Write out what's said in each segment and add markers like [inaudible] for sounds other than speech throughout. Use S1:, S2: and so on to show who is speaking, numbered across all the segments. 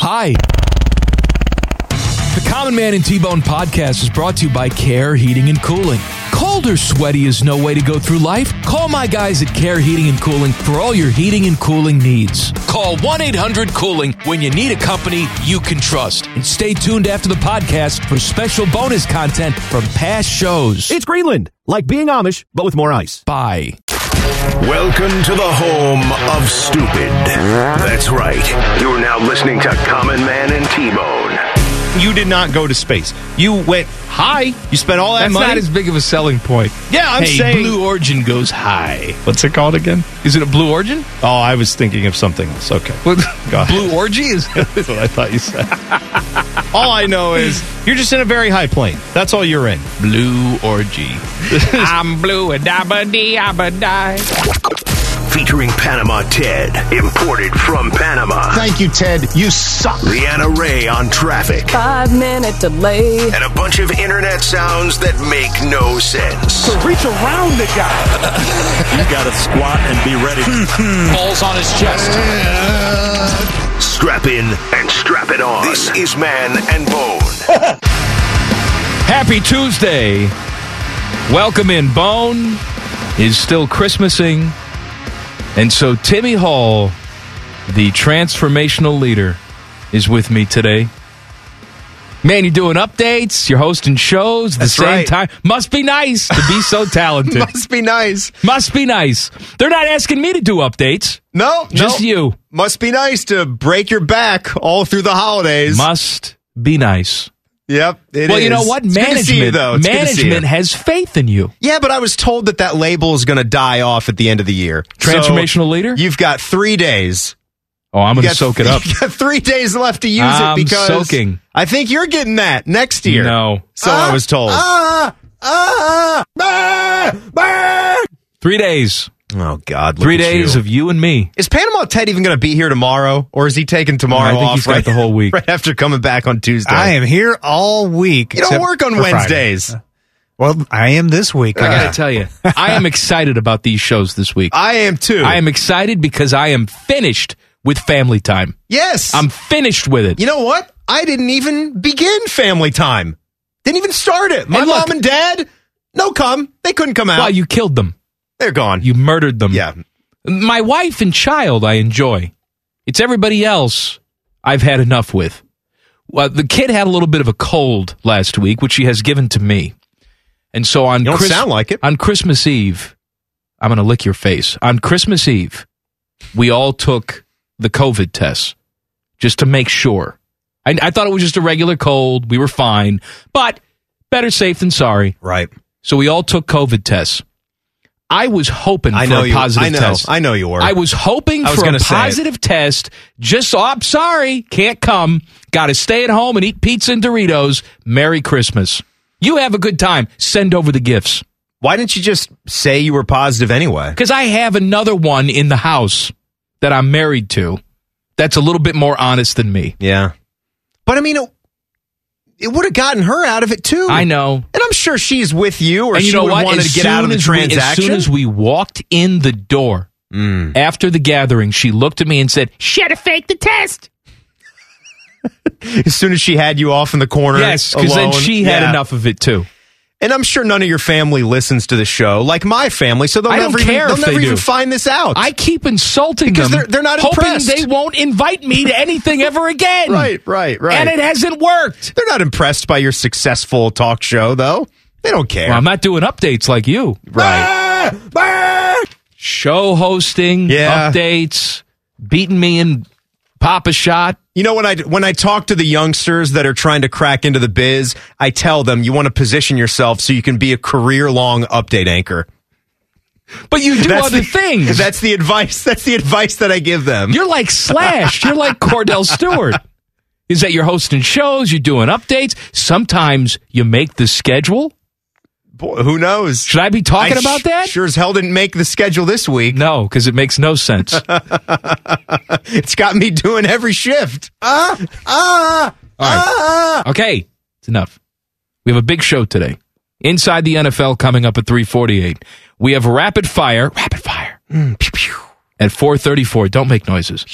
S1: Hi. The Common Man and T Bone podcast is brought to you by Care Heating and Cooling. Cold or sweaty is no way to go through life. Call my guys at Care Heating and Cooling for all your heating and cooling needs. Call 1 800 Cooling when you need a company you can trust. And stay tuned after the podcast for special bonus content from past shows.
S2: It's Greenland, like being Amish, but with more ice.
S1: Bye.
S3: Welcome to the home of stupid. That's right. You're now listening to Common Man and T-Bone.
S4: You did not go to space. You went high. You spent all that
S5: That's
S4: money.
S5: not as big of a selling
S1: [laughs]
S5: point.
S4: yeah, I'm
S1: hey,
S4: saying.
S1: Blue Origin goes high.
S4: What's it called again?
S5: Is it a blue origin?
S4: Oh, I was thinking of something else. Okay.
S5: What-
S4: God.
S5: Blue orgy
S4: [laughs]
S5: is.
S4: That's what I thought you said. [laughs] all I know is you're just in a very high plane. That's all you're in.
S5: Blue orgy. I'm blue and dabba dee abba die.
S3: Featuring Panama Ted, imported from Panama.
S6: Thank you, Ted. You suck.
S3: Leanna Ray on traffic.
S7: five minute delay.
S3: And a bunch of internet sounds that make no sense.
S8: reach around the guy.
S9: [laughs] You gotta squat and be ready.
S8: [laughs]
S5: Falls on his chest.
S3: Strap in and strap it on. This is Man and Bone.
S1: Happy Tuesday. Welcome in. Bone is still Christmasing. And so Timmy Hall, the transformational leader, is with me today. Man, you're doing updates, you're hosting shows at the
S4: That's
S1: same
S4: right.
S1: time. Must be nice to be
S4: [laughs]
S1: so talented.
S4: Must be nice.
S1: Must be nice. They're not asking me to do updates.
S4: No,
S1: Just
S4: no.
S1: you.
S4: Must be nice to break your back all through the holidays.
S1: Must be nice.
S4: yep. it
S1: well, you
S4: is.
S1: know what?
S4: It's good to see
S1: Management,
S4: you, though. It's good to see you.
S1: management has faith in you.
S4: Yeah, but I was told that that label is going to die off at the end of the year.
S1: Transformational
S4: So,
S1: leader?
S4: You've got three days.
S1: Oh, I'm going to
S4: You got-
S1: soak it up.
S4: [laughs] You got three days left to use
S1: I'm
S4: it because
S1: soaking.
S4: I think you're getting that next year.
S1: No. Ah,
S4: so I was told.
S1: Three days.
S4: oh God, look
S1: Three
S4: at
S1: days
S4: you.
S1: of you and me.
S4: Is Panama Ted even going to be here tomorrow, or is he taking tomorrow
S1: I think
S4: off?
S1: he's got
S4: right,
S1: the whole week.
S4: right after coming back on Tuesday.
S8: I am here all week.
S4: You don't
S8: except
S4: work on
S8: for Friday.
S4: Wednesdays.
S8: Well, I am this week.
S1: I got to tell you, I am excited about these shows this week.
S4: I am too.
S1: [laughs] I am excited because I am finished with family time.
S4: Yes,
S1: I'm finished with it.
S4: You know what? I didn't even begin family time. Didn't even start it. My
S1: Hey, look-
S4: mom and dad, no come. They couldn't come out.
S1: Wow, you killed them.
S4: They're gone.
S1: You murdered them.
S4: yeah.
S1: My wife and child, I enjoy. It's everybody else I've had enough with. Well, the kid had a little bit of a cold last week, which she has given to me. And so on
S4: You don't
S1: Chris-
S4: sound like it.
S1: on Christmas Eve, I'm going to lick your face. On Christmas Eve, we all took the COVID test just to make sure. I, I thought it was just a regular cold. We were fine, but better safe than sorry.
S4: Right.
S1: So we all took COVID tests. I was hoping
S4: I
S1: for
S4: know
S1: a
S4: you.
S1: positive
S4: I know.
S1: test.
S4: I know you were.
S1: I was hoping
S4: I was
S1: for
S4: gonna
S1: a
S4: say it.
S1: positive test. Just, oh, I'm sorry, can't come. Got to stay at home and eat pizza and Doritos. Merry Christmas. You have a good time. Send over the gifts.
S4: Why didn't you just say you were positive anyway?
S1: Because I have another one in the house that I'm married to that's a little bit more honest than me.
S4: Yeah. But I mean, it, it would have gotten her out of it too.
S1: I know.
S4: And I'm sure she's with you, or
S1: and you
S4: she
S1: know
S4: would have
S1: what?
S4: wanted
S1: As
S4: to get out
S1: soon
S4: of the
S1: as we- as
S4: transaction. Mm.
S1: soon as we walked in the door after the gathering, she looked at me and said, Should have faked the test.
S4: As soon as she had you off in the corner.
S1: Yes, because then
S4: alone.
S1: she had
S4: Yeah.
S1: enough of it too.
S4: And I'm sure none of your family listens to the show, like my family, so they'll
S1: I don't
S4: never
S1: care
S4: even, they'll
S1: if
S4: never
S1: they
S4: even
S1: do.
S4: find this out.
S1: I keep insulting
S4: Because
S1: them.
S4: they're- they're not
S1: hoping
S4: impressed.
S1: They won't invite me to anything ever again.
S4: [laughs] right, right, right.
S1: And it hasn't worked.
S4: they're not impressed by your successful talk show, though. They don't care.
S1: Well, I'm not doing updates like you.
S4: right.
S1: show hosting,
S4: Yeah.
S1: updates, beating me in Papa Shot.
S4: You know when I when I talk to the youngsters that are trying to crack into the biz, I tell them you want to position yourself so you can be a career long update anchor.
S1: But you do other
S4: the,
S1: things.
S4: [laughs] That's the advice. That's the advice that I give them.
S1: You're like Slash. You're like
S4: [laughs]
S1: Cordell Stewart. Is that you're hosting shows, you're doing updates. Sometimes you make the schedule.
S4: Boy, who knows?
S1: Should I be talking
S4: I
S1: about
S4: sh-
S1: that?
S4: Sure as hell didn't make the schedule this week.
S1: No, because it makes no
S4: [laughs]
S1: sense.
S4: It's got me doing every shift. Ah, ah, ah.
S1: Okay, it's enough. We have a big show today. Inside the NFL coming up at 348. We have rapid fire. Mm, Rapid fire. At 434. Don't make noises.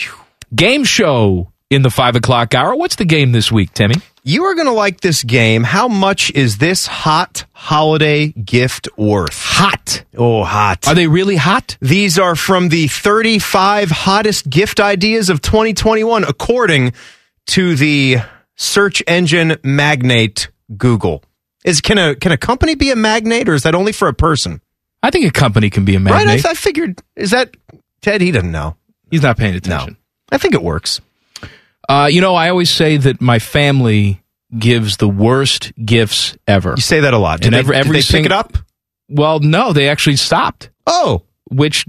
S1: Game show in the five o'clock hour. What's the game this week, Timmy?
S4: You are going to like this game. How much is this hot holiday gift worth? Hot. Oh, hot.
S1: Are they really hot?
S4: These are from the 35 hottest gift ideas of 2021, according to the search engine magnate Google. Is can a can a company be a magnate, or is that only for a person?
S1: I think a company can be a
S4: Right? I,
S1: magnate.
S4: I figured. Is that Ted? He doesn't know.
S1: He's not paying
S4: No,
S1: attention.
S4: I think it works.
S1: Uh, you know, I always say that my family gives the worst gifts ever.
S4: You say that a lot. Did
S1: And
S4: they,
S1: every-
S4: did
S1: every
S4: they
S1: sing-
S4: pick it up?
S1: Well, no, they actually stopped,
S4: Oh,
S1: which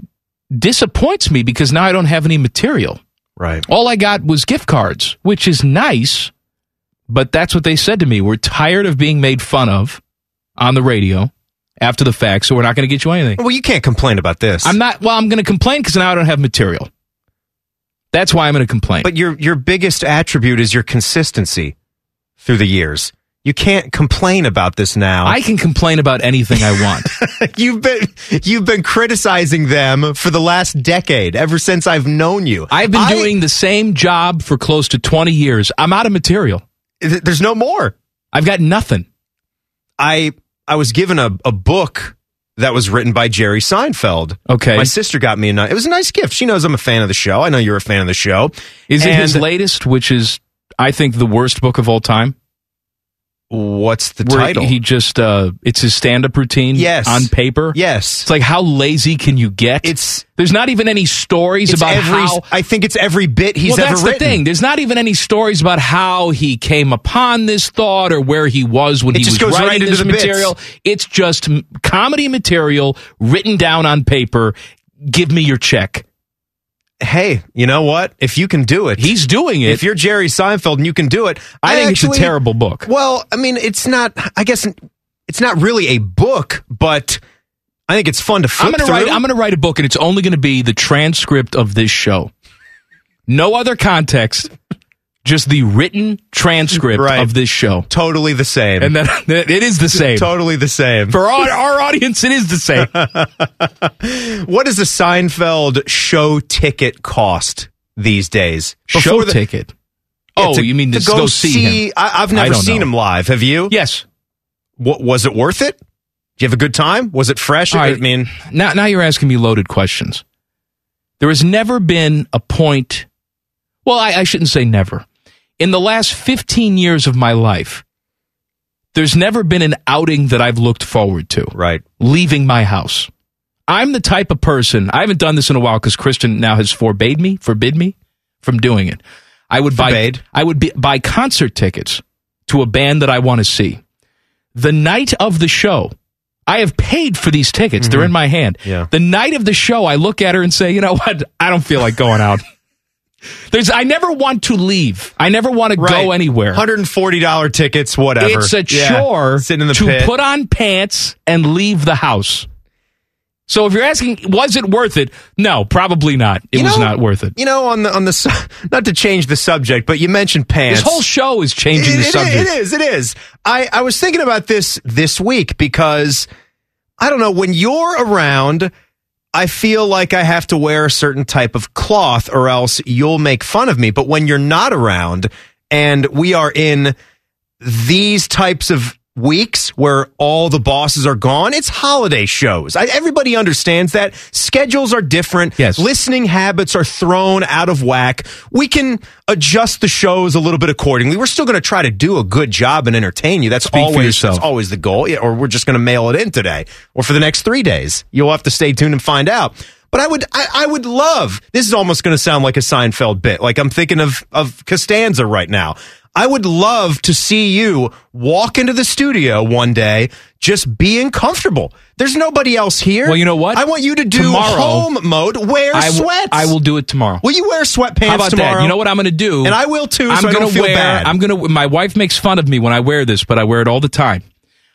S1: disappoints me because now I don't have any material.
S4: right.
S1: All I got was gift cards, which is nice, but that's what they said to me. We're tired of being made fun of on the radio after the fact, so we're not going to get you anything.
S4: Well, you can't complain about this.
S1: I'm not, well, I'm going to complain because now I don't have material. That's why I'm going to complain.
S4: But your your biggest attribute is your consistency through the years. You can't complain about this now.
S1: I can complain about anything I
S4: [laughs]
S1: want.
S4: you've been you've been criticizing them for the last decade, ever since I've known you.
S1: I've been
S4: I-
S1: doing the same job for close to 20 years. I'm out of material.
S4: th- There's no more.
S1: I've got nothing.
S4: I I was given a, a book that was written by Jerry Seinfeld.
S1: Okay.
S4: my sister got me a. ni- It was a nice gift. She knows I'm a fan of the show. I know you're a fan of the show.
S1: Is it his
S4: And-
S1: latest, which is, I think, the worst book of all time?
S4: What's the
S1: Where
S4: title?
S1: He just, uh, it's his stand up routine
S4: Yes.
S1: on paper.
S4: yes,
S1: It's like, how lazy can you get?
S4: It's-
S1: There's not even any stories
S4: It's
S1: about
S4: every.
S1: how.
S4: I think it's every bit he's
S1: well,
S4: ever
S1: that's
S4: written.
S1: the thing. There's not even any stories about how he came upon this thought or where he was when
S4: It
S1: he
S4: just
S1: was
S4: goes right
S1: writing
S4: into
S1: this
S4: the bits.
S1: material. It's just m- comedy material written down on paper. Give me your check.
S4: Hey, you know what? If you can do it,
S1: He's doing it.
S4: if you're Jerry Seinfeld and you can do it,
S1: I, think it's
S4: actually-
S1: a terrible book.
S4: Well, I mean, it's not. I guess it's not really a book, but I think it's fun to flip
S1: I'm gonna
S4: through.
S1: write. I'm gonna write a book, and it's only gonna be the transcript of this show. No other context, just the written transcript
S4: Right.
S1: of this show,
S4: totally the same.
S1: and then [laughs] it is the same
S4: totally the same.
S1: for our, our audience. It is the
S4: [laughs]
S1: same.
S4: what does a Seinfeld show ticket cost these days?
S1: show
S4: Before the-
S1: ticket.
S4: Yeah,
S1: Oh,
S4: to-
S1: you mean to, go, see, him?
S4: I, have
S1: I
S4: never
S1: don't
S4: seen
S1: know.
S4: him live. Have you?
S1: Yes.
S4: Wa- was it worth it? Did you have a good time? Was it fresh?
S1: All
S4: I
S1: right.
S4: mean,
S1: Now, now you're asking me loaded questions. There has never been a point. Well, I, I shouldn't say never. In the last 15 years of my life, there's never been an outing that I've looked forward to.
S4: right.
S1: leaving my house. I'm the type of person, I haven't done this in a while because Kristen now has forbade me, forbid me from doing it. I would
S4: Forbade.
S1: buy, I would be, buy concert tickets to a band that I want to see. The night of the show, I have paid for these tickets. They're in my hand.
S4: Mm-hmm. Yeah.
S1: The night of the show, I look at her and say, you know what? I don't feel like going
S4: [laughs]
S1: out. There's, I never want to leave. I never want to
S4: Right.
S1: go anywhere.
S4: Hundred and forty dollar tickets, whatever.
S1: It's a
S4: Yeah.
S1: chore
S4: Sit in the
S1: to
S4: pit.
S1: put on pants and leave the house. So if you're asking, was it worth it? No, probably not. It
S4: You
S1: was
S4: know-
S1: not worth it.
S4: You know, on the on the su- [laughs] not to change the subject, but you mentioned pants.
S1: This whole show is changing
S4: It-
S1: the
S4: it-
S1: subject.
S4: It is. It is. I I was thinking about this this week because I don't know when you're around. I feel like I have to wear a certain type of cloth or else you'll make fun of me. But when you're not around and we are in these types of weeks where all the bosses are gone, it's holiday shows. I, everybody understands that. Schedules are different.
S1: Yes.
S4: Listening habits are thrown out of whack. We can adjust the shows a little bit accordingly. We're still going to try to do a good job and entertain you. That's
S1: Speak for
S4: always
S1: yourself.
S4: that's always the goal. Yeah, or we're just going to mail it in today or for the next three days. You'll have to stay tuned and find out. But I would, I, I would love. This is almost going to sound like a Seinfeld bit. Like I'm thinking of of Costanza right now. I would love to see you walk into the studio one day, just being comfortable. There's nobody else here.
S1: Well, you know what?
S4: I want you to do
S1: Tomorrow-
S4: home mode. Wear
S1: I, w-
S4: sweats.
S1: I will do it tomorrow.
S4: Will you wear sweatpants
S1: How about
S4: tomorrow?
S1: that? You know what I'm going to do?
S4: And I will too, so I
S1: gonna
S4: don't feel
S1: wear.
S4: bad.
S1: I'm going to. My wife makes fun of me when I wear this, but I wear it all the time.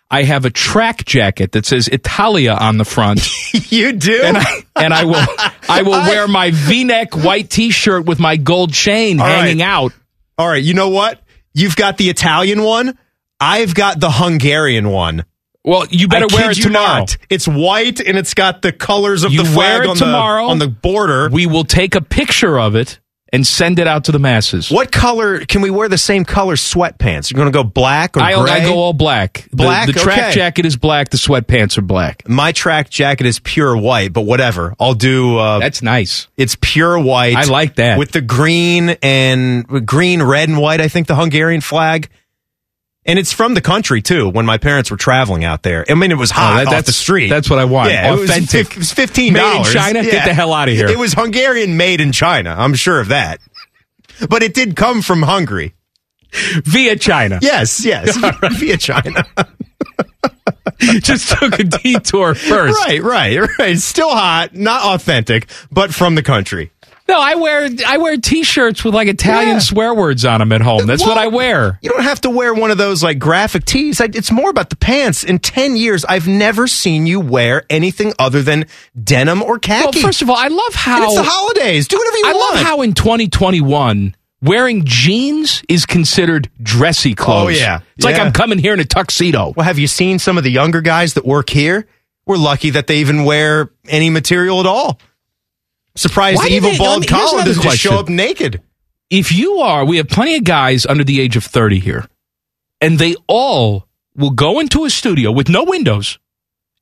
S1: I have a track jacket that says Italia on the front.
S4: [laughs] you do.
S1: [laughs] and I, and I will I will
S4: I-
S1: wear my V-neck white T-shirt with my gold chain
S4: right.
S1: hanging out.
S4: All right, you know what? You've got the Italian one. I've got the Hungarian one.
S1: Well, you better
S4: I
S1: wear it
S4: kid you
S1: tomorrow.
S4: not. It's white and it's got the colors of
S1: You
S4: the
S1: wear
S4: flag
S1: it
S4: on
S1: tomorrow.
S4: the on the border.
S1: We will take a picture of it and send it out to the masses.
S4: What color can we wear? The same color sweatpants. You're going to go black or
S1: I,
S4: gray?
S1: I go all black. The-
S4: Black?
S1: The, track
S4: Okay.
S1: jacket is black. The sweatpants are black.
S4: My track jacket is pure white, but whatever. I'll do. Uh,
S1: That's nice.
S4: it's pure white.
S1: I like that.
S4: with the green and with green, red, and white. I think the Hungarian flag, and it's from the country too. When my parents were traveling out there, I mean, it was hot
S1: Oh, that-
S4: off
S1: that's-
S4: the street.
S1: that's what I want.
S4: Yeah, it was
S1: Authentic.
S4: fif- It was, fifteen
S1: Made in
S4: dollars.
S1: China? Get the hell outta here.
S4: It was Hungarian, made in China. I'm sure of that. But it did come from Hungary.
S1: Via China.
S4: Yes, yes, via China.
S1: [laughs] Just took a detour
S4: [laughs]
S1: first.
S4: Right, right, right. Still hot, not authentic, but from the country.
S1: No, I wear I wear T-shirts with like Italian
S4: Yeah.
S1: swear words on them at home. That's what I wear.
S4: You don't have to wear one of those like graphic tees. I, it's more about the pants. In 10 years, I've never seen you wear anything other than denim or
S1: Well,
S4: khaki.
S1: first of all, I love
S4: and
S1: how
S4: it's the holidays. Do whatever you
S1: I
S4: want.
S1: love how in 2021 wearing jeans is considered dressy clothes.
S4: Oh, yeah.
S1: it's like
S4: Yeah.
S1: I'm coming here in a tuxedo.
S4: Well, have you seen some of the younger guys that work here? We're lucky that they even wear any material at all. Surprised
S1: Why
S4: the
S1: do
S4: evil
S1: they- let
S4: bald
S1: me- here's
S4: Colin
S1: another
S4: doesn't just show
S1: question.
S4: up naked.
S1: If you are, we have plenty of guys under the age of 30 here, and they all will go into a studio with no windows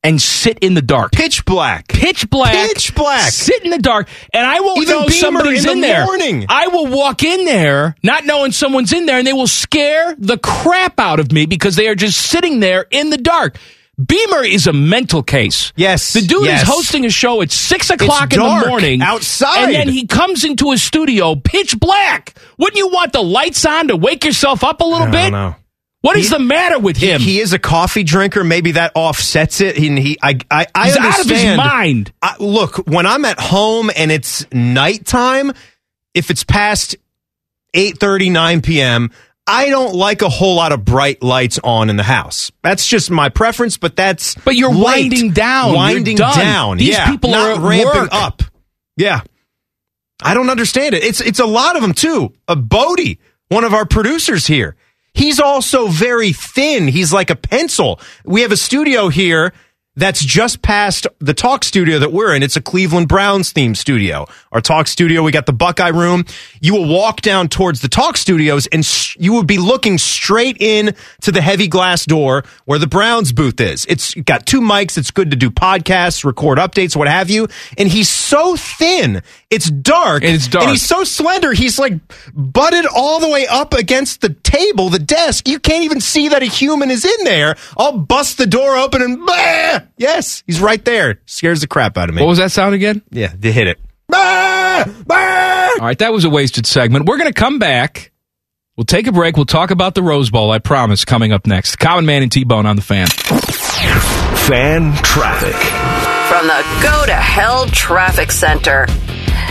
S1: and sit in the dark.
S4: Pitch black.
S1: pitch black,
S4: Pitch black.
S1: Sit in the dark, and I won't
S4: Even
S1: know
S4: Beamer
S1: somebody's
S4: in the
S1: in, there.
S4: morning.
S1: I will walk in there not knowing someone's in there, and they will scare the crap out of me because they are just sitting there in the dark. Beamer is a mental case.
S4: Yes,
S1: the dude
S4: yes.
S1: is hosting a show at six o'clock in
S4: dark
S1: the morning
S4: outside.
S1: and then he comes into a studio pitch black. Wouldn't you want the lights on to wake yourself up a little bit? What is the matter with him?
S4: He is a coffee drinker. Maybe that offsets it. And he, I, I, I
S1: He's out of
S4: understand.
S1: his mind.
S4: I, look, when I'm at home and it's nighttime, if it's past 8:30, 9 p.m., I don't like a whole lot of bright lights on in the house. That's just my preference, but that's
S1: But you're
S4: light,
S1: winding down. You're
S4: winding
S1: done.
S4: down.
S1: These
S4: yeah,
S1: people are
S4: not
S1: at
S4: ramping
S1: work.
S4: up. Yeah, I don't understand it. It's it's a lot of them too. A Bodie, one of our producers here. He's also very thin. He's like a pencil. We have a studio here that's just past the talk studio that we're in. It's a Cleveland Browns themed studio. Our talk studio, we got the Buckeye room. You will walk down towards the talk studios and s you would be looking straight in to the heavy glass door where the Browns booth is. It's got two mics. It's good to do podcasts, record updates, what have you. And he's so thin. It's dark.
S1: And it's dark.
S4: And he's so slender. He's like butted all the way up against the table, the desk. You can't even see that a human is in there. I'll bust the door open and bah! yes, he's right there. Scares the crap out of me.
S1: What was that sound again?
S4: yeah, they hit it. Bah! Bah!
S1: All right, that was a wasted segment. We're going to come back. We'll take a break. We'll talk about the Rose Bowl, I promise, coming up next. Common Man and T Bone on the fan.
S3: Fan traffic.
S10: From the Go to Hell Traffic Center.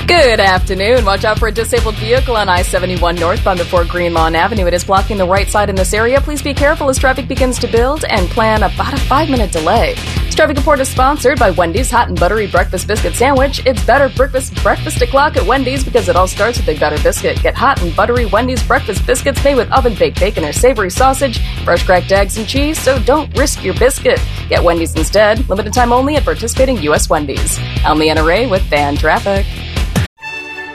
S11: Good afternoon. Watch out for a disabled vehicle on I 71 northbound before Greenlawn Avenue. It is blocking the right side in this area. Please be careful as traffic begins to build and plan about a five minute delay. This traffic report is sponsored by Wendy's Hot and Buttery Breakfast Biscuit Sandwich. It's better breakfast breakfast o'clock at Wendy's because it all starts with a better biscuit. Get hot and buttery Wendy's breakfast biscuits made with oven baked bacon or savory sausage, fresh cracked eggs and cheese, so don't risk your biscuit. Get Wendy's instead. Limited time only at participating U.S. Wendy's. I'm Leanna Ray with Fan Traffic.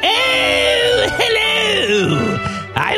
S6: Oh, hello! I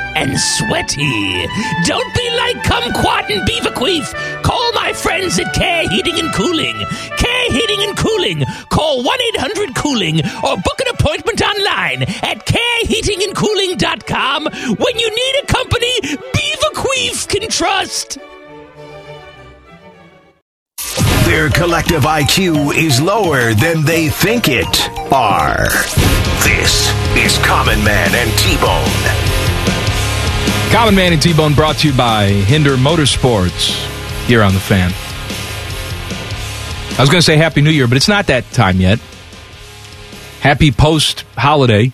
S6: and sweaty. Don't be like Kumquat and Beaverqueef. Call my friends at Care Heating and Cooling. Care Heating and Cooling. Call 1 800 Cooling or book an appointment online at careheatingandcooling.com when you need a company Beaverqueef can trust.
S3: Their collective IQ is lower than they think it are. This is Common Man and T-Bone.
S1: Common Man and T Bone brought to you by Hinder Motorsports here on the fan. I was going to say Happy New Year, but it's not that time yet. Happy post holiday.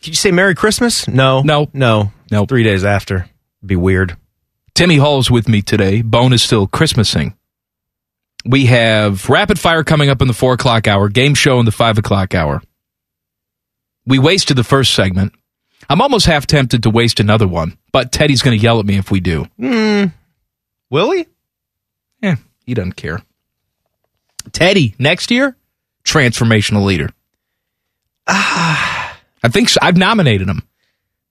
S4: Did you say Merry Christmas? No.
S1: No.
S4: No.
S1: No.
S4: Three days after. Be weird.
S1: Timmy Hall's with me today. Bone is still Christmasing. We have rapid fire coming up in the four o'clock hour, game show in the five o'clock hour. We wasted the first segment. I'm almost half tempted to waste another one, but Teddy's going to yell at me if we do.
S4: Will he?
S1: Yeah, Eh, he doesn't care. Teddy, next year, transformational leader. Ah, I think so. I've nominated him.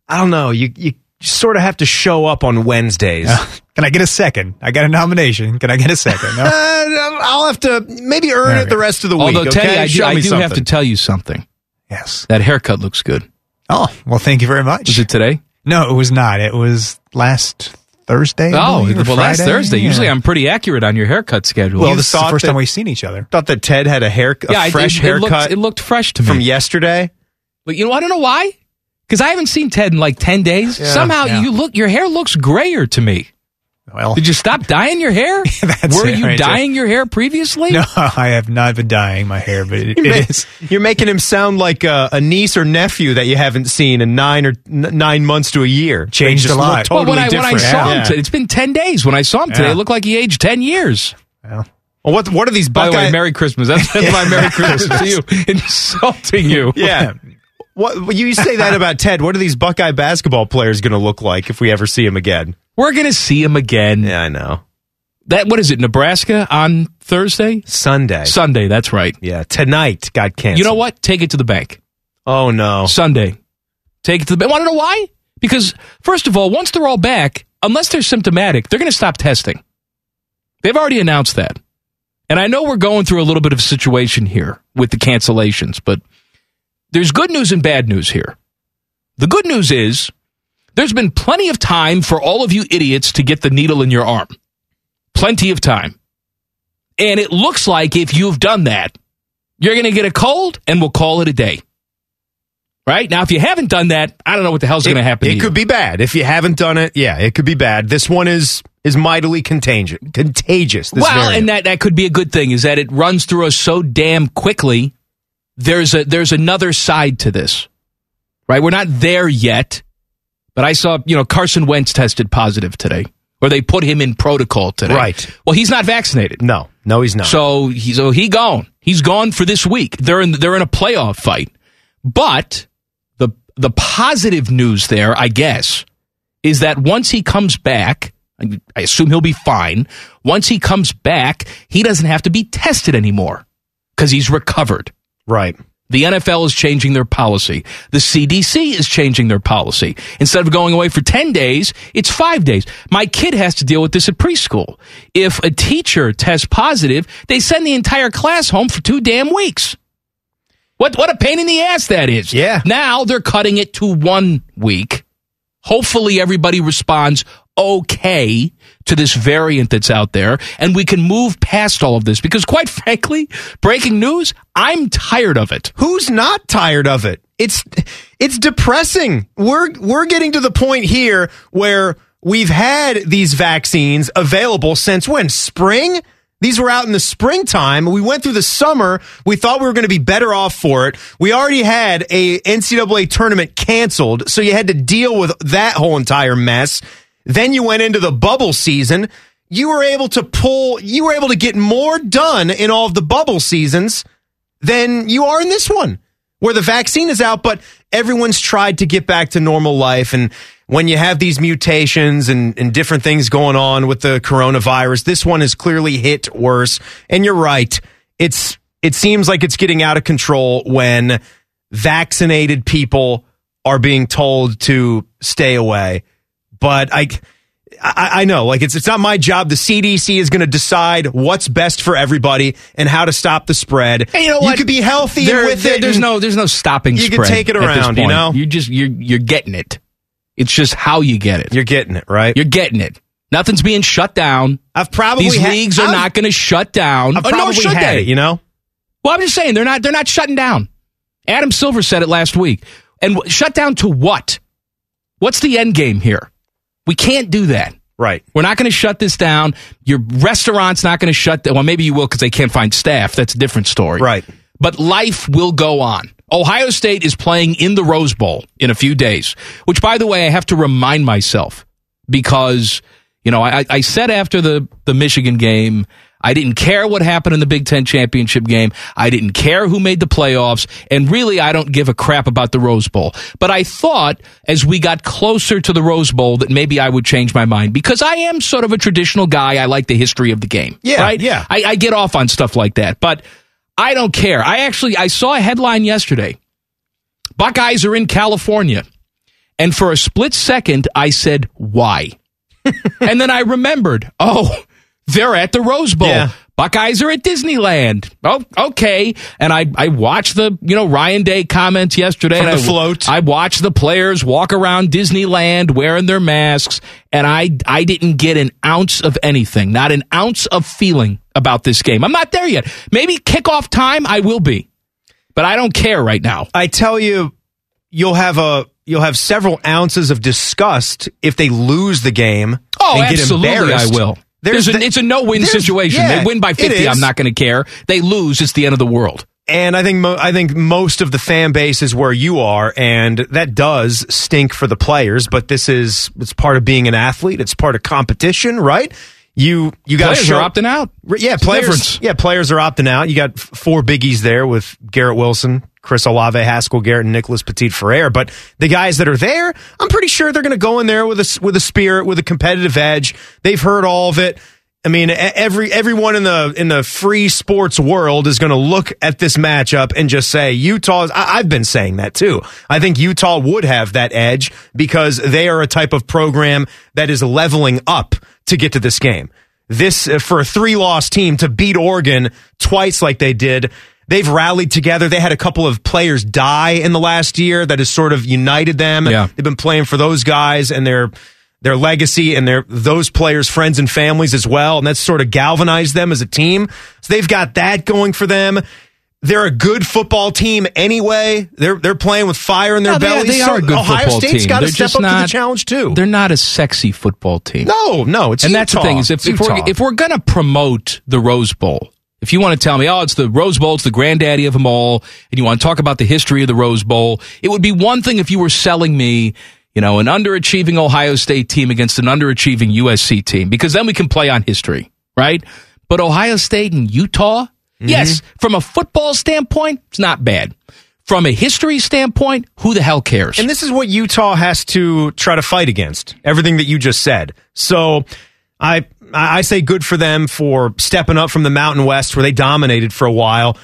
S4: I don't know. You you sort of have to show up on Wednesdays.
S12: Can I get a second? I got a nomination. Can I get a second?
S4: [laughs] Uh,
S1: [laughs]
S12: No?
S4: I'll have to maybe earn it the rest of the week.
S1: Although,
S4: okay?
S1: Teddy, I do,
S4: Show
S1: I
S4: me
S1: do have to
S4: something.
S1: tell you something.
S12: yes.
S1: That haircut looks good.
S12: Oh, well, thank you very much.
S1: Is it today?
S12: No, it was not. It was last Thursday. I
S1: Oh,
S12: believe, or
S1: well, last
S12: Friday.
S1: Thursday.
S12: Yeah.
S1: Usually I'm pretty accurate on your haircut schedule.
S12: Well,
S4: You
S12: this is the
S4: thought
S12: first
S4: that-
S12: time we've seen each other.
S4: Thought that Ted had a hair a
S1: yeah, I-
S4: fresh
S1: it, it looked-
S4: haircut
S1: It looked, fresh to me.
S4: from
S1: [laughs]
S4: yesterday.
S1: But you know, I don't know why. Because I haven't seen Ted in like ten days. Somehow
S12: yeah.
S1: you look, your hair looks grayer to me.
S12: Well,
S1: Did you stop dyeing your
S4: [laughs]
S1: hair?
S12: That's
S1: Were
S12: it
S1: you
S12: right there.
S1: dyeing your hair previously?
S12: [laughs] no, I have not been dyeing my hair,
S1: [laughs]
S12: but it, it is.
S4: You're making him sound like a, a niece or nephew that you haven't seen in nine or n- nine months to a year.
S12: Changed
S4: They just
S12: a lot.
S4: look
S1: Well,
S4: Totally
S1: when I when I
S4: different.
S1: saw him,
S4: Yeah.
S1: to- it's been ten days. When I saw him today,
S12: Yeah.
S1: it looked like he aged ten years.
S12: Well,
S4: Well, what what are these
S1: By
S4: Buckeye?
S1: the way, Merry Christmas. That's, that's my [laughs] Merry Christmas to you. Insulting you.
S4: yeah. What you say that about Ted? What are these Buckeye basketball players going to look like if we ever see him again?
S1: We're gonna see him again.
S4: Yeah, I know.
S1: That what is it? Nebraska on Thursday,
S4: Sunday.
S1: Sunday. That's right.
S4: yeah, tonight got canceled.
S1: You know what? Take it to the bank.
S4: Oh no.
S1: Sunday. Take it to the bank. Want to know why? Because first of all, once they're all back, unless they're symptomatic, they're going to stop testing. They've already announced that. And I know we're going through a little bit of a situation here with the cancellations, but there's good news and bad news here. The good news is there's been plenty of time for all of you idiots to get the needle in your arm. Plenty of time. And it looks like if you've done that, you're going to get a cold and we'll call it a day. Right? Now, if you haven't done that, I don't know what the hell's going to happen.
S4: It
S1: to you.
S4: could be bad if you haven't done it. Yeah, it could be bad. This one is is mightily contagious. Contagious. This
S1: well,
S4: variant.
S1: and that that could be a good thing is that it runs through us so damn quickly. There's a there's another side to this, right? We're not there yet, but I saw you know Carson Wentz tested positive today, or they put him in protocol today.
S4: Right.
S1: Well, he's not vaccinated,
S4: no, no, he's not.
S1: so he so he gone. He's gone for this week. They're in they're in a playoff fight, but the the positive news there, I guess, is that once he comes back, I I assume he'll be fine. Once he comes back, he doesn't have to be tested anymore because he's recovered.
S4: right.
S1: The NFL is changing their policy. The CDC is changing their policy. Instead of going away for 10 days, it's five days. My kid has to deal with this at preschool. If a teacher tests positive, they send the entire class home for two damn weeks. What, what a pain in the ass that is.
S4: Yeah.
S1: Now they're cutting it to one week. Hopefully everybody responds okay to this variant that's out there and we can move past all of this because quite [laughs] frankly, breaking news, I'm tired of it.
S4: Who's not tired of it? It's it's depressing. We're we're getting to the point here where we've had these vaccines available since when? Spring? These were out in the springtime. We went through the summer. We thought we were going to be better off for it. We already had a NCAA tournament canceled, so you had to deal with that whole entire mess. Then you went into the bubble season. You were able to pull, you were able to get more done in all of the bubble seasons than you are in this one where the vaccine is out, but everyone's tried to get back to normal life. And when you have these mutations and, and different things going on with the coronavirus, this one is clearly hit worse. And you're right. It's, it seems like it's getting out of control when vaccinated people are being told to stay away. But I, I, I know, like it's it's not my job. The CDC is going to decide what's best for everybody and how to stop the spread.
S1: And you know what?
S4: could be healthy
S1: There-
S4: with
S1: there-
S4: it.
S1: There's
S4: and-
S1: no there's no stopping
S4: You can
S1: spread
S4: take it
S1: at this
S4: around, you
S1: point.
S4: know?
S1: You just you're you're getting it. It's just how you get it.
S4: You're getting it right.
S1: You're getting it. Nothing's being shut down.
S4: I've probably
S1: These
S4: ha-
S1: leagues are
S4: I've-
S1: not going to shut down.
S4: I've
S1: Oh,
S4: probably
S1: nor should
S4: had
S1: they.
S4: it. You know,
S1: Well, I'm just saying they're not they're not shutting down. Adam Silver said it last week. And w- shut down to what? What's the end game here? We can't do that.
S4: right?
S1: We're not going to shut this down. Your restaurant's not going to shut down. Well, maybe you will because they can't find staff. That's a different story.
S4: Right.
S1: But life will go on. Ohio State is playing in the Rose Bowl in a few days, which, by the way, I have to remind myself because, you know, I, I said after the, the Michigan game, I didn't care what happened in the Big Ten championship game. I didn't care who made the playoffs. And really, I don't give a crap about the Rose Bowl. But I thought as we got closer to the Rose Bowl that maybe I would change my mind because I am sort of a traditional guy. I like the history of the game.
S4: Yeah,
S1: Right?
S4: yeah.
S1: I, I get off on stuff like that. But I don't care. I actually, I saw a headline yesterday. Buckeyes are in California. And for a split second, I said,
S4: [laughs]
S1: why? and then I remembered, oh, they're at the Rose Bowl. Buckeyes are at Disneyland. Oh, okay. And I, I watched the, you know, Ryan Day comments yesterday.
S4: From
S1: and
S4: the
S1: I,
S4: float.
S1: I watched the players walk around Disneyland wearing their masks. And I, I didn't get an ounce of anything, not an ounce of feeling about this game. I'm not there yet. Maybe kickoff time, I will be. But I don't care right now.
S4: I tell you, you'll have a you'll have several ounces of disgust if they lose the game.
S1: Oh,
S4: and get
S1: absolutely, I
S4: embarrassed.
S1: will.
S4: There's
S1: There's an-
S4: the-
S1: it's a no-win
S4: there's-
S1: situation.
S4: yeah,
S1: they win by
S4: it
S1: 50, I'm
S4: is.
S1: not going to care. They lose, it's the end of the world.
S4: And I think mo- I think most of the fan base is where you are, and that does stink for the players. But this is it's part of being an athlete. It's part of competition, right? You you got to
S1: Players
S4: show,
S1: are opting out.
S4: Re- Yeah,
S1: It's the
S4: players.
S1: difference.
S4: Yeah, players are opting out. You got f- four biggies there with Garrett Wilson, Chris Olave, Haskell Garrett, and Nicholas Petit Ferrer. But the guys that are there, I'm pretty sure they're going to go in there with a s- with a spirit, with a competitive edge. They've heard all of it. I mean, e- every everyone in the in the free sports world is going to look at this matchup and just say Utah. I, I've been saying that too. I think Utah would have that edge because they are a type of program that is leveling up to get to this game this uh, for a three loss team to beat Oregon twice like they did. They've rallied together. They had a couple of players die in the last year that has sort of united them.
S1: Yeah.
S4: They've been playing for those guys and their their legacy and their those players' friends and families as well. And that's sort of galvanized them as a team. So they've got that going for them. They're a good football team anyway. They're they're playing with fire in their
S1: No, they are-
S4: bellies.
S1: they are a good
S4: Ohio
S1: football
S4: State's
S1: team.
S4: got to
S1: They're
S4: step
S1: just
S4: up to the
S1: not-
S4: challenge too.
S1: They're not a sexy football team.
S4: No, no, it's
S1: and
S4: Utah.
S1: that's the thing is if,
S4: It's
S1: if we're
S4: Utah.
S1: if we're gonna promote the Rose Bowl, if you want to tell me, oh, it's the Rose Bowl, it's the granddaddy of them all, and you want to talk about the history of the Rose Bowl, it would be one thing if you were selling me, you know, an underachieving Ohio State team against an underachieving USC team, because then we can play on history, right? But Ohio State and Utah,
S4: Mm-hmm.
S1: yes, from a football standpoint, it's not bad. From a history standpoint, who the hell cares?
S4: And this is what Utah has to try to fight against. Everything that you just said. So I I say good for them for stepping up from the Mountain West where they dominated for a while.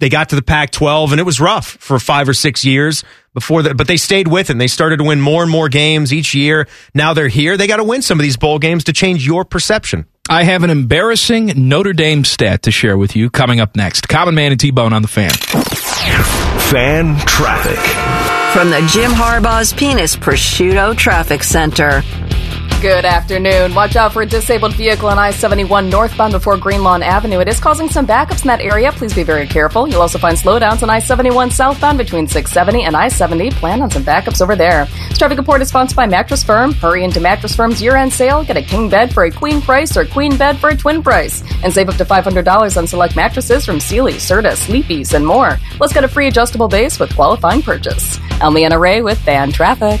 S4: They got to the Pac-12 and it was rough for 5 or 6 years before that but they stayed with it and they started to win more and more games each year. Now they're here. They got to win some of these bowl games to change your perception.
S1: I have an embarrassing Notre Dame stat to share with you coming up next. Common Man and T Bone on the fan.
S3: Fan traffic.
S10: From the Jim Harbaugh's Penis Prosciutto Traffic Center.
S11: Good afternoon. Watch out for a disabled vehicle on I 71 northbound before Greenlawn Avenue. It is causing some backups in that area. Please be very careful. You'll also find slowdowns on I 71 southbound between 670 and I 70. Plan on some backups over there. This traffic report is sponsored by Mattress Firm. Hurry into Mattress Firm's year end sale. Get a king bed for a queen price or queen bed for a twin price. And save up to $500 on select mattresses from Sealy, Certa, Sleepy's, and more. Let's get a free adjustable base with qualifying purchase. I'm Leanna Ray with Fan Traffic.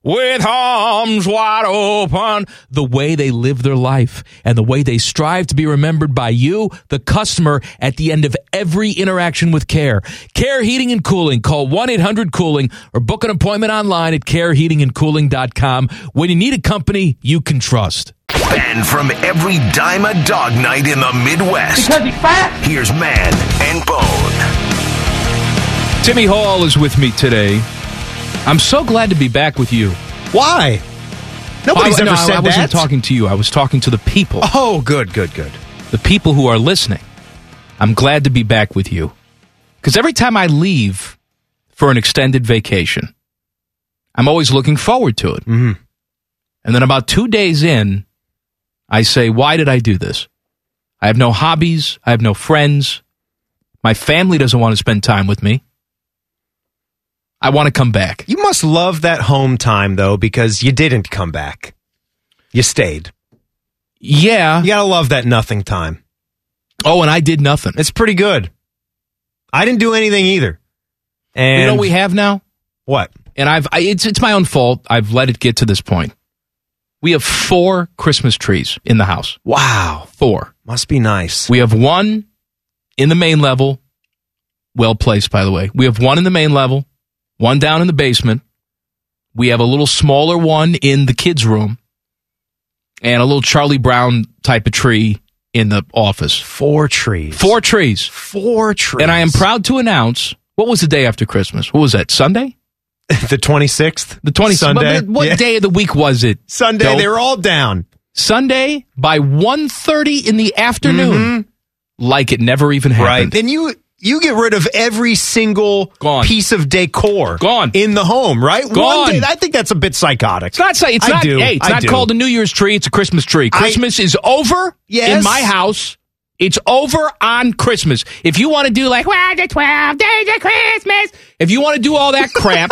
S1: With arms wide open, the way they live their life and the way they strive to be remembered by you, the customer, at the end of every interaction with care. Care Heating and Cooling. Call 1 800 Cooling or book an appointment online at careheatingandcooling.com when you need a company you can trust.
S3: And from every dime a dog night in the Midwest. Because he's fat. Here's Man and Bone.
S1: Timmy Hall is with me today. I'm so glad to be back with you.
S4: Why? Nobody's
S1: I,
S4: ever
S1: no,
S4: said
S1: I, I wasn't
S4: that.
S1: talking to you. I was talking to the people,
S4: oh, good, good, good.
S1: the people who are listening. I'm glad to be back with you. Because every time I leave for an extended vacation, I'm always looking forward to it.
S4: Mhm.
S1: And then about two days in, I say, Why did I do this? I have no hobbies. I have no friends. My family doesn't want to spend time with me. I want to come back.
S4: You must love that home time though, because you didn't come back. You stayed.
S1: Yeah.
S4: You gotta love that nothing time.
S1: Oh, and I did nothing.
S4: It's pretty good. I didn't do anything either. And
S1: you know what we have now?
S4: What?
S1: And I've I, it's it's my own fault. I've let it get to this point. We have four Christmas trees in the house.
S4: Wow.
S1: Four.
S4: Must be nice.
S1: We have one in the main level. Well placed, by the way. We have one in the main level, one down in the basement. We have a little smaller one in the kids' room, and a little Charlie Brown type of tree in the office.
S4: Four trees.
S1: Four trees.
S4: Four trees.
S1: And I am proud to announce what was the day after Christmas? What was that? Sunday?
S4: [laughs] the 26th?
S1: The 26th.
S4: Sunday.
S1: But What
S4: Yeah.
S1: day of the week was it?
S4: Sunday,
S1: Dope.
S4: they were all down.
S1: Sunday by 1.30 in the
S4: Mm-hmm.
S1: afternoon. Like it never even happened.
S4: And you you get rid of every single
S1: Gone.
S4: piece of decor
S1: Gone.
S4: in the home, right?
S1: Gone.
S4: One day, I think that's a bit psychotic.
S1: It's not say it's
S4: I
S1: not
S4: do.
S1: hey, it's
S4: I
S1: not
S4: do.
S1: called a New Year's tree, it's a Christmas tree.
S4: I-
S1: Christmas is over
S4: Yes.
S1: in my house. It's over on Christmas. If you want to do like well, the 12 days of Christmas, if you want to do all that
S4: [laughs]
S1: crap,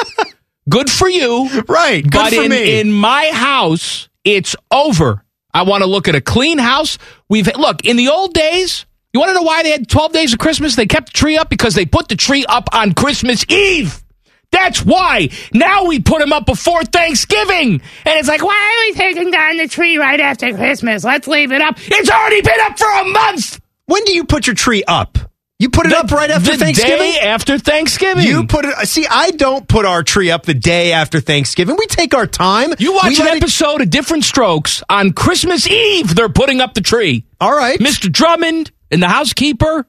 S1: good for you.
S4: Right. Good
S1: but
S4: for
S1: in,
S4: me.
S1: in my house, it's over. I want to look at a clean house. We've look in the old days. You want to know why they had twelve days of Christmas? They kept the tree up because they put the tree up on Christmas Eve. That's why. Now we put them up before Thanksgiving, and it's like, why are we taking down the tree right after Christmas? Let's leave it up. It's already been up for a month.
S4: when do you put your tree up? You put it up right after
S1: The
S4: Thanksgiving?
S1: day after Thanksgiving.
S4: You put it. uh, See, I don't put our tree up the day after Thanksgiving. We take our time.
S1: you watch
S4: We
S1: an
S4: let it-
S1: episode of Different Strokes on Christmas Eve. They're putting up the tree.
S4: All right,
S1: Mr. Drummond and the housekeeper.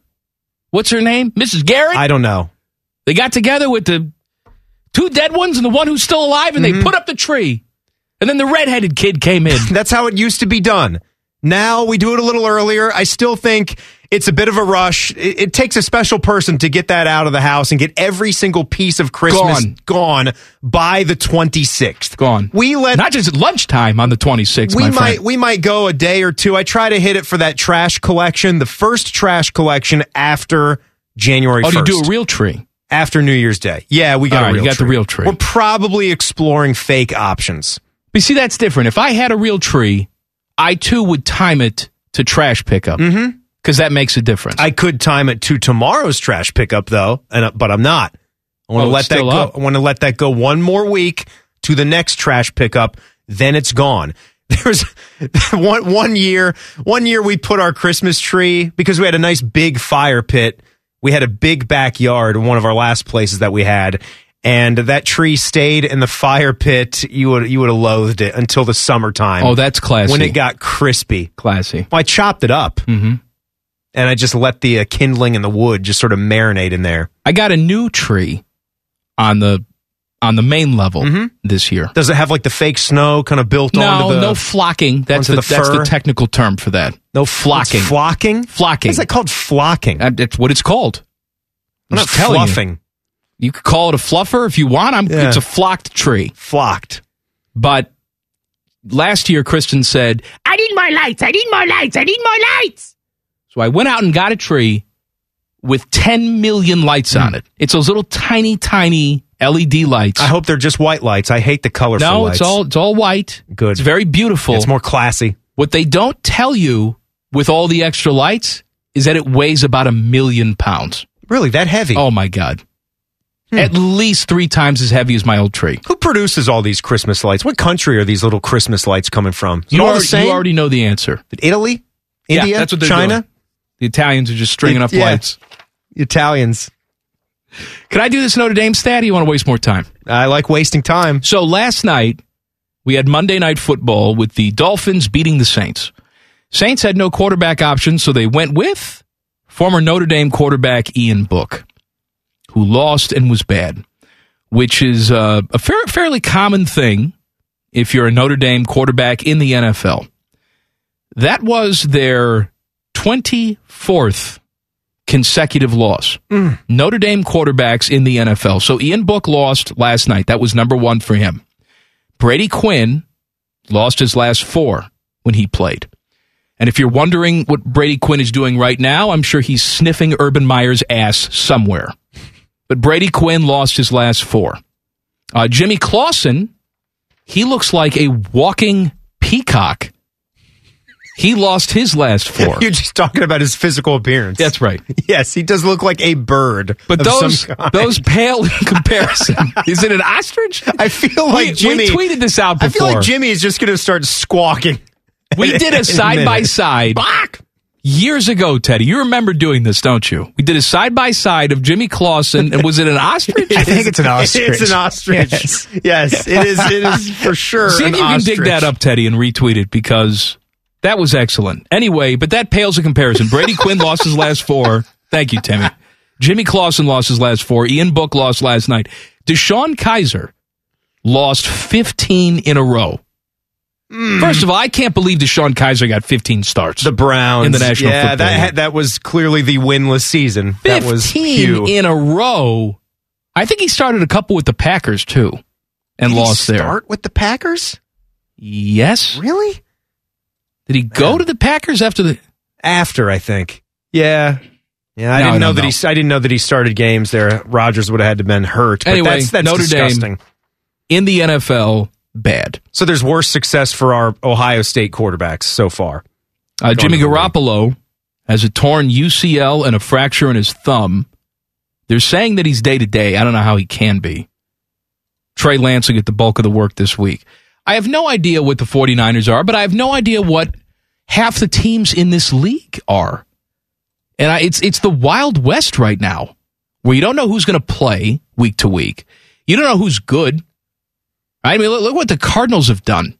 S1: What's her name? Mrs. Garrett.
S4: I don't know.
S1: they got together with the two dead ones and the one who's still alive, and
S4: Mm-hmm.
S1: they put up the tree. And then the redheaded kid came
S4: [laughs]
S1: in.
S4: That's how it used to be done. Now we do it a little earlier. I still think it's a bit of a rush. It, it takes a special person to get that out of the house and get every single piece of Christmas
S1: Gone.
S4: gone by the 26th.
S1: Gone.
S4: We let
S1: Not just at lunchtime on the 26th.
S4: we
S1: my
S4: might
S1: friend.
S4: we might go a day or two. I try to hit it for that trash collection, the first trash collection after January.
S1: Oh, do you
S4: 1st.
S1: do a real tree?
S4: after New Year's Day. Yeah, we got
S1: All
S4: a
S1: right,
S4: real
S1: you got the
S4: tree.
S1: real tree.
S4: We're probably exploring fake options.
S1: But you see, that's different. If I had a real tree, I too would time it to trash pickup because that makes a difference.
S4: Mm-hmm. I could time it to tomorrow's trash pickup though, and uh, but I'm not. I want
S1: Oh,
S4: to
S1: it's
S4: let that
S1: still
S4: go.
S1: up.
S4: I want to let that go one more week to the next trash pickup, then it's gone. [laughs] There's one one year, one year we put our Christmas tree because we had a nice big fire pit. We had a big backyard in one of our last places that we had. And that tree stayed in the fire pit. You would you would have loathed it until the summertime.
S1: oh, that's classy.
S4: when it got crispy.
S1: classy.
S4: Well, I chopped it up,
S1: Mm-hmm.
S4: and I just let the uh, kindling and the wood just sort of marinate in there.
S1: I got a new tree on the on the main level
S4: Mm-hmm.
S1: this year.
S4: Does it have like the fake snow kind of built
S1: No,
S4: onto the
S1: no flocking. That's
S4: onto
S1: the,
S4: the
S1: that's the
S4: fur?
S1: technical term for that. No flocking.
S4: It's flocking?
S1: flocking.
S4: Is that called flocking?
S1: Uh, That's what it's called. I'm
S4: It's
S1: not telling
S4: fluffing.
S1: you. You could call it a fluffer if you want. I'm,
S4: Yeah.
S1: It's a flocked tree.
S4: Flocked.
S1: But last year, Kristen said, I need more lights. I need more lights. I need more lights. So I went out and got a tree with 10 million lights on it. It's those little tiny, tiny LED lights.
S4: Hmm. I hope they're just white lights. I hate the colorful
S1: no,
S4: lights.
S1: it's all it's all white.
S4: Good.
S1: It's very beautiful.
S4: It's more classy.
S1: What they don't tell you with all the extra lights is that it weighs about a million pounds.
S4: Really, that heavy?
S1: Oh my god.
S4: Hmm.
S1: At least three times as heavy as my old tree.
S4: Who produces all these Christmas lights? What country are these little Christmas lights coming from? Is it
S1: You,
S4: all
S1: already,
S4: the same?
S1: you already know the answer.
S4: Italy,
S1: Yeah,
S4: India,
S1: that's what they're
S4: China,
S1: doing. The Italians are just stringing
S4: It-
S1: up
S4: yeah.
S1: lights.
S4: Italians.
S1: Can I do this Notre Dame stat? Or you want to waste more time?
S4: I like wasting time.
S1: So last night we had Monday night football with the Dolphins beating the Saints. Saints had no quarterback option, so they went with former Notre Dame quarterback Ian Book, who lost and was bad, which is uh, a fair, fairly common thing if you're a Notre Dame quarterback in the NFL. That was their 24th consecutive loss. Notre Dame quarterbacks in the NFL. So Ian Book lost last night. That was number one for him. Brady Quinn lost his last four when he played. And if you're wondering what Brady Quinn is doing right now, I'm sure he's sniffing Urban Meyer's ass somewhere. But Brady Quinn lost his last four. Uh, Jimmy Clausen, he looks like a walking peacock. He lost his last
S12: [laughs]
S1: four.
S4: You're just talking about his physical appearance.
S1: That's
S4: [laughs]
S1: right.
S4: Yes, he does look like a bird.
S1: But
S4: of
S1: those
S4: some kind.
S1: those pale in
S4: [laughs]
S1: comparison. Is it an ostrich?
S4: I feel
S1: We-
S4: like
S1: we
S4: Jimmy
S1: tweeted this out
S4: I feel
S1: before.
S4: like Jimmy is just going to start squawking. [laughs]
S1: We did
S4: In
S1: a side by
S4: minute.
S1: side years ago, Teddy. You remember doing this, don't you? We did a side by side of Jimmy Clausen, and was it an
S4: [laughs]
S1: ostrich?
S12: I think it's an ostrich.
S4: It's an ostrich. Yes.
S12: Yes.
S4: it is. It is for sure.
S1: See if
S4: an
S1: you can dig
S4: ostrich.
S1: that up, Teddy, and retweet it because that was excellent. Anyway, but that pales in comparison. Brady [laughs] Quinn lost his last four. Thank you, Timmy. Jimmy Clausen lost his last four. Ian Book lost last night. Deshaun Kaiser lost 15 in a row. First of all, I can't believe Deshaun Kaiser got 15 starts.
S4: The Browns
S1: In the National
S4: Yeah,
S1: Football
S4: that
S1: League.
S4: had- that was clearly the winless season. That was
S1: 15
S4: huge.
S1: in a row. I think he started a couple with the Packers, too, and lost
S4: Did he
S1: there.
S4: Start with the Packers?
S1: Yes.
S4: Really?
S1: Did he go to the Packers after the.
S4: After I think. Yeah. Yeah, I
S1: No, I
S4: didn't know
S1: don't
S4: that
S1: know.
S4: he. I didn't know that he started games there. Rogers would have had to been hurt. But
S1: Anyway,
S4: that's, that's
S1: Notre Dame.
S4: disgusting.
S1: in the NFL bad.
S4: So there's worse success for our Ohio State quarterbacks so far.
S1: Uh, Jimmy
S4: to the league.
S1: Garoppolo has a torn UCL and a fracture in his thumb. They're saying that he's day to day. I don't know how he can be. Trey Lance will get the bulk of the work this week. I have no idea what the 49ers are, but I have no idea what half the teams in this league are. And I, it's it's the Wild West right now, where you don't know who's going to play week to week. You don't know who's good. I mean, look, look what the Cardinals have done.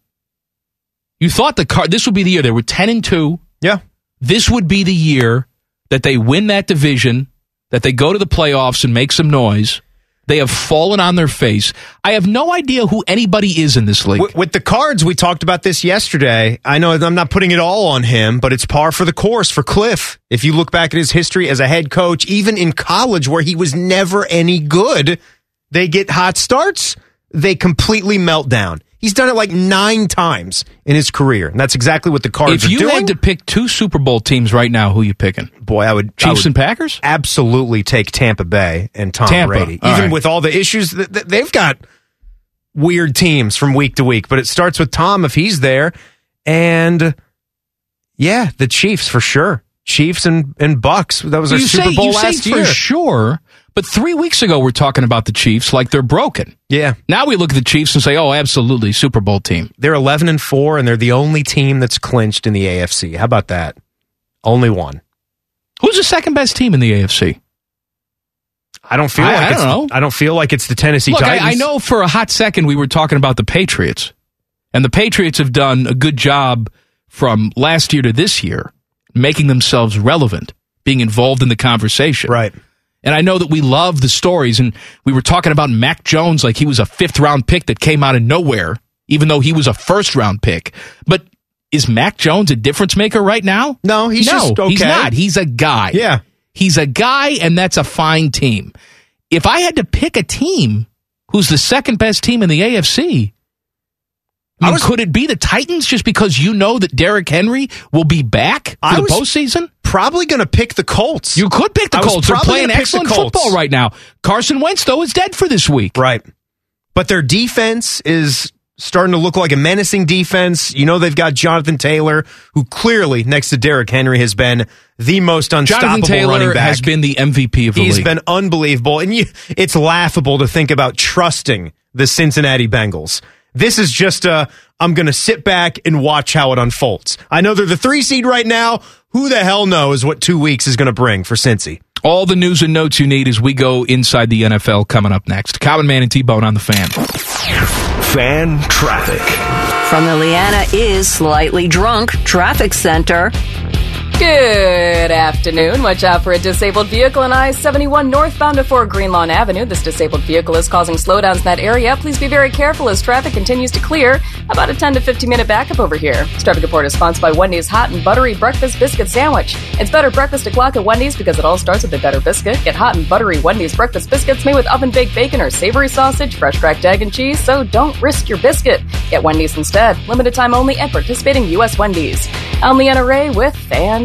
S1: You thought the card this would be the year they were ten and two.
S4: Yeah.
S1: This would be the year that they win that division, that they go to the playoffs and make some noise. They have fallen on their face. I have no idea who anybody is in this league.
S4: With, with the cards, we talked about this yesterday. I know I'm not putting it all on him, but it's par for the course for Cliff. If you look back at his history as a head coach, even in college where he was never any good, they get hot starts, they completely melt down. He's done it like nine times in his career, and that's exactly what the cards
S1: if you
S4: are doing.
S1: had to pick two Super Bowl teams right now, who you picking?
S4: Boy, I would I
S1: Chiefs
S4: would
S1: and Packers?
S4: absolutely take Tampa Bay and Tom
S1: Tampa,
S4: Brady, even
S1: all right.
S4: with all the issues that that they've got. Weird teams from week to week, but it starts with Tom if he's there, and yeah, the Chiefs for sure. Chiefs and and Bucks. That was our
S1: you
S4: Super
S1: say,
S4: Bowl
S1: you
S4: last
S1: say
S4: year.
S1: for sure, but three weeks ago we're talking about the Chiefs like they're broken.
S4: Yeah,
S1: Now we look at the Chiefs and say, oh, absolutely, Super Bowl team.
S4: they're eleven and four, and they're the only team that's clinched in the AFC. How about that? Only one.
S1: Who's the second best team in the AFC?
S4: I don't feel
S1: I-
S4: like
S1: I
S4: it's
S1: don't know.
S4: The, I don't feel like it's the Tennessee
S1: Look,
S4: Titans.
S1: I, I know for a hot second we were talking about the Patriots, and the Patriots have done a good job from last year to this year, making themselves relevant, being involved in the conversation.
S4: right?
S1: And I know that we love the stories, and we were talking about Mac Jones like he was a fifth round pick that came out of nowhere, even though he was a first round pick. But is Mac Jones a difference maker right now?
S4: No, he's
S1: no,
S4: just okay.
S1: He's not. He's a guy.
S4: Yeah.
S1: He's a guy, and that's a fine team. If I had to pick a team who's the second best team in the AFC, I
S4: I
S1: mean,
S4: was-
S1: could it be the Titans just because you know that Derrick Henry will be back for
S4: I
S1: the
S4: was-
S1: postseason?
S4: Probably going to pick the Colts.
S1: You could pick the
S4: I was
S1: Colts. They're
S4: probably
S1: playing
S4: gonna pick the
S1: excellent
S4: Colts.
S1: football right now. Carson Wentz, though, is dead for this week.
S4: Right. But their defense is starting to look like a menacing defense. You know, they've got Jonathan Taylor, who clearly, next to Derrick Henry, has been the most
S1: Jonathan
S4: unstoppable running
S1: Taylor
S4: back.
S1: has been the MVP of the
S4: He's
S1: league.
S4: been unbelievable. And you, it's laughable to think about trusting the Cincinnati Bengals. This is just a, I'm going to sit back and watch how it unfolds. I know they're the three seed right now. Who the hell knows what two weeks is going to bring for Cincy?
S1: All the news and notes you need as we go inside the NFL coming up next. Common Man and T Bone on the fan.
S3: Fan traffic.
S10: From the Leanna is Slightly Drunk Traffic Center.
S11: Good afternoon. Watch out for a disabled vehicle on I 71 northbound before Greenlawn Avenue. This disabled vehicle is causing slowdowns in that area. Please be very careful as traffic continues to clear. About a 10 to 15 minute backup over here. This traffic report is sponsored by Wendy's Hot and Buttery Breakfast Biscuit Sandwich. It's better breakfast o'clock at Wendy's because it all starts with a better biscuit. Get hot and buttery Wendy's breakfast biscuits made with oven baked bacon or savory sausage, fresh cracked egg and cheese, so don't risk your biscuit. Get Wendy's instead. Limited time only at participating U.S. Wendy's. I'm Leanna Ray with Fan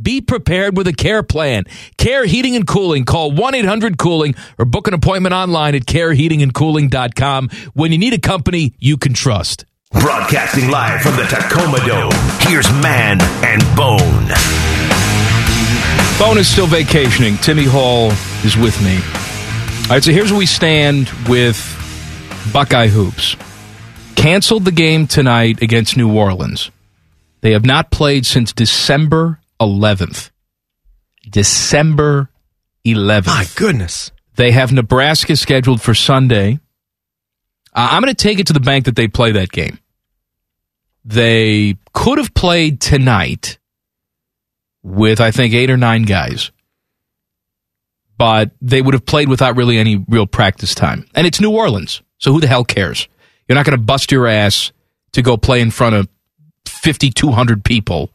S1: Be prepared with a care plan. Care Heating and Cooling. Call 1 800 Cooling or book an appointment online at careheatingandcooling.com when you need a company you can trust.
S3: Broadcasting live from the Tacoma Dome, here's Man and Bone.
S1: Bone is still vacationing. Timmy Hall is with me. All right, so here's where we stand with Buckeye Hoops. Canceled the game tonight against New Orleans. They have not played since December 11th. December 11th. My
S8: goodness.
S1: They have Nebraska scheduled for Sunday. Uh, I'm going to take it to the bank that they play that game. They could have played tonight with, I think, eight or nine guys, but they would have played without really any real practice time. And it's New Orleans, so who the hell cares? You're not going to bust your ass to go play in front of 5,200 people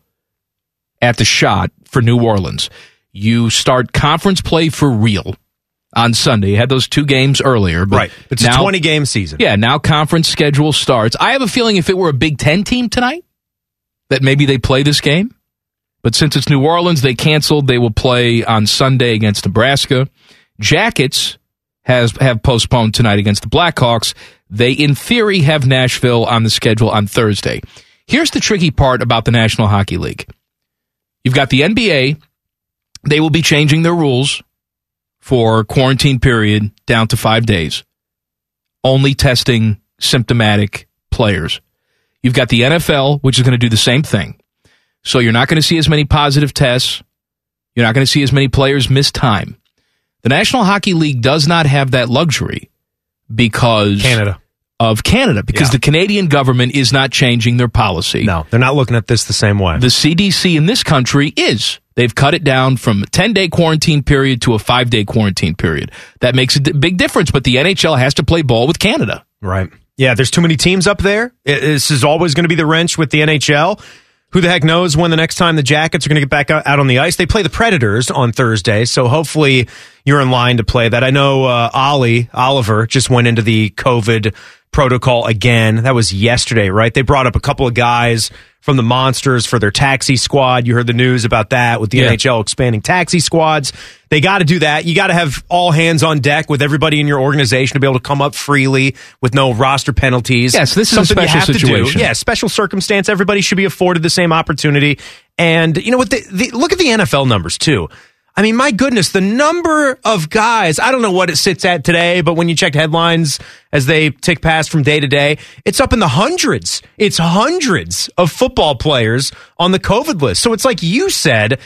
S1: at the shot for New Orleans. You start conference play for real on Sunday. You had those two games earlier, but
S8: Right. It's a 20 game season.
S1: Yeah, now conference schedule starts. I have a feeling if it were a Big Ten team tonight, that maybe they play this game. But since it's New Orleans, they canceled. They will play on Sunday against Nebraska. Jackets has have postponed tonight against the Blackhawks. They, in theory, have Nashville on the schedule on Thursday. Here's the tricky part about the National Hockey League. You've got the NBA. They will be changing their rules for quarantine period down to five days, only testing symptomatic players. You've got the NFL, which is going to do the same thing. So you're not going to see as many positive tests. You're not going to see as many players miss time. The National Hockey League does not have that luxury because Canada of Canada because the Canadian government is not changing their policy. No,
S8: they're not looking at this the same way.
S1: The CDC in this country is. They've cut it down from a 10 day quarantine period to a five day quarantine period. That makes a d- big difference, but the NHL has to play ball with Canada.
S8: Right. Yeah, there's too many teams up there. I- This is always going to be the wrench with the NHL. Who the heck knows when the next time the Jackets are going to get back out out on the ice? They play the Predators on Thursday, so hopefully you're in line to play that. I know uh, Ollie Oliver just went into the COVID protocol again. That was yesterday, right? They brought up a couple of guys from the Monsters for their taxi squad. You heard the news about that with the
S1: Yeah.
S8: NHL. NHL expanding taxi squads. They got to do that. You got to have all hands on deck with everybody in your organization to be able to come up freely with no roster penalties.
S1: Yes, this is a
S8: Something you
S1: special
S8: have to do.
S1: situation.
S8: Yeah, special circumstance. Everybody should be afforded the same opportunity. And you know what? The, the, look at the NFL numbers too. I mean, my goodness, the number of guys. I don't know what it sits at today, but when you check headlines as they tick past from day to day, it's up in the hundreds. It's hundreds of football players on the COVID list. So it's like you said,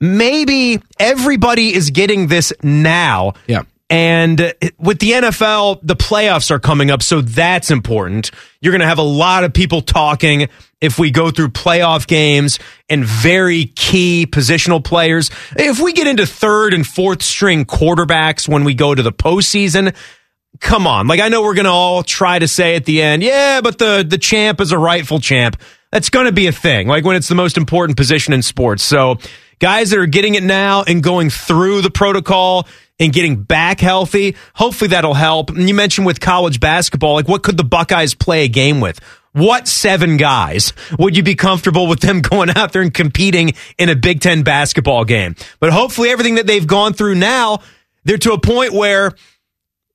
S8: maybe everybody is getting this now. Yeah. And uh, with the NFL, the playoffs are coming up, so that's important. You're going to have a lot of people talking if we go through playoff games and very key positional players. If we get into third and fourth string quarterbacks when we go to the postseason, come on. Like I know we're going to all try to say at the end, yeah, but the the champ is a rightful champ. That's going to be a thing. Like when it's the most important position in sports. So, guys that are getting it now and going through the protocol and getting back healthy, hopefully that'll help. And you mentioned with college basketball, like what could the Buckeyes play a game with? What seven guys would you be comfortable with them [laughs] going out there and competing in a Big Ten basketball game? But hopefully, everything that they've gone through now, they're to a point where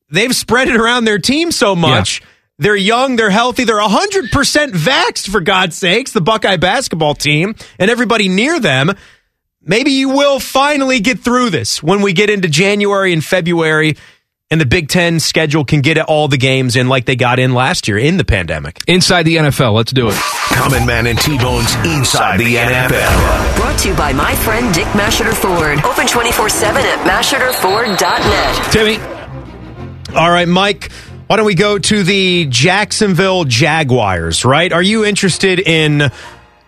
S8: they've spread it around their team so much. They're young, they're healthy, they're 100% vaxxed, for God's sakes, the Buckeye basketball team and everybody near them. Maybe you will finally get through this when we get into January and February and the Big Ten schedule can get all the games in like they got in last year in the pandemic.
S1: Inside the NFL, let's do it.
S3: Common Man and T Bone's Inside the NFL.
S10: Brought to you by my friend Dick Masheter Ford. Open 24 7 at masheterford.net.
S1: Timmy.
S8: All right, Mike, why don't we go to the Jacksonville Jaguars, right? Are you interested in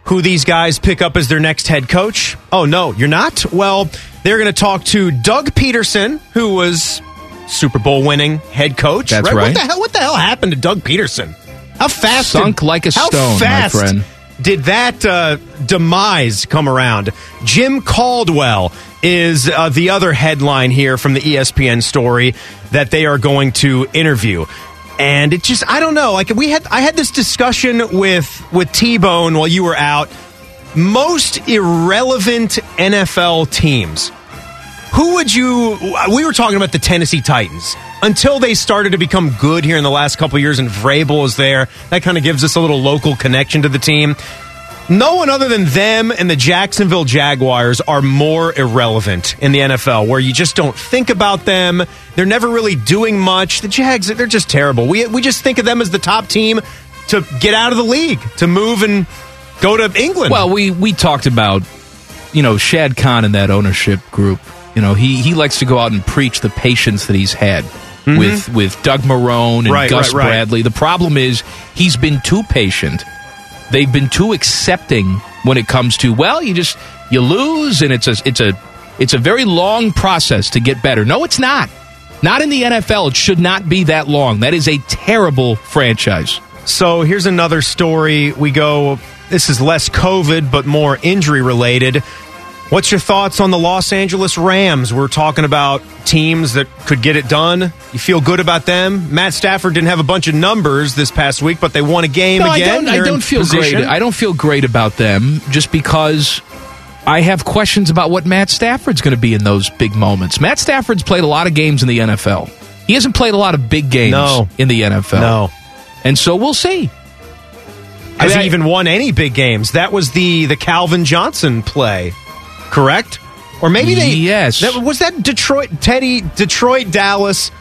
S8: who these guys pick up as their next head coach? Oh, no, you're not? Well, they're going to talk to Doug Peterson, who was Super Bowl winning head coach.
S1: That's
S8: What
S1: right.
S8: the hell? What the hell happened to Doug Peterson? How fast?
S1: Sunk like a
S8: how
S1: stone, my
S8: fast
S1: friend.
S8: Did that uh, demise come around? Jim Caldwell is uh, the other headline here from the E ESPN story that they are going to interview. And it just, I don't know. Like we had, I had this discussion with with T Bone while you were out. Most irrelevant NFL teams. Who would you? We were talking about the Tennessee Titans until they started to become good here in the last couple of years, and Vrabel is there. That kind of gives us a little local connection to the team. No one other than them and the Jacksonville Jaguars are more irrelevant in the NFL, where you just don't think about them. They're never really doing much. The Jags, they're just terrible. We we just think of them as the top team to get out of the league, to move and go to England.
S1: Well, we we talked about you know Shad Khan and that ownership group. You know he he likes to go out and preach the patience that he's had with with Doug Marone and
S8: Mm-hmm. Right,
S1: Gus
S8: right, right.
S1: Bradley. The problem is he's been too patient. They've been too accepting when it comes to well, you just you lose and it's a it's a it's a very long process to get better. No, it's not. Not in the NFL. It should not be that long. That is a terrible franchise.
S8: So here's another story. We go, this is less COVID, but more injury related. What's your thoughts on the Los Angeles Rams? We're talking about teams that could get it done. You feel good about them? Matt Stafford didn't have a bunch of numbers this past week, but they won a game
S1: No,
S8: again.
S1: I don't, I
S8: They're in
S1: don't feel
S8: position.
S1: great. I don't feel great about them just because I have questions about what Matt Stafford's going to be in those big moments. Matt Stafford's played a lot of games in the NFL. He hasn't played a lot of big games
S8: No.
S1: in the NFL.
S8: No.
S1: And so we'll see.
S8: Has
S1: I-
S8: he even won any big games? That was the the Calvin Johnson play, correct? Or maybe they
S1: Yes.
S8: That, was that Detroit Teddy Detroit Dallas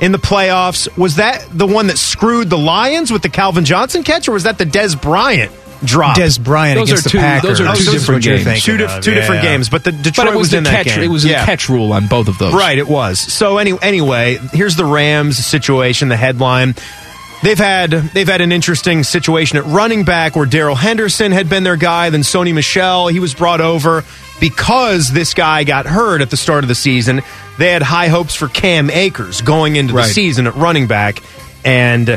S8: in the playoffs? Was that the one that screwed the Lions with the Calvin Johnson catch, or was that the Des Bryant drop?
S12: Des Bryant
S1: Those
S12: against
S1: are
S12: the
S1: two-
S12: Packers.
S1: those are two
S8: Oh, so this is
S1: different
S8: what you're
S1: games.
S8: thinking Two, dif-
S12: of,
S8: two
S12: yeah,
S8: different
S12: yeah.
S8: games, but the Detroit
S1: but it was, the
S8: in that
S1: catch.
S8: game.
S1: It was
S8: Yeah.
S1: a catch rule on both of those.
S8: Right, it was. So any, anyway, here's the Rams situation, the headline. They've had they've had an interesting situation at running back where Daryl Henderson had been their guy, then Sony Michelle, he was brought over because this guy got hurt at the start of the season. They had high hopes for Cam Akers going into
S1: Right.
S8: the season at running back and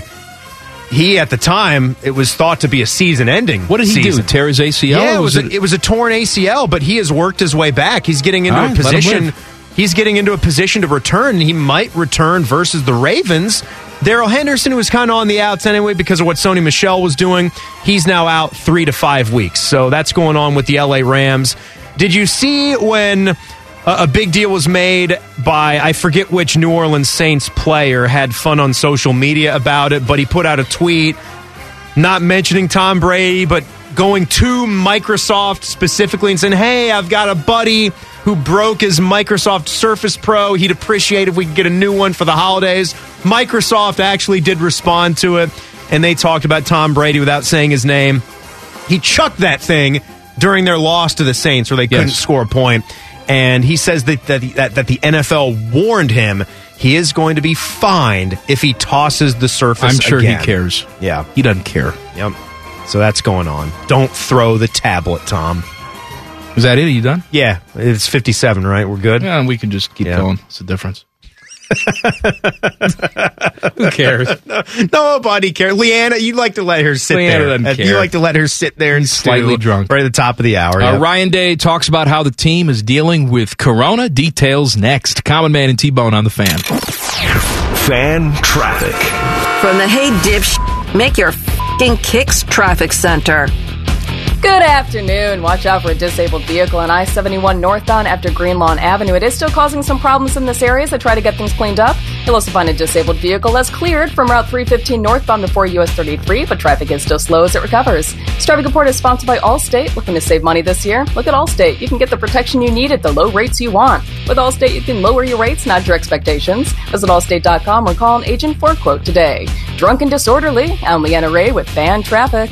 S8: he at the time it was thought to be a season ending.
S1: What did he
S8: season.
S1: do? Tear his ACL?
S8: Yeah, it
S1: Or
S8: was, a, it was a torn ACL, but he has worked his way back. He's getting into
S1: All
S8: a
S1: right, let him
S8: position.
S1: live.
S8: He's getting into a position to return. He might return versus the Ravens. Daryl Henderson was kind of on the outs anyway because of what Sony Michelle was doing. He's now out three to five weeks, so that's going on with the LA Rams. Did you see when a, a big deal was made by I forget which New Orleans Saints player had fun on social media about it, but he put out a tweet not mentioning Tom Brady, but going to Microsoft specifically and saying, "Hey, I've got a buddy who broke his Microsoft Surface Pro. He'd appreciate if we could get a new one for the holidays." Microsoft actually did respond to it, and they talked about Tom Brady without saying his name. He chucked that thing during their loss to the Saints, where they couldn't
S1: Yes.
S8: score a point, and he says that that, that that the NFL warned him. He is going to be fined if he tosses the surface.
S1: I'm sure
S8: again.
S1: he cares.
S8: Yeah.
S1: He doesn't care.
S8: Yep. So that's going on. Don't throw the tablet, Tom.
S1: Is that it? Are you done?
S8: Yeah, it's 57, right? We're good.
S1: Yeah, and we can just keep
S8: Yeah.
S1: going. It's the difference. [laughs] Who cares?
S8: Nobody cares. Leanna, you like to let her sit
S1: Leanna
S8: there.
S1: doesn't
S8: Uh, You
S1: care.
S8: like to let her sit there and stew
S1: slightly drunk.
S8: right at the top of the hour.
S1: Uh,
S8: yeah.
S1: Ryan Day talks about how the team is dealing with Corona. Details next. Common Man and T Bone on the fan.
S3: Fan traffic.
S10: From the Hey Dipsh, make your fing kicks traffic center.
S11: Good afternoon. Watch out for a disabled vehicle on I 71 northbound after Green Lawn Avenue. It is still causing some problems in this area, so try to get things cleaned up. You'll also find a disabled vehicle that's cleared from Route 315 northbound before US 33, but traffic is still slow as it recovers. This traffic report is sponsored by Allstate. Looking to save money this year? Look at Allstate. You can get the protection you need at the low rates you want. With Allstate, you can lower your rates, not your expectations. Visit Allstate.com or call an agent for a quote today. Drunk and disorderly, I'm Leanna Ray with Fan Traffic.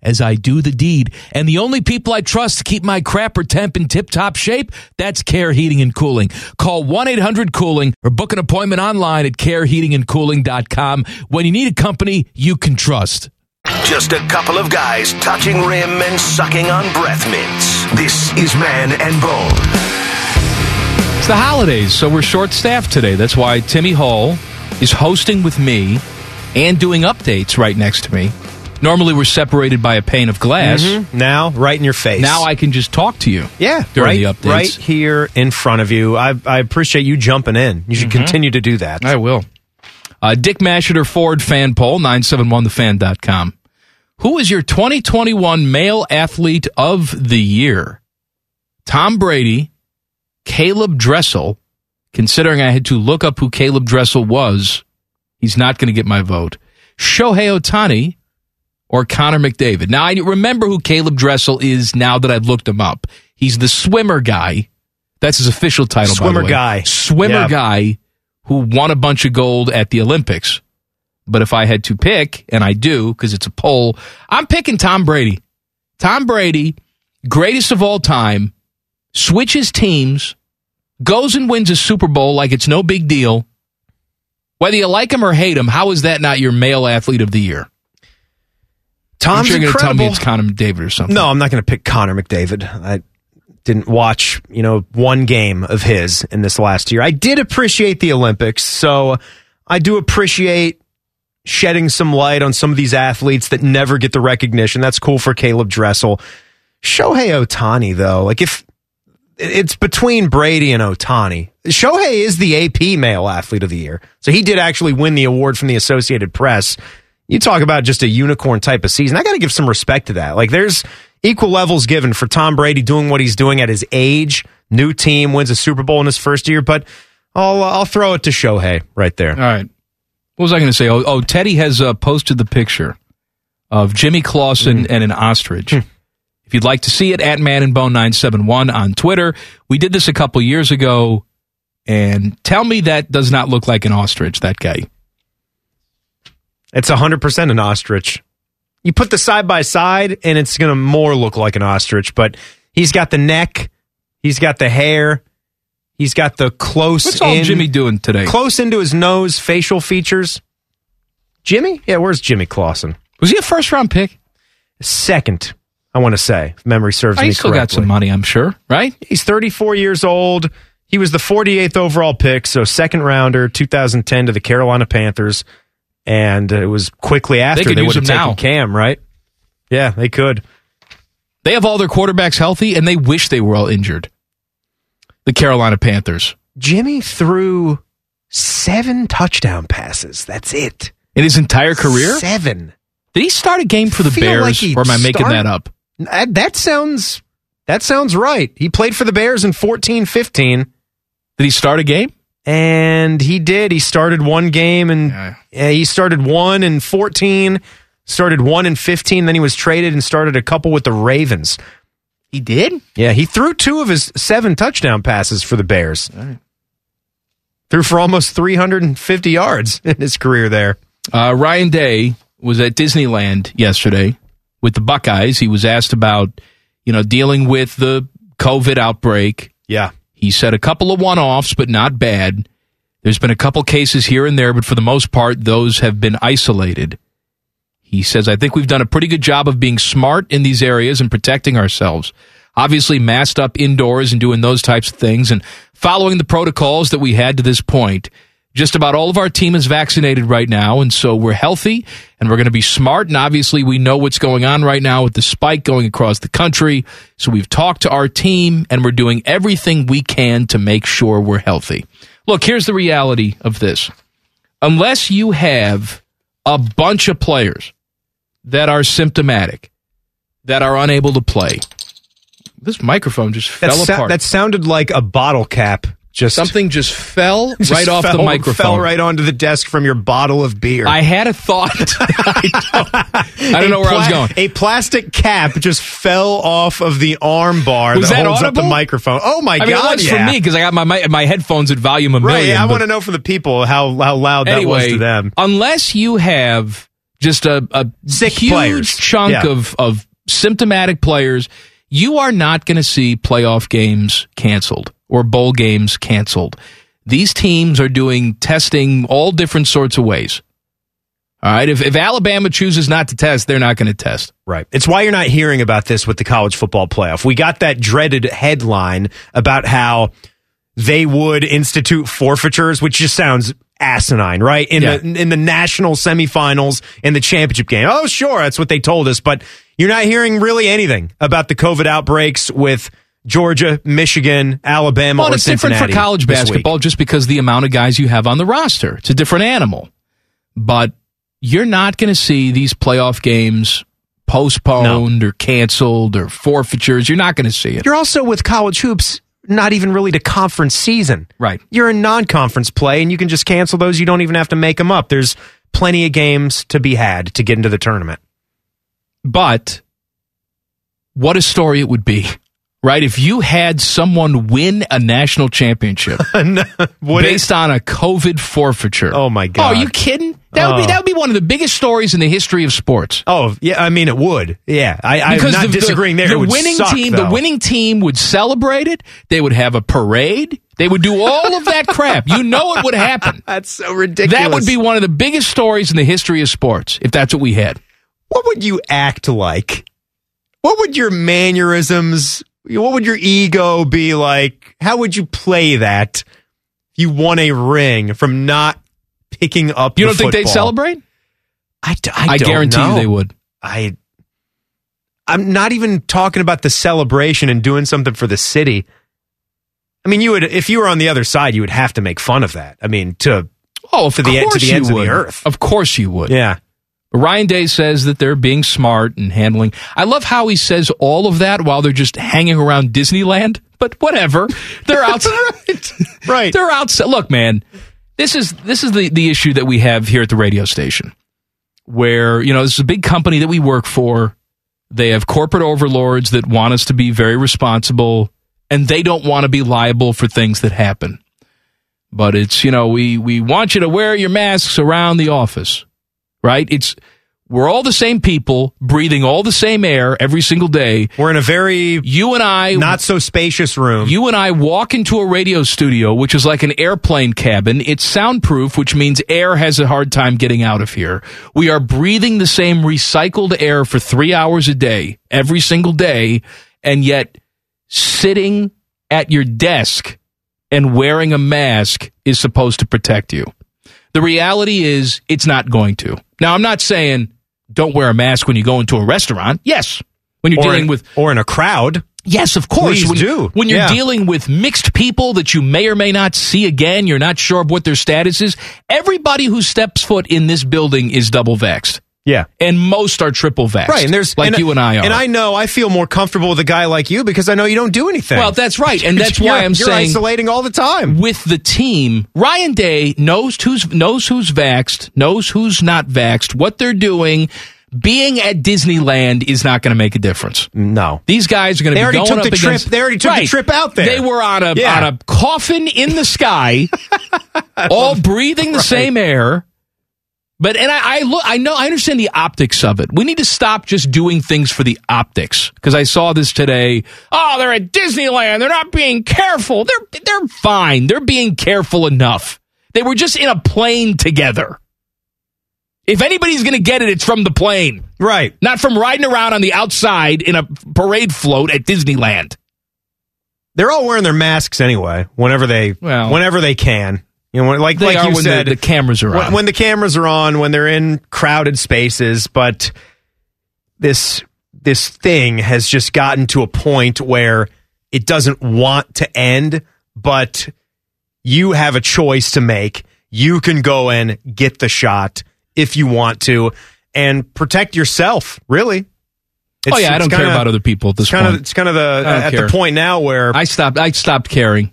S1: as I do the deed. And the only people I trust to keep my crapper temp in tip top shape, that's Care Heating and Cooling. Call 1 800 Cooling or book an appointment online at careheatingandcooling.com when you need a company you can trust.
S3: Just a couple of guys touching rim and sucking on breath mints. This is Man and Bone.
S1: It's the holidays, so we're short staffed today. That's why Timmy Hall is hosting with me and doing updates right next to me. Normally, we're separated by a pane of glass.
S8: Mhm. Now, right in your face.
S1: Now I can just talk to you.
S8: Yeah,
S1: during
S8: right,
S1: the updates.
S8: right here in front of you. I, I appreciate you jumping in. You should
S1: Mhm.
S8: continue to do that.
S1: I will. Uh, Dick Masheter Ford fan poll, 971thefan.com. Who is your 2021 male athlete of the year? Tom Brady, Caleb Dressel. Considering I had to look up who Caleb Dressel was, he's not going to get my vote. Shohei Otani or Connor McDavid. Now, I remember who Caleb Dressel is now that I've looked him up. He's the swimmer guy. That's his official title. by the
S8: Swimmer
S1: way.
S8: guy.
S1: Swimmer
S8: Yeah.
S1: guy who won a bunch of gold at the Olympics. But if I had to pick, and I do because it's a poll, I'm picking Tom Brady. Tom Brady, greatest of all time, switches teams, goes and wins a Super Bowl like it's no big deal. Whether you like him or hate him, how is that not your male athlete of the year? I'm
S8: Tom's
S1: sure you're gonna tell me
S8: incredible.
S1: it's Connor McDavid or something.
S8: No, I'm not going to pick Connor McDavid. I didn't watch, you know, one game of his in this last year. I did appreciate the Olympics, so I do appreciate shedding some light on some of these athletes that never get the recognition. That's cool for Caleb Dressel. Shohei Otani, though, like if it's between Brady and Otani. Shohei is the AP Male Athlete of the Year, so he did actually win the award from the Associated Press. You talk about just a unicorn type of season. I got to give some respect to that. Like there's equal levels given for Tom Brady doing what he's doing at his age. New team wins a Super Bowl in his first year, but I'll uh, I'll throw it to Shohei right there.
S1: All right. What was I going to say? Oh, oh Teddy has uh, posted the picture of Jimmy Clausen
S8: Mm-hmm.
S1: and an ostrich.
S8: Hmm.
S1: If you'd like to see it, at Man and Bone nine seven one on Twitter. We did this a couple years ago, and tell me that does not look like an ostrich. That guy.
S8: It's 100% an ostrich. You put the side by side, and it's going to more look like an ostrich, but he's got the neck, he's got the hair, he's got the close
S1: What's all
S8: in-
S1: Jimmy doing today?
S8: Close into his nose, facial features. Jimmy? Yeah, where's Jimmy Clausen?
S1: Was he a first round pick?
S8: Second, I want to say, if memory serves
S1: Oh,
S8: me
S1: he's still got
S8: correctly.
S1: some money, I'm sure, right?
S8: He's 34 years old. He was the 48th overall pick, so second rounder, 2010 to the Carolina Panthers. And it was quickly after
S1: could
S8: they
S1: use
S8: would have
S1: him
S8: taken
S1: now.
S8: Cam, right? Yeah, they could.
S1: They have all their quarterbacks healthy, and they wish they were all injured. The Carolina Panthers.
S8: Jimmy threw seven touchdown passes. That's it.
S1: In his entire career,
S8: Seven.
S1: did he start a game for the
S8: Feel like
S1: Bears,
S8: he
S1: or am I making
S8: started-
S1: that up?
S8: That that sounds that sounds right. He played for the Bears in 14 15.
S1: Did he start a game?
S8: And he did. He started one game and uh, he started one in 14, started one in 15, then he was traded and started a couple with the Ravens.
S1: He did.
S8: Yeah, he threw two of his seven touchdown passes for the Bears. Threw for almost 350 yards [laughs] in his career there.
S1: Uh, Ryan Day was at Disneyland yesterday with the Buckeyes. He was asked about, you know, dealing with the COVID outbreak.
S8: Yeah.
S1: He said a couple of one offs, but not bad. There's been a couple cases here and there, but for the most part, those have been isolated. He says, I think we've done a pretty good job of being smart in these areas and protecting ourselves. Obviously, masked up indoors and doing those types of things and following the protocols that we had to this point. Just about all of our team is vaccinated right now, and so we're healthy and we're going to be smart. And obviously, we know what's going on right now with the spike going across the country. So we've talked to our team and we're doing everything we can to make sure we're healthy. Look, here's the reality of this unless you have a bunch of players that are symptomatic, that are unable to play. This microphone just
S8: That,
S1: fell
S8: sou-
S1: apart.
S8: that sounded like a bottle cap. Just
S1: Something just fell
S8: [laughs] just
S1: right off the
S8: fell-
S1: microphone.
S8: Fell right onto the desk from your bottle of beer.
S1: I had a thought. [laughs] I
S8: [laughs]
S1: don't, I don't
S8: A
S1: know where I was
S8: pla-
S1: going.
S8: A plastic cap just fell off of the arm bar
S1: Was that
S8: holds up
S1: audible?
S8: the microphone. Oh my
S1: I mean,
S8: god!
S1: it was
S8: yeah.
S1: for me because I got my, my my headphones at volume a
S8: Right,
S1: million.
S8: yeah, I
S1: but
S8: want to know for the people how, how loud that
S1: anyway,
S8: was to them.
S1: unless you have just a, a huge
S8: players.
S1: chunk
S8: Yeah.
S1: of of symptomatic players. You are not going to see playoff games canceled or bowl games canceled. These teams are doing testing all different sorts of ways. All right. If, if Alabama chooses not to test, they're not going to test.
S8: Right. It's why you're not hearing about this with the college football playoff. We got that dreaded headline about how they would institute forfeitures, which just sounds asinine, right? In
S1: Yeah.
S8: the in the national semifinals in the championship game. Oh, sure, that's what they told us, but you're not hearing really anything about the COVID outbreaks with Georgia, Michigan, Alabama,
S1: Well,
S8: or
S1: it's different for
S8: Cincinnati
S1: college
S8: this week.
S1: basketball just because the amount of guys you have on the roster. It's a different animal. But you're not going to see these playoff games postponed or canceled or forfeitures. You're not going to see it.
S8: You're also with college hoops, not even really to conference season.
S1: Right.
S8: You're in non conference play and you can just cancel those. You don't even have to make them up. There's plenty of games to be had to get into the tournament.
S1: But what a story it would be, right? If you had someone win a national championship
S8: [laughs] Would it-
S1: based on a COVID forfeiture.
S8: Oh, my God.
S1: Oh, are you kidding? That would be
S8: Oh.
S1: that would be one of the biggest stories in the history of sports.
S8: Oh, yeah. I mean, it would. Yeah. I, I'm
S1: because
S8: not
S1: the, the-
S8: disagreeing there.
S1: The
S8: It would
S1: winning
S8: suck,
S1: team,
S8: though.
S1: the winning team would celebrate it. They would have a parade. They would do all of that crap. You know it would happen.
S8: [laughs] That's so ridiculous.
S1: That would be one of the biggest stories in the history of sports if that's what we had.
S8: What would you act like? What would your mannerisms, what would your ego be like? How would you play that? if You won a ring from not picking up
S1: You
S8: the
S1: don't think they'd
S8: football?
S1: celebrate?
S8: I, d-
S1: I,
S8: I, don't
S1: guarantee
S8: know.
S1: you they would.
S8: I I'm not even talking about the celebration and doing something for the city. I mean, you would if you were on the other side, you would have to make fun of that. I mean, to
S1: Oh, of
S8: To the end- to
S1: course
S8: the
S1: you
S8: ends of the
S1: would.
S8: earth.
S1: Of course you would.
S8: yeah,
S1: Ryan Day says that they're being smart and handling. I love how he says all of that while they're just hanging around Disneyland. But whatever, they're [laughs] outside.
S8: [laughs]
S1: [laughs]
S8: Right.
S1: They're outside. Look, man, this is this is the the issue that we have here at the radio station, where you know this is a big company that we work for. They have corporate overlords that want us to be very responsible, and they don't want to be liable for things that happen. But it's you know we we want you to wear your masks around the office right? It's we're all the same people, breathing all the same air every single day.
S8: we're in a very
S1: You and I,
S8: not so spacious room.
S1: you and I walk into a radio studio, which is like an airplane cabin. It's soundproof, which means air has a hard time getting out of here. We are breathing the same recycled air for three hours a day, every single day, and yet sitting at your desk and wearing a mask is supposed to protect you. The reality is, it's not going to. Now, I'm not saying don't wear a mask when you go into a restaurant. Yes. When you're
S8: or
S1: dealing
S8: in,
S1: with
S8: or in a crowd.
S1: Yes, of course.
S8: Please
S1: when,
S8: do.
S1: When you're
S8: Yeah.
S1: dealing with mixed people that you may or may not see again, you're not sure of what their status is. Everybody who steps foot in this building is double vaxxed.
S8: Yeah.
S1: And most are triple vaxxed.
S8: Right, and there's
S1: like you and I are.
S8: and I know I feel more comfortable with a guy like you because I know you don't do anything.
S1: well, that's right,
S8: [laughs]
S1: and that's
S8: You're-
S1: why I'm
S8: you're
S1: saying
S8: isolating all the time.
S1: with the team, Ryan Day knows who's knows who's vaxxed, knows who's not vaxxed, what they're doing. Being at Disneyland is not going to make a difference.
S8: No,
S1: These guys are going to
S8: They
S1: be
S8: already
S1: going
S8: took
S1: up
S8: the trip-
S1: against.
S8: they already took the
S1: Right.
S8: trip out there.
S1: They were on a
S8: Yeah.
S1: on a coffin in the
S8: [laughs]
S1: sky, all breathing the same air. But and I, I look, I know, I understand the optics of it. We need to stop just doing things for the optics because I saw this today. Oh, they're at Disneyland. They're not being careful. They're they're fine. They're being careful enough. They were just in a plane together. If anybody's going to get it, it's from the plane
S8: right.
S1: not from riding around on the outside in a parade float at Disneyland.
S8: They're all wearing their masks anyway. Whenever they
S1: Well-
S8: whenever they can, you know, like
S1: They
S8: like
S1: are
S8: you
S1: when
S8: said,
S1: the, the cameras are
S8: when,
S1: on.
S8: when the cameras are on, when they're in crowded spaces, but this this thing has just gotten to a point where it doesn't want to end, but you have a choice to make. You can go and get the shot if you want to and protect yourself, really.
S1: oh yeah, I don't care about other people at this
S8: It's kind
S1: point.
S8: of it's kind of the
S1: I don't
S8: at
S1: care.
S8: the point now where
S1: I stopped. I stopped caring.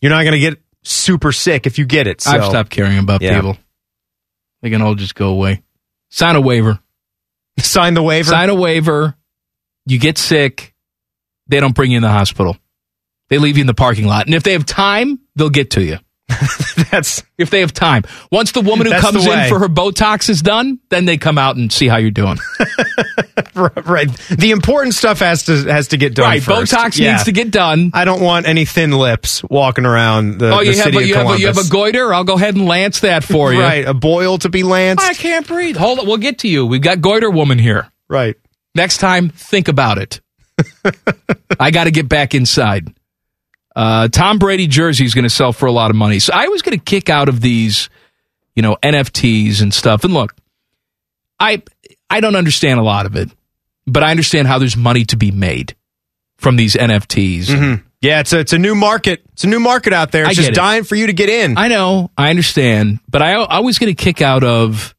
S8: you're not going to get super sick if you get it. So.
S1: I've stopped caring about
S8: Yeah.
S1: people. They can all just go away. Sign a waiver.
S8: Sign the waiver.
S1: Sign a waiver. You get sick. They don't bring you in the hospital. They leave you in the parking lot, and if they have time, they'll get to you.
S8: [laughs] That's
S1: if they have time. Once the woman who
S8: That's the
S1: comes in
S8: way.
S1: for her Botox is done, then they come out and see how you're doing.
S8: [laughs] right. The important stuff has to has to get done.
S1: Right,
S8: first.
S1: Botox needs to get done.
S8: I don't want any thin lips walking around the,
S1: oh,
S8: the
S1: you have
S8: city
S1: a,
S8: of
S1: you have a
S8: Columbus.
S1: you have a goiter. I'll go ahead and lance that
S8: [laughs]
S1: for you. Oh,
S8: Right, a boil to be lanced.
S1: I can't breathe. Hold it. We'll get to you. We've got goiter woman here.
S8: Right.
S1: Next time, think about
S8: [laughs]
S1: it. I got to get back inside. Uh, Tom Brady jersey is going to sell for a lot of money. So I was going to kick out of these, you know, NFTs and stuff. And look, I I don't understand a lot of it, but I understand how there's money to be made from these NFTs.
S8: Yeah, it's a, it's a new market. It's a new market out there. It's
S1: I
S8: just
S1: get it.
S8: dying for you to get in.
S1: I know, I understand, but I, I was going to kick out of,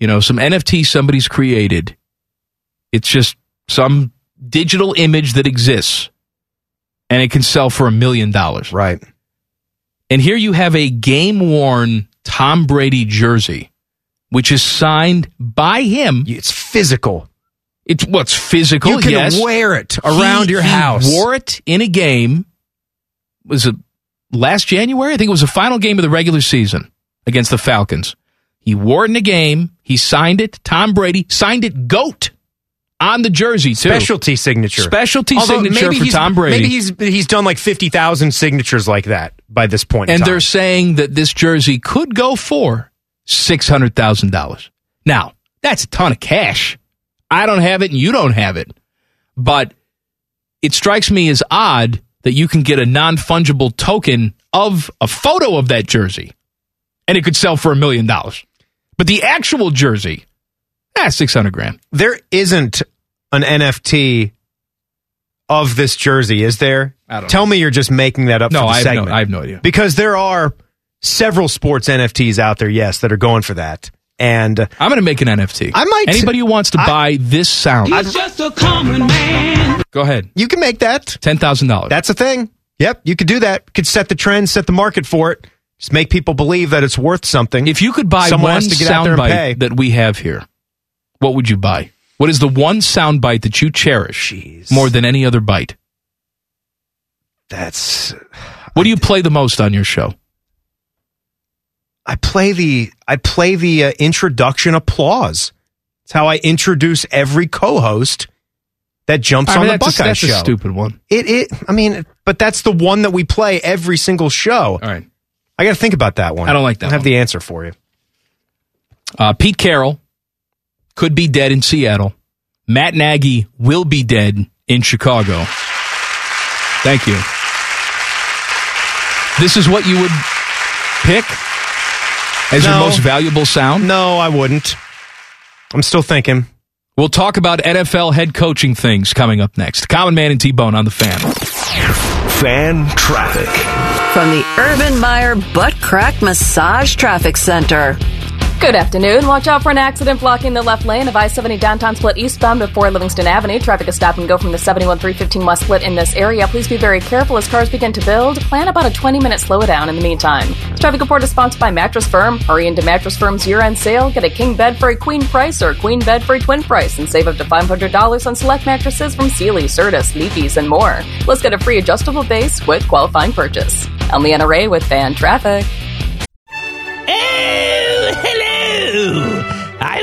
S1: you know, some NFT somebody's created. It's just some digital image that exists, and it can sell for a million dollars.
S8: Right.
S1: And here you have a game worn Tom Brady jersey, which is signed by him.
S8: It's physical.
S1: It's what's physical.
S8: You can
S1: yes.
S8: wear it around
S1: He-
S8: your
S1: he
S8: house.
S1: Wore it in a game. Was it last January? I think it was the final game of the regular season against the Falcons. He wore it in a game. He signed it. Tom Brady signed it. Goat on the jersey too.
S8: Specialty signature.
S1: Specialty
S8: Although
S1: signature
S8: maybe
S1: for
S8: he's-
S1: Tom Brady.
S8: Maybe he's he's done like fifty thousand signatures like that by this point. in
S1: and
S8: time.
S1: they're saying that this jersey could go for six hundred thousand dollars. Now that's a ton of cash. I don't have it, and you don't have it. But it strikes me as odd that you can get a non fungible token of a photo of that jersey, and it could sell for a million dollars. But the actual jersey, ah, six hundred grand.
S8: there isn't an NFT of this jersey, is there?
S1: I don't
S8: Tell me you're just making that up
S1: No,
S8: for the
S1: I have no-
S8: segment.
S1: I have no idea.
S8: Because there are several sports NFTs out there, yes, that are going for that. And uh,
S1: I'm going to make an NFT.
S8: I might-
S1: Anybody who wants to
S8: I-
S1: buy this sound,
S4: just a common man.
S1: go ahead.
S8: you can make that.
S1: Ten thousand dollars.
S8: That's a thing. Yep, you could do that. Could set the trend, set the market for it. Just make people believe that it's worth something.
S1: If you could buy
S8: Someone
S1: one
S8: has to get out there and pay.
S1: soundbite that we have here, what would you buy? What is the one soundbite that you cherish more than any other bite?
S8: that's
S1: What do you play the most on your show?
S8: I play the I play the uh, introduction applause. It's how I introduce every co-host that jumps
S1: I mean,
S8: on the
S1: that's, a,
S8: Buckeye
S1: that's a
S8: show.
S1: stupid one.
S8: It it I mean, but that's the one that we play every single show.
S1: All right.
S8: I got to think about that one.
S1: I don't like that
S8: I have
S1: one.
S8: the answer for you.
S1: Uh, Pete Carroll could be dead in Seattle. Matt Nagy will be dead in Chicago. Thank you. This is what you would pick as your
S8: No.
S1: most valuable sound?
S8: No, I wouldn't. I'm still thinking.
S1: We'll talk about NFL head coaching things coming up next. Common Man and T Bone on the fan.
S3: Fan traffic.
S10: From the Urban Meyer Butt Crack Massage Traffic Center.
S11: Good afternoon. Watch out for an accident blocking the left lane of I 70 downtown split eastbound before Livingston Avenue. Traffic is stop and go from the 71 315 West split in this area. Please be very careful as cars begin to build. Plan about a 20 minute slowdown in the meantime. This traffic report is sponsored by Mattress Firm. Hurry into Mattress Firm's year end sale. Get a king bed for a queen price or a queen bed for a twin price and save up to $500 on select mattresses from Sealy, Certus, Leafies, and more. Let's get a free adjustable base with qualifying purchase. E I'm Leanna Ray with Fan Traffic.
S4: Oh, hello! I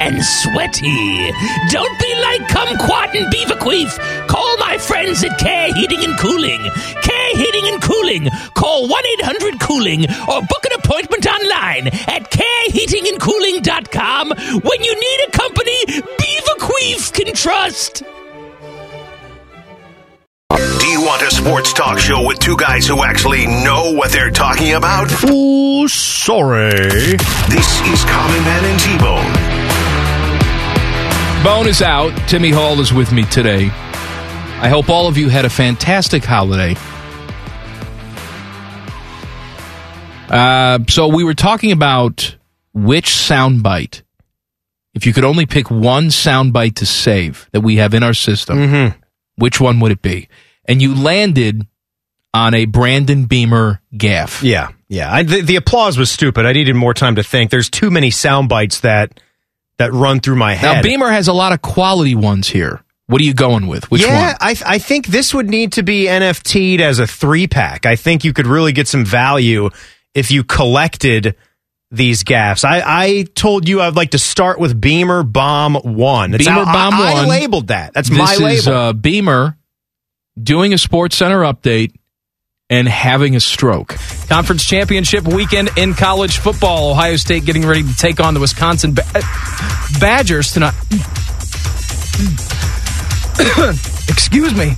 S4: and sweaty. Don't be like Kumquat and Beaverqueef. Call my friends at Care Heating and Cooling. Care Heating and Cooling. Call 1 800 Cooling or book an appointment online at careheatingandcooling.com when you need a company Beaverqueef can trust.
S3: Do you want a sports talk show with two guys who actually know what they're talking about?
S2: Oh, sorry.
S3: This is Common Man and T Bone.
S1: Bone is out. Timmy Hall is with me today. I hope all of you had a fantastic holiday. Uh, so we were talking about which soundbite if you could only pick one soundbite to save that we have in our system, which one would it be? And you landed on a Brandon Beamer gaff.
S8: Yeah, yeah. I, the, the applause was stupid. I needed more time to think. There's too many sound bites that that run through my head.
S1: Now Beamer has a lot of quality ones here. What are you going with? Which
S8: yeah,
S1: one?
S8: I, I think this would need to be NFT'd as a three pack. I think you could really get some value if you collected these gaffs. I, I told you I'd like to start with Beamer Bomb One. It's
S1: Beamer
S8: how- I-
S1: Bomb
S8: I,
S1: One.
S8: labeled that. That's
S1: this
S8: my label.
S1: is uh, Beamer doing a Sports Center update and having a stroke.
S13: Conference championship weekend in college football. Ohio State getting ready to take on the Wisconsin ba- Badgers tonight. [coughs] Excuse me.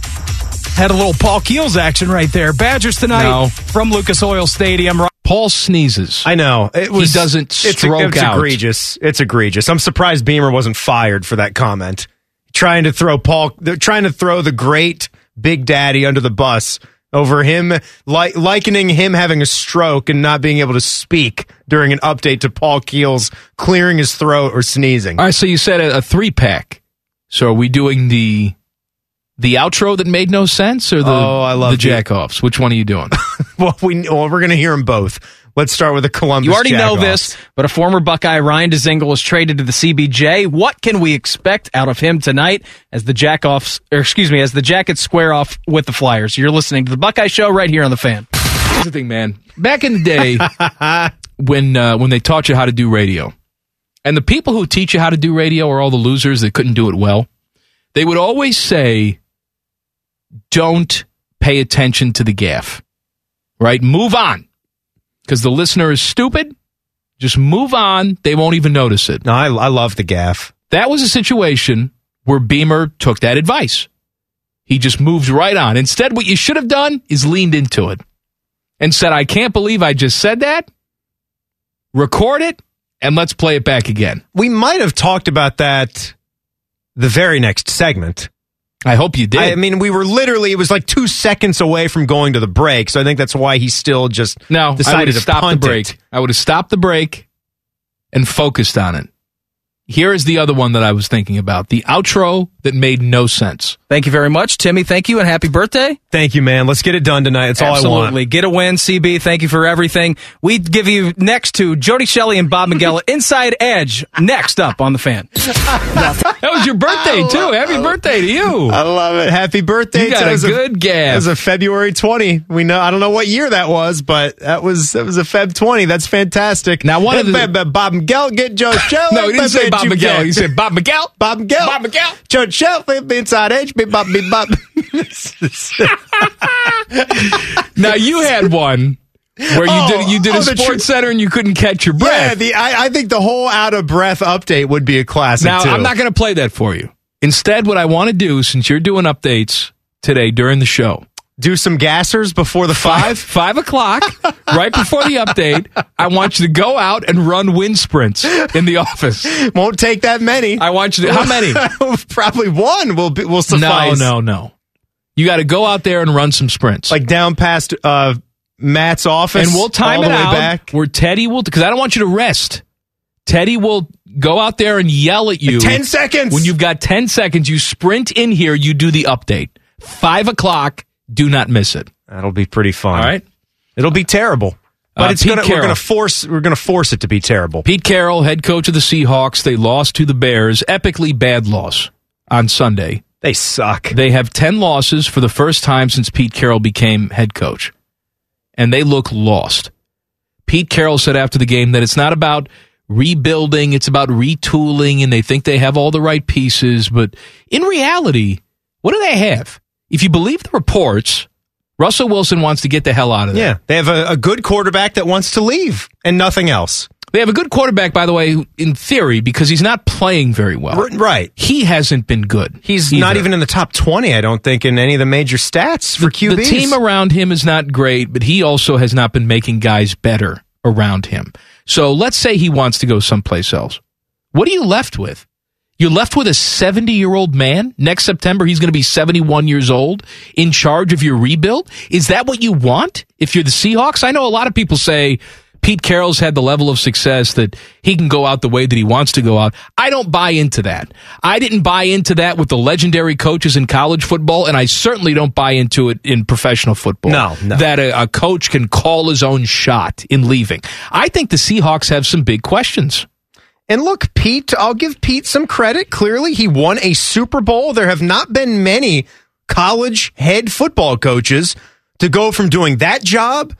S13: Had a little Paul Keels action right there. Badgers tonight
S1: No.
S13: from Lucas Oil Stadium.
S1: Paul sneezes.
S8: I know. It was,
S1: he doesn't
S8: it's,
S1: stroke
S8: it's
S1: out.
S8: egregious. It's egregious. I'm surprised Beamer wasn't fired for that comment. Trying to throw Paul, they're trying to throw the great Big Daddy under the bus over him, li- likening him having a stroke and not being able to speak during an update to Paul Keels clearing his throat or sneezing.
S1: All right, so you said a, a three pack. So are we doing the the outro that made no sense, or the
S8: Oh, I love
S1: the
S8: you.
S1: jackoffs? Which one are you doing?
S8: Well, we well, we're going to hear them both. Let's start with the Columbus.
S13: You already know
S8: Jagoffs.
S13: this, but a former Buckeye Ryan Dezingle was traded to the CBJ. What can we expect out of him tonight as the Jackoffs, or excuse me, as the Jackets square off with the Flyers? You're listening to the Buckeye Show right here on the Fan.
S1: Here's the thing, man. Back in the day, when uh, when they taught you how to do radio, and the people who teach you how to do radio are all the losers that couldn't do it well. They would always say, "Don't pay attention to the gaff." Right? Move on, because the listener is stupid. Just move on. They won't even notice it.
S8: No, I, I love the gaff.
S1: That was a situation where Beamer took that advice. He just moved right on. Instead, what you should have done is leaned into it and said, I can't believe I just said that. Record it and let's play it back again.
S8: We might have talked about that the very next segment.
S1: I hope you did.
S8: I mean, we were literally, it was like two seconds away from going to the break. So I think that's why he still just
S1: No, I would
S8: decided
S1: have
S8: to
S1: stopped the
S8: punt
S1: break.
S8: It.
S1: I would have stopped the break and focused on it. Here is the other one that I was thinking about the outro that made no sense.
S13: Thank you very much, Timmy. Thank you and happy birthday.
S8: Thank you, man. Let's get it done tonight. That's all I want.
S13: Absolutely. Get a win, CB. Thank you for everything. We give you next to Jody Shelley and Bob
S8: [laughs]
S13: Miguel Inside Edge next up on the fan.
S1: That was your
S8: [laughs] Oh,
S1: birthday, too. Happy birthday to you.
S8: I love it. Happy birthday.
S1: You got
S8: That
S1: a
S8: was
S1: good
S8: That
S1: gab.
S8: was a February 20. We know, I don't know what year that was, but that was, that was a Feb 20. That's fantastic.
S1: Now, one of the-
S8: Ba- ba- Bob Miguel,
S1: [laughs]
S8: get Joe Shelley.
S1: No, he
S8: ba-
S1: didn't say
S8: ba-
S1: Bob
S8: you
S1: Miguel.
S8: get-
S1: He said Bob Miguel.
S8: Bob Miguel.
S1: Bob Miguel.
S8: Joe Shelley, inside edge, big Bob, big Bob.
S1: Now you had one where you
S8: Oh,
S1: did you did
S8: oh,
S1: a
S8: the
S1: sports
S8: tr-
S1: center and you couldn't catch your
S8: Yeah,
S1: breath.
S8: the, I, I think the whole out of breath update would be a classic.
S1: now
S8: too.
S1: I'm not going to play that for you. Instead, what I want to do since you're doing updates today during the show,
S8: do some gassers before the five.
S1: five
S8: [laughs]
S1: o'clock, right before the update, I want you to go out and run wind sprints in the office.
S8: [laughs] Won't take that many.
S1: I want you to how
S8: [laughs]
S1: many?
S8: Probably one will be, will
S1: No,
S8: suffice.
S1: no, no. You got to go out there and run some sprints.
S8: Like down past uh, Matt's office,
S1: and we'll time
S8: all
S1: it
S8: the way
S1: out
S8: back.
S1: where Teddy will because I don't want you to rest. Teddy will go out there and yell at you.
S8: Ten seconds.
S1: When you've got 10 seconds, you sprint in here, you do the update. Five o'clock, do not miss it.
S8: that'll be pretty fun.
S1: All right.
S8: it'll be terrible, but
S1: Uh,
S8: it's
S1: Pete
S8: gonna we're
S1: Carroll.
S8: gonna force we're gonna force it to be terrible.
S1: Pete Carroll, head coach of the Seahawks, they lost to the Bears. Epically bad loss on Sunday.
S8: They suck.
S1: They have 10 losses for the first time since Pete Carroll became head coach. And they look lost. Pete Carroll said after the game that it's not about rebuilding, it's about retooling, and they think they have all the right pieces. But in reality, what do they have? If you believe the reports, Russell Wilson wants to get the hell out of there.
S8: Yeah, they have a, a good quarterback that wants to leave and nothing else.
S1: They have a good quarterback, by the way, who- in theory, because he's not playing very well.
S8: R- right.
S1: He hasn't been good.
S8: He's not
S1: either.
S8: even in the top 20, I don't think, in any of the major stats for QBs.
S1: The team around him is not great, but he also has not been making guys better around him. So let's say he wants to go someplace else. What are you left with? You're left with a 70 year old man. Next September, he's going to be 71 years old in charge of your rebuild. Is that what you want if you're the Seahawks? I know a lot of people say, Pete Carroll's had the level of success that he can go out the way that he wants to go out. I don't buy into that. I didn't buy into that with the legendary coaches in college football, and I certainly don't buy into it in professional football.
S8: No, no.
S1: That a, a coach can call his own shot in leaving. I think the Seahawks have some big questions.
S8: And look, Pete, I'll give Pete some credit. Clearly, he won a Super Bowl. There have not been many college head football coaches to go from doing that job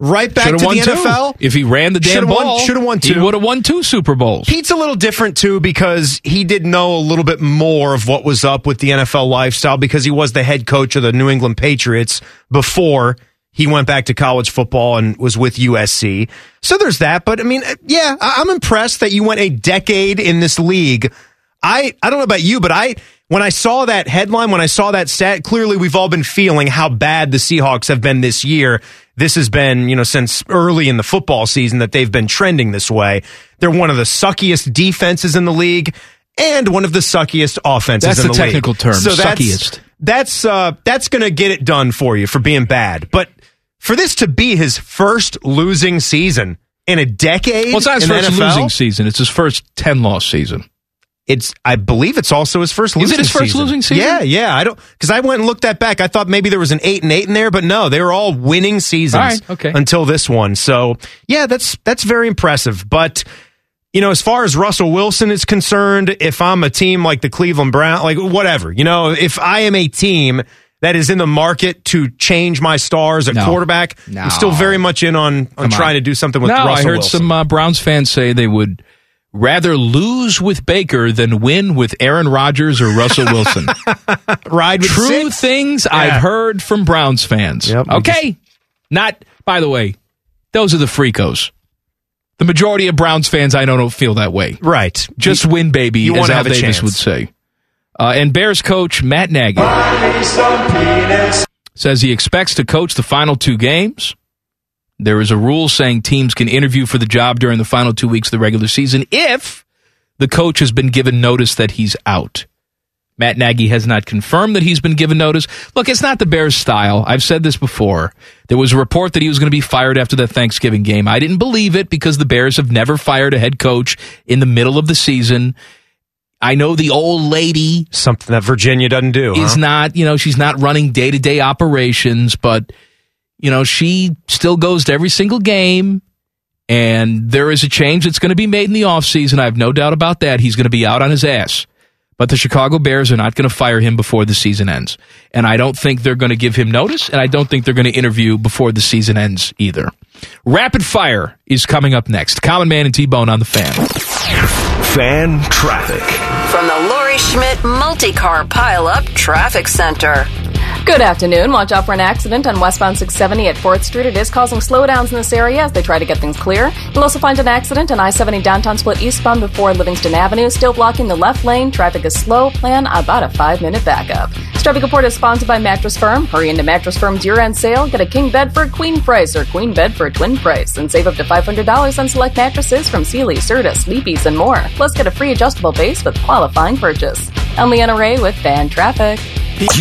S8: right back
S1: Should've
S8: to
S1: won
S8: the
S1: two.
S8: NFL.
S1: If he ran the damn
S8: Should've won-
S1: ball,
S8: should've won
S1: he
S8: two.
S1: would've won two Super Bowls.
S8: Pete's a little different too because he did know a little bit more of what was up with the NFL lifestyle because he was the head coach of the New England Patriots before he went back to college football and was with USC. So there's that. But I mean, yeah, I- I'm impressed that you went a decade in this league. I I don't know about you, but I when I saw that headline, when I saw that stat, clearly we've all been feeling how bad the Seahawks have been this year. This has been, you know, since early in the football season that they've been trending this way. They're one of the suckiest defenses in the league and one of the suckiest offenses
S1: That's
S8: in the,
S1: the technical
S8: league.
S1: term,
S8: So that's,
S1: suckiest.
S8: That's uh that's going to get it done for you for being bad. But for this to be his first losing season in a decade,
S1: Well, it's not his
S8: in the
S1: first
S8: NFL?
S1: losing season. It's his first ten loss season.
S8: It's I believe it's also his first
S1: Is
S8: losing
S1: it his first losing season?
S8: Yeah, yeah. I don't because I went and looked that back. I thought maybe there was an eight and eight in there, but no, they were all winning seasons
S1: All right, okay.
S8: until this one. So yeah, that's that's very impressive. But you know, as far as Russell Wilson is concerned, if I'm a team like the Cleveland Brown, like whatever, you know, if I am a team that is in the market to change my stars at
S1: No.
S8: quarterback,
S1: No.
S8: I'm still very much in on, on
S1: Come on.
S8: trying to do something with
S1: no,
S8: Russell
S1: I heard
S8: Wilson.
S1: some uh, Browns fans say they would rather lose with Baker than win with Aaron Rodgers or
S8: [laughs]
S1: Russell Wilson.
S8: Ride with
S1: True
S8: Sid.
S1: things I've heard from Browns fans.
S8: Yep, we
S1: okay, not by the way, those are the freakos. The majority of Browns fans I know don't feel that way.
S8: Right.
S1: Just win, baby,
S8: you
S1: as
S8: wanna
S1: Al
S8: have a
S1: Davis
S8: chance.
S1: would say. Uh, and Bears coach Matt Nagy says he expects to coach the final two games. There is a rule saying teams can interview for the job during the final two weeks of the regular season if the coach has been given notice that he's out. Matt Nagy has not confirmed that he's been given notice. Look, it's not the Bears' style. I've said this before. There was a report that he was going to be fired after that Thanksgiving game. I didn't believe it because the Bears have never fired a head coach in the middle of the season. I know the old lady
S8: Something that Virginia doesn't do.
S1: is
S8: huh?
S1: not, you know, she's not running day to day operations, but, you know, she still goes to every single game. And there is a change that's going to be made in the offseason. I have no doubt about that. He's going to be out on his ass. But the Chicago Bears are not going to fire him before the season ends. And I don't think they're going to give him notice. And I don't think they're going to interview before the season ends either. Rapid Fire is coming up next. Common Man and T Bone on the fan.
S3: Fan traffic.
S10: From the Lori Schmidt Multi Car Pile Up Traffic Center.
S11: Good afternoon. Watch out for an accident on westbound 670 at 4th Street. It is causing slowdowns in this area as they try to get things clear. You'll also find an accident on I 70 downtown split eastbound before Livingston Avenue, still blocking the left lane. Traffic is slow. Plan about a five minute backup. This traffic report is sponsored by Mattress Firm. Hurry into Mattress Firm's year end sale. Get a king bed for a queen price or queen bed for a twin price and save up to $500 on select mattresses from Sealy, Serta, Sleepy's, and more. Plus, get a free adjustable base with qualifying purchase. I'm Leanna Ray with Fan Traffic.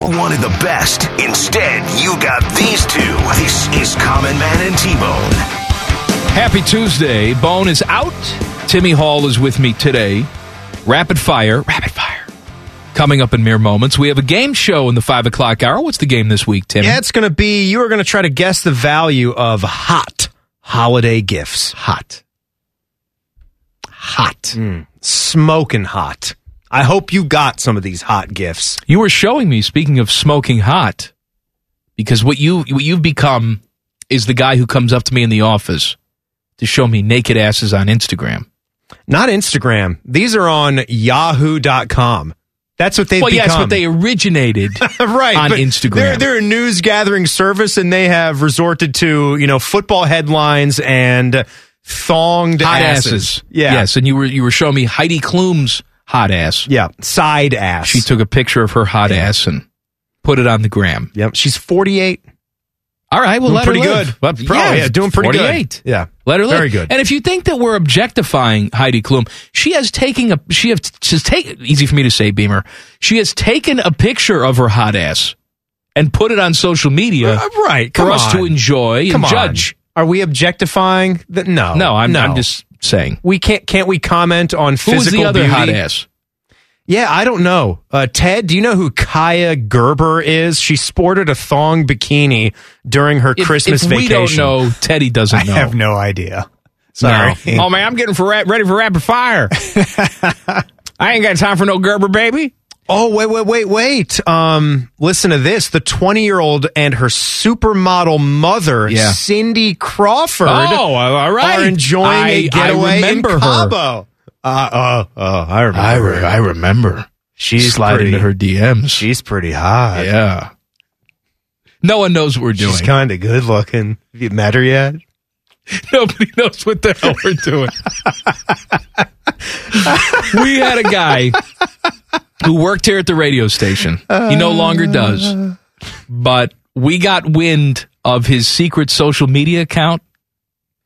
S3: Wanted the best. Instead, you got these two. This is Common Man and T-Bone.
S1: Happy Tuesday. Bone is out. Timmy Hall is with me today. Rapid fire. Rapid fire. Coming up in mere moments. We have a game show in the 5 o'clock hour. What's the game this week, Timmy?
S8: Yeah, it's going to be. You are going to try to guess the value of hot holiday gifts.
S1: Hot. Hmm. Hot.
S8: Smoking hot. I hope you got some of these hot gifts.
S1: You were showing me, speaking of smoking hot, because what, you, what you've become is the guy who comes up to me in the office to show me naked asses on Instagram.
S8: Not Instagram. These are on yahoo.com. That's what they've
S1: well, yes,
S8: become.
S1: but they originated
S8: [laughs] right
S1: on
S8: but
S1: Instagram.
S8: They're, they're a news gathering service, and they have resorted to you know football headlines and thonged
S1: hot
S8: asses.
S1: asses.
S8: Yeah.
S1: Yes, and you were you were showing me Heidi Klum's hot ass.
S8: Yeah, side ass.
S1: She took a picture of her hot ass and put it on the gram.
S8: Yep, she's 48.
S1: All right, well,
S8: Doing
S1: let
S8: pretty
S1: her live.
S8: good. Probably, yeah, doing pretty good.
S1: 48.
S8: Yeah.
S1: let her live.
S8: Very good.
S1: And if you think that we're objectifying Heidi Klum, she has taken a she has she's take easy for me to say Beamer. She has taken a picture of her hot ass and put it on social
S8: Uh,
S1: media,
S8: right?
S1: For
S8: come
S1: us to
S8: on.
S1: enjoy
S8: Come
S1: and
S8: on.
S1: judge.
S8: Are we objectifying? The, no,
S1: No, I'm- I'm just saying.
S8: we can't. Can't we comment on
S1: Who
S8: physical
S1: was the other
S8: beauty?
S1: hot ass?
S8: Yeah, I don't know. Uh, Ted, do you know who Kaya Gerber is? She sported a thong bikini during her
S1: If-
S8: Christmas
S1: if we
S8: vacation.
S1: don't know, Teddy doesn't
S8: [laughs] I
S1: know.
S8: have
S12: no idea.
S8: Sorry.
S5: Oh man, I'm getting for ra- ready for rapid
S8: [laughs]
S5: fire. I ain't got time for no Gerber baby.
S8: Oh wait, wait, wait, wait! Um, listen to this: the twenty-year-old and her supermodel mother,
S1: Yeah.
S8: Cindy Crawford,
S5: Oh, all right.
S8: are enjoying
S5: I-
S8: a
S5: I
S8: getaway
S5: remember her.
S8: in Cabo. Uh, oh, oh, I remember.
S1: I, re- I remember.
S8: She's
S1: sliding
S8: pretty-
S1: into her DMs.
S8: She's pretty hot.
S1: yeah. No one knows what we're doing.
S8: She's kind of good looking. Have you met her yet?
S1: Nobody knows what the hell we're doing. we had a guy who worked here at the radio station. He no longer does. But we got wind of his secret social media account,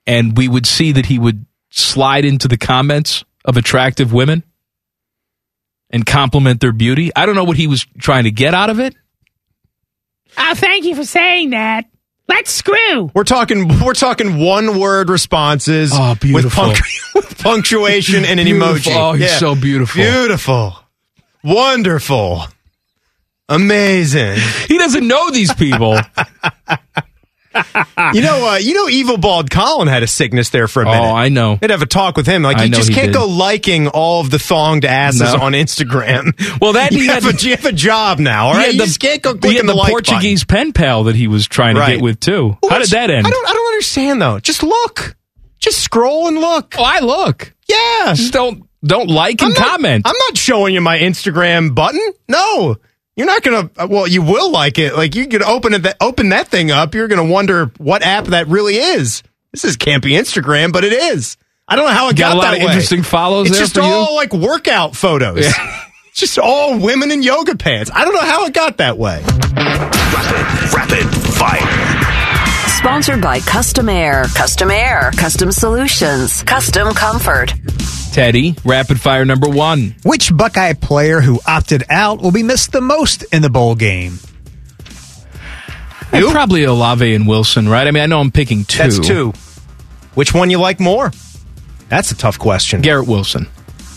S1: and we would see that he would slide into the comments of attractive women and compliment their beauty. I don't know what he was trying to get out of it.
S14: Oh, thank you for saying that. Let's screw.
S8: We're talking. We're talking one-word responses
S1: Oh,
S8: with,
S1: beautiful.
S8: punct- [laughs] with punctuation and an
S1: Beautiful.
S8: emoji.
S1: Oh, you're so beautiful.
S8: Beautiful, wonderful, amazing.
S1: He doesn't know these people.
S8: you know, uh, you know, Evil Bald Colin had a sickness there for a
S1: oh,
S8: minute.
S1: I know.
S8: They'd have a talk with him. Like
S1: I
S8: you
S1: know
S8: just
S1: he
S8: can't
S1: did.
S8: go liking all of the thonged asses
S1: No.
S8: on Instagram.
S1: [laughs] Well, that-
S8: [laughs] you
S1: he
S8: have,
S1: had-
S8: a, you have a job now. All
S1: Yeah,
S8: right, you just can't go clicking
S1: yeah,
S8: the,
S1: the,
S8: like
S1: Portuguese pen pal that he was trying to
S8: Right.
S1: get with too.
S8: button.
S1: How did that end?
S8: I don't. I don't understand though. Just look. Just scroll and look.
S1: oh, I look.
S8: Yeah.
S1: Just don't don't like and
S8: I'm not-
S1: comment.
S8: I'm not showing you my Instagram button. No, you're not gonna. uh, Well, you will like it. Like you could open it, open that thing up. You're gonna wonder what app that really is. This is can't be Instagram, but it is. I don't know how it
S1: Got a
S8: got,
S1: lot
S8: that
S1: of
S8: way.
S1: interesting follows
S8: It's
S1: there
S8: just
S1: for you?
S8: all like workout photos. It's [laughs] just all women in yoga pants. I don't know how it got that way.
S3: Rapid, rapid fire.
S10: Sponsored by Custom Air. Custom Air. Custom Solutions. Custom Comfort.
S1: Teddy, rapid fire number one.
S12: Which Buckeye player who opted out will be missed the most in the bowl game?
S1: And Probably Olave and Wilson, right? I mean, I know I'm picking two.
S8: That's two. Which one you like more? That's a tough question.
S1: Garrett Wilson.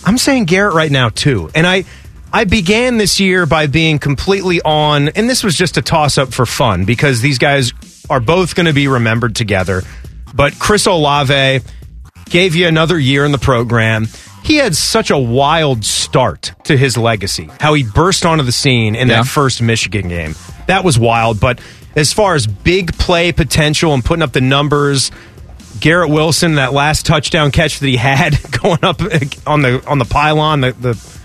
S8: I'm saying Garrett right now too. And I I began this year by being completely on and this was just a toss up for fun because these guys are both going to be remembered together. But Chris Olave gave you another year in the program. He had such a wild start to his legacy. How he burst onto the scene in
S1: Yeah.
S8: that first Michigan game. That was wild, but as far as big play potential and putting up the numbers, Garrett Wilson, that last touchdown catch that he had [laughs] going up on the on the pylon, the, the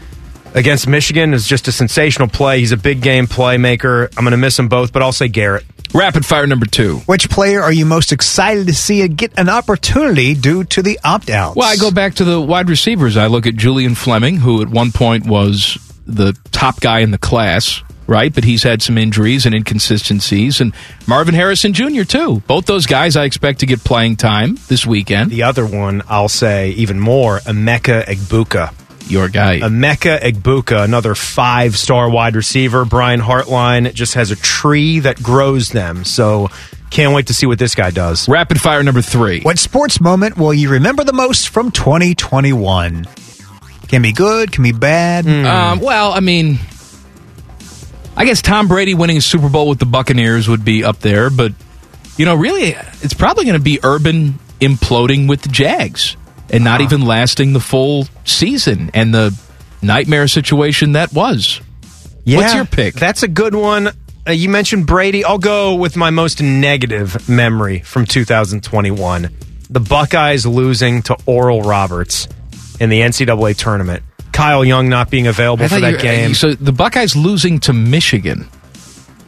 S8: against Michigan is just a sensational play. He's a big game playmaker. I'm going to miss them both, but I'll say Garrett.
S1: Rapid fire number two.
S12: Which player are you most excited to see get an opportunity due to the opt outs?
S1: Well, I go back to the wide receivers. I look at Julian Fleming, who at one point was the top guy in the class, right? But he's had some injuries and inconsistencies. And Marvin Harrison Jr., too. Both those guys I expect to get playing time this weekend.
S8: The other one, I'll say even more, Emeka Egbuka.
S1: Your guy.
S8: Um, Emeka Egbuka, another five star wide receiver. Brian Hartline just has a tree that grows them. So can't wait to see what this guy does.
S1: Rapid fire number three.
S12: What sports moment will you remember the most from 2021? Can be good, can be bad.
S1: Um, well, I mean, I guess Tom Brady winning a Super Bowl with the Buccaneers would be up there, but you know, really, it's probably going to be Urban imploding with the Jags and not
S8: Uh-huh.
S1: even lasting the full season and the nightmare situation that was. What's your pick?
S8: That's a good one. Uh, you mentioned Brady. I'll go with my most negative memory from 2021 the Buckeyes losing to Oral Roberts in the NCAA tournament. Kyle Young not being available for
S1: I thought uh,
S8: that
S1: you-
S8: game.
S1: So the Buckeyes losing to Michigan.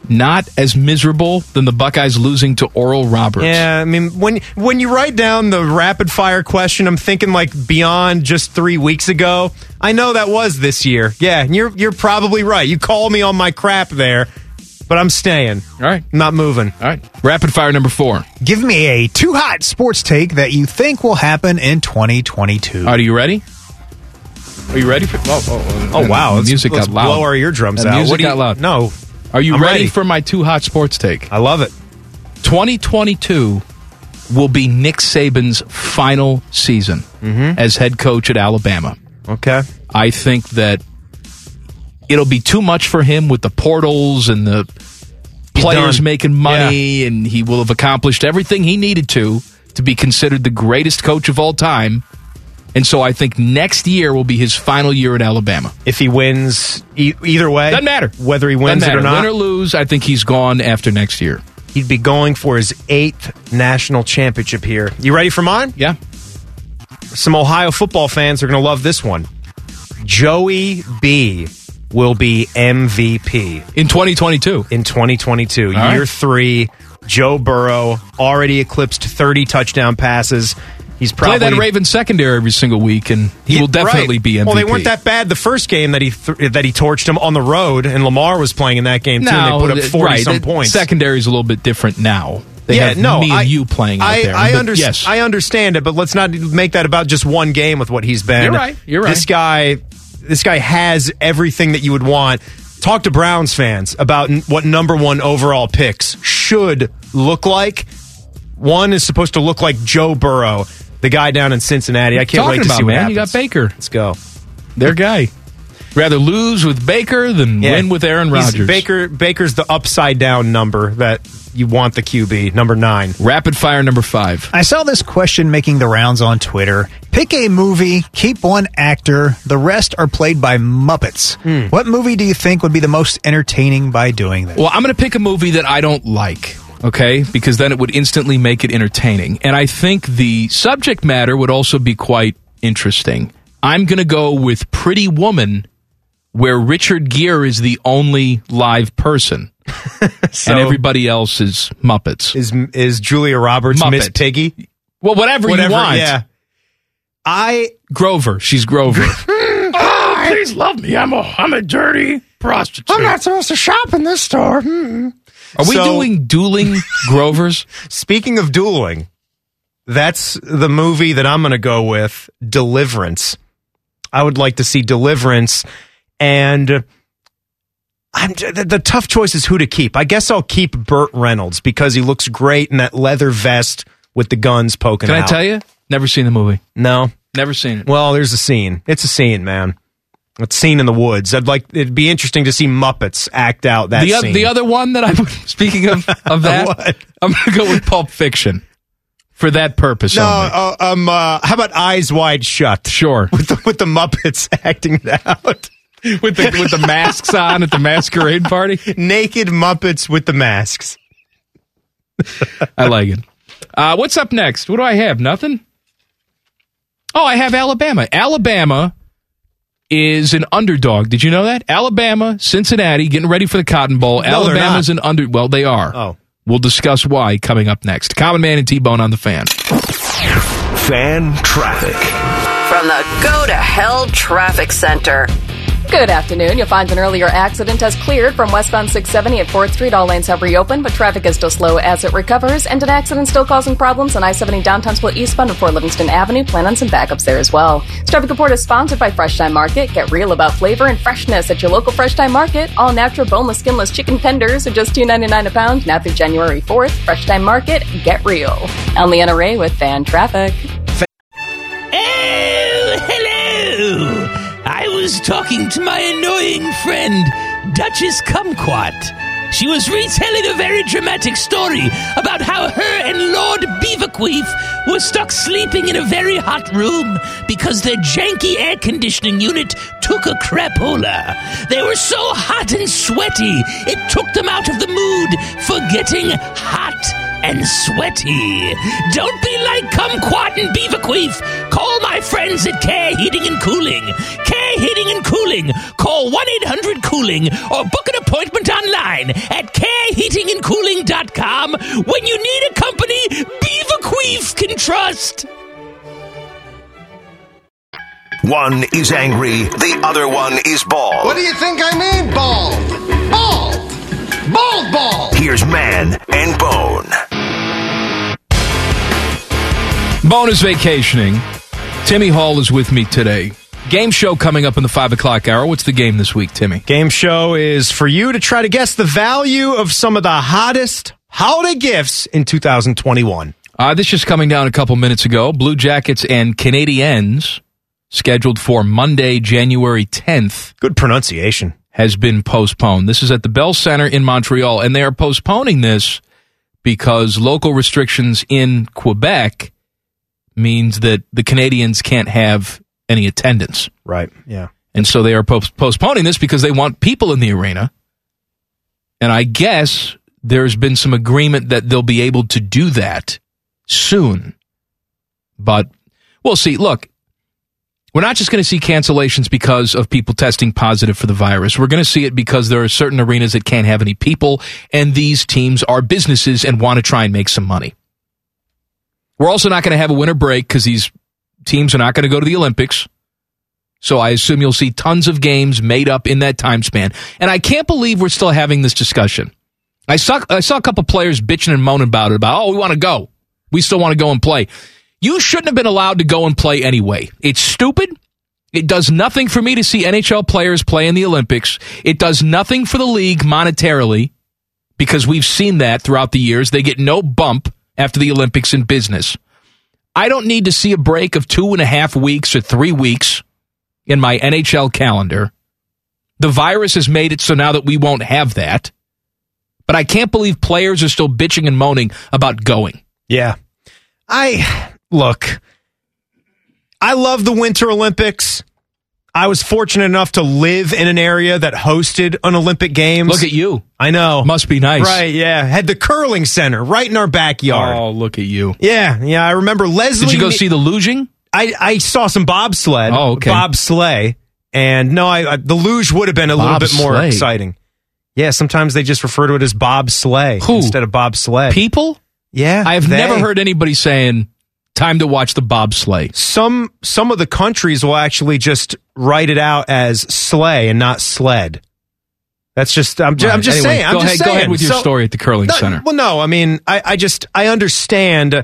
S1: not as miserable than the Buckeyes losing to Oral Roberts.
S8: Yeah, I mean when when you write down the rapid fire question, I'm thinking like beyond just three weeks ago. I know that was this year. Yeah, and you're you're probably right. You call me on my crap there, but I'm staying.
S1: All right,
S8: not moving.
S1: All right, rapid fire number four.
S12: Give me a too hot sports take that you think will happen in 2022.
S1: Are you ready? Are you ready for? Oh, oh,
S8: oh wow!
S1: The music
S8: let's
S1: got loud.
S8: Blow our eardrums
S1: The
S8: out.
S1: music
S8: what do you,
S1: got loud.
S8: No,
S1: Are you
S8: I'm
S1: ready,
S8: ready.
S1: for my too hot sports take?
S8: I love it.
S1: 2022 will be Nick Saban's final season
S8: Mm-hmm.
S1: as head coach at Alabama.
S8: Okay.
S1: I think that it'll be too much for him with the portals and the players
S8: done.
S1: making money, and he will have accomplished everything he needed to to be considered the greatest coach of all time. And so I think next year will be his final year at Alabama.
S8: if he wins e- either way,
S1: Doesn't matter.
S8: whether he wins it
S1: Doesn't
S8: or
S1: matter.
S8: not.
S1: Win or lose, I think he's gone after next year.
S8: He'd be going for his eighth national championship here. You ready for mine?
S1: Yeah.
S8: Some Ohio football fans are going to love this one. Joey B will be MVP
S1: in 2022.
S8: In 2022, year
S1: right.
S8: three. Joe Burrow already eclipsed 30 touchdown passes. He's probably
S1: Play that Ravens secondary every single week, and he will
S8: Yeah,
S1: definitely
S8: right.
S1: be MVP.
S8: Well, they weren't that bad the first game that he th- that he torched him on the road, and Lamar was playing in that game too.
S1: No,
S8: and they put up
S1: th-
S8: forty
S1: right.
S8: some
S1: The
S8: points.
S1: Secondary's a little bit different now. They
S8: yeah,
S1: have
S8: no,
S1: me and
S8: I,
S1: you playing out
S8: I,
S1: there.
S8: I,
S1: But
S8: under-
S1: Yes,
S8: I understand it, but let's not make that about just one game with what he's been.
S1: You're right. You're right.
S8: This guy, this guy has everything that you would want. Talk to Browns fans about n- what number one overall picks should look like. One is supposed to look like Joe Burrow, the guy down in Cincinnati. I can't
S1: Talking
S8: wait to
S1: about,
S8: see what
S1: man,
S8: happens.
S1: You got Baker,
S8: Let's go.
S1: their guy. Rather lose with Baker than
S8: Yeah.
S1: win with Aaron
S8: He's-
S1: Rodgers.
S8: Baker Baker's the upside down number that you want the QB number nine.
S1: Rapid fire number five.
S12: I saw this question making the rounds on Twitter. Pick a movie, keep one actor, the rest are played by Muppets. What movie do you think would be the most entertaining by doing that?
S1: Well, I'm going to pick a movie that I don't like, okay? Because then it would instantly make it entertaining. And I think the subject matter would also be quite interesting. I'm going to go with Pretty Woman, where Richard Gere is the only live
S8: [laughs]
S1: person. and everybody else is Muppets.
S8: Is is Julia Roberts
S1: Muppet.
S8: Miss Piggy?
S1: well, whatever, you want.
S8: Yeah. I
S1: Grover.
S9: [laughs]
S1: She's Grover.
S9: Oh, please love me. I'm a I'm a dirty prostitute. I'm not supposed to shop in this store. Hmm.
S1: Are we
S8: So-
S1: doing dueling
S9: [laughs]
S1: Grovers?
S8: speaking of dueling, that's the movie that I'm going to go with, Deliverance. I would like to see Deliverance and I'm the, the tough choice is who to keep. I guess I'll keep Burt Reynolds because he looks great in that leather vest with the guns poking
S1: Can
S8: out.
S1: I tell you? Never seen the movie.
S8: No.
S1: Never seen it.
S8: Well, there's a scene. It's a scene, man. It's scene in the woods. I'd like it'd be interesting to see Muppets act out that
S1: the, oth-
S8: scene.
S1: the other one that I would, [laughs] speaking of,
S9: [laughs]
S1: of that,
S8: What?
S1: I'm going to go with Pulp Fiction for that purpose.
S8: no,
S1: only.
S8: uh, um, uh, how about Eyes Wide Shut? [laughs]
S9: [laughs]
S1: Sure.
S8: with the, with the Muppets [laughs] acting it out. [laughs]
S1: with, the, with the masks on at the masquerade party.
S8: Naked Muppets with the masks.
S1: I like it. Uh, what's up next? What do I have? Nothing? Oh, I have Alabama. Alabama is an underdog. Did you know that? Alabama, Cincinnati, getting ready for the Cotton Bowl.
S8: they're
S1: Alabama's an under. Well, they are.
S8: Oh.
S1: We'll discuss why coming up next. Common Man and T Bone on the fan.
S3: Fan traffic.
S10: From the Go to Hell Traffic Center.
S11: Good afternoon. You'll find an earlier accident has cleared from westbound 670 at 4th Street. All lanes have reopened, but traffic is still slow as it recovers. And an accident still causing problems on I 70 downtown split eastbound and 4 Livingston Avenue. Plan on some backups there as well. This traffic report is sponsored by Fresh Time Market. Get real about flavor and freshness at your local Fresh Time Market. All natural, boneless, skinless chicken tenders are just $2.99 a pound now through January 4th. Fresh Time Market. Get real. I'm Leanna Ray with Fan Traffic.
S4: Oh, hello! I was talking to my annoying friend, Duchess Kumquat. She was retelling a very dramatic story about how her and Lord Beaverqueef were stuck sleeping in a very hot room because their janky air conditioning unit took a crapola. They were so hot and sweaty, it took them out of the mood for getting hot and sweaty. Don't be like Kumquat and Beaverqueef. Call my friends at Care Heating and Cooling. Care Heating and Cooling. Call 1 800 Cooling or book an appointment online at careheatingandcooling.com when you need a company Beaverqueef can trust.
S3: One is angry, the other one is bald.
S6: What do you think I mean, bald? Bald! Bald, bald!
S3: Here's Man and Bone.
S1: Bone is vacationing. Timmy Hall is with me today. Game show coming up in the five o'clock hour. What's the game this week, Timmy?
S8: Game show is for you to try to guess the value of some of the hottest holiday gifts in 2021.
S1: Uh, this just coming down a couple minutes ago. Blue Jackets and Canadiens, scheduled for Monday, January 10th.
S8: Good pronunciation.
S1: Has been postponed. This is at the Bell Center in Montreal, and they are postponing this because local restrictions in Quebec means that the Canadians can't have any attendance.
S8: Right. Yeah.
S1: And so they are post- postponing this because they want people in the arena. And I guess there's been some agreement that they'll be able to do that soon. But we'll see. Look, we're not just going to see cancellations because of people testing positive for the virus. We're going to see it because there are certain arenas that can't have any people, and these teams are businesses and want to try and make some money. We're also not going to have a winter break because these teams are not going to go to the Olympics. So I assume you'll see tons of games made up in that time span. And I can't believe we're still having this discussion. I saw I saw a couple players bitching and moaning about it about, "Oh, we want to go. We still want to go and play." You shouldn't have been allowed to go and play anyway. It's stupid. It does nothing for me to see NHL players play in the Olympics. It does nothing for the league monetarily because we've seen that throughout the years. They get no bump after the Olympics in business. I don't need to see a break of two and a half weeks or three weeks in my NHL calendar. The virus has made it so now that we won't have that. But I can't believe players are still bitching and moaning about going.
S8: Yeah. I look, I love the Winter Olympics. I was fortunate enough to live in an area that hosted an Olympic Games.
S1: Look at you.
S8: I know.
S1: Must be nice.
S8: Right, yeah. Had the curling center right in our backyard.
S1: Oh, look at you.
S8: Yeah, yeah. I remember Leslie.
S1: Did you go
S8: Ne-
S1: see the luging?
S8: I, I saw some bobsled.
S1: Oh, okay.
S8: Bobsleigh. And no, I, I the luge would have been a little bit more
S1: Bobsleigh.
S8: exciting. Yeah, sometimes they just refer to it as bobsleigh
S1: Who?
S8: instead of bobsled.
S1: People?
S8: Yeah.
S1: I've
S8: they-
S1: never heard anybody saying time to watch the bobsleigh.
S8: some some of the countries will actually just write it out as sleigh and not sled. That's just I'm just, I'm
S1: Right.
S8: just
S1: Anyway,
S8: saying. I'm
S1: go
S8: just
S1: ahead- go
S8: saying.
S1: ahead with your story at the curling
S8: No,
S1: center.
S8: Well, no, I mean, I, I just I understand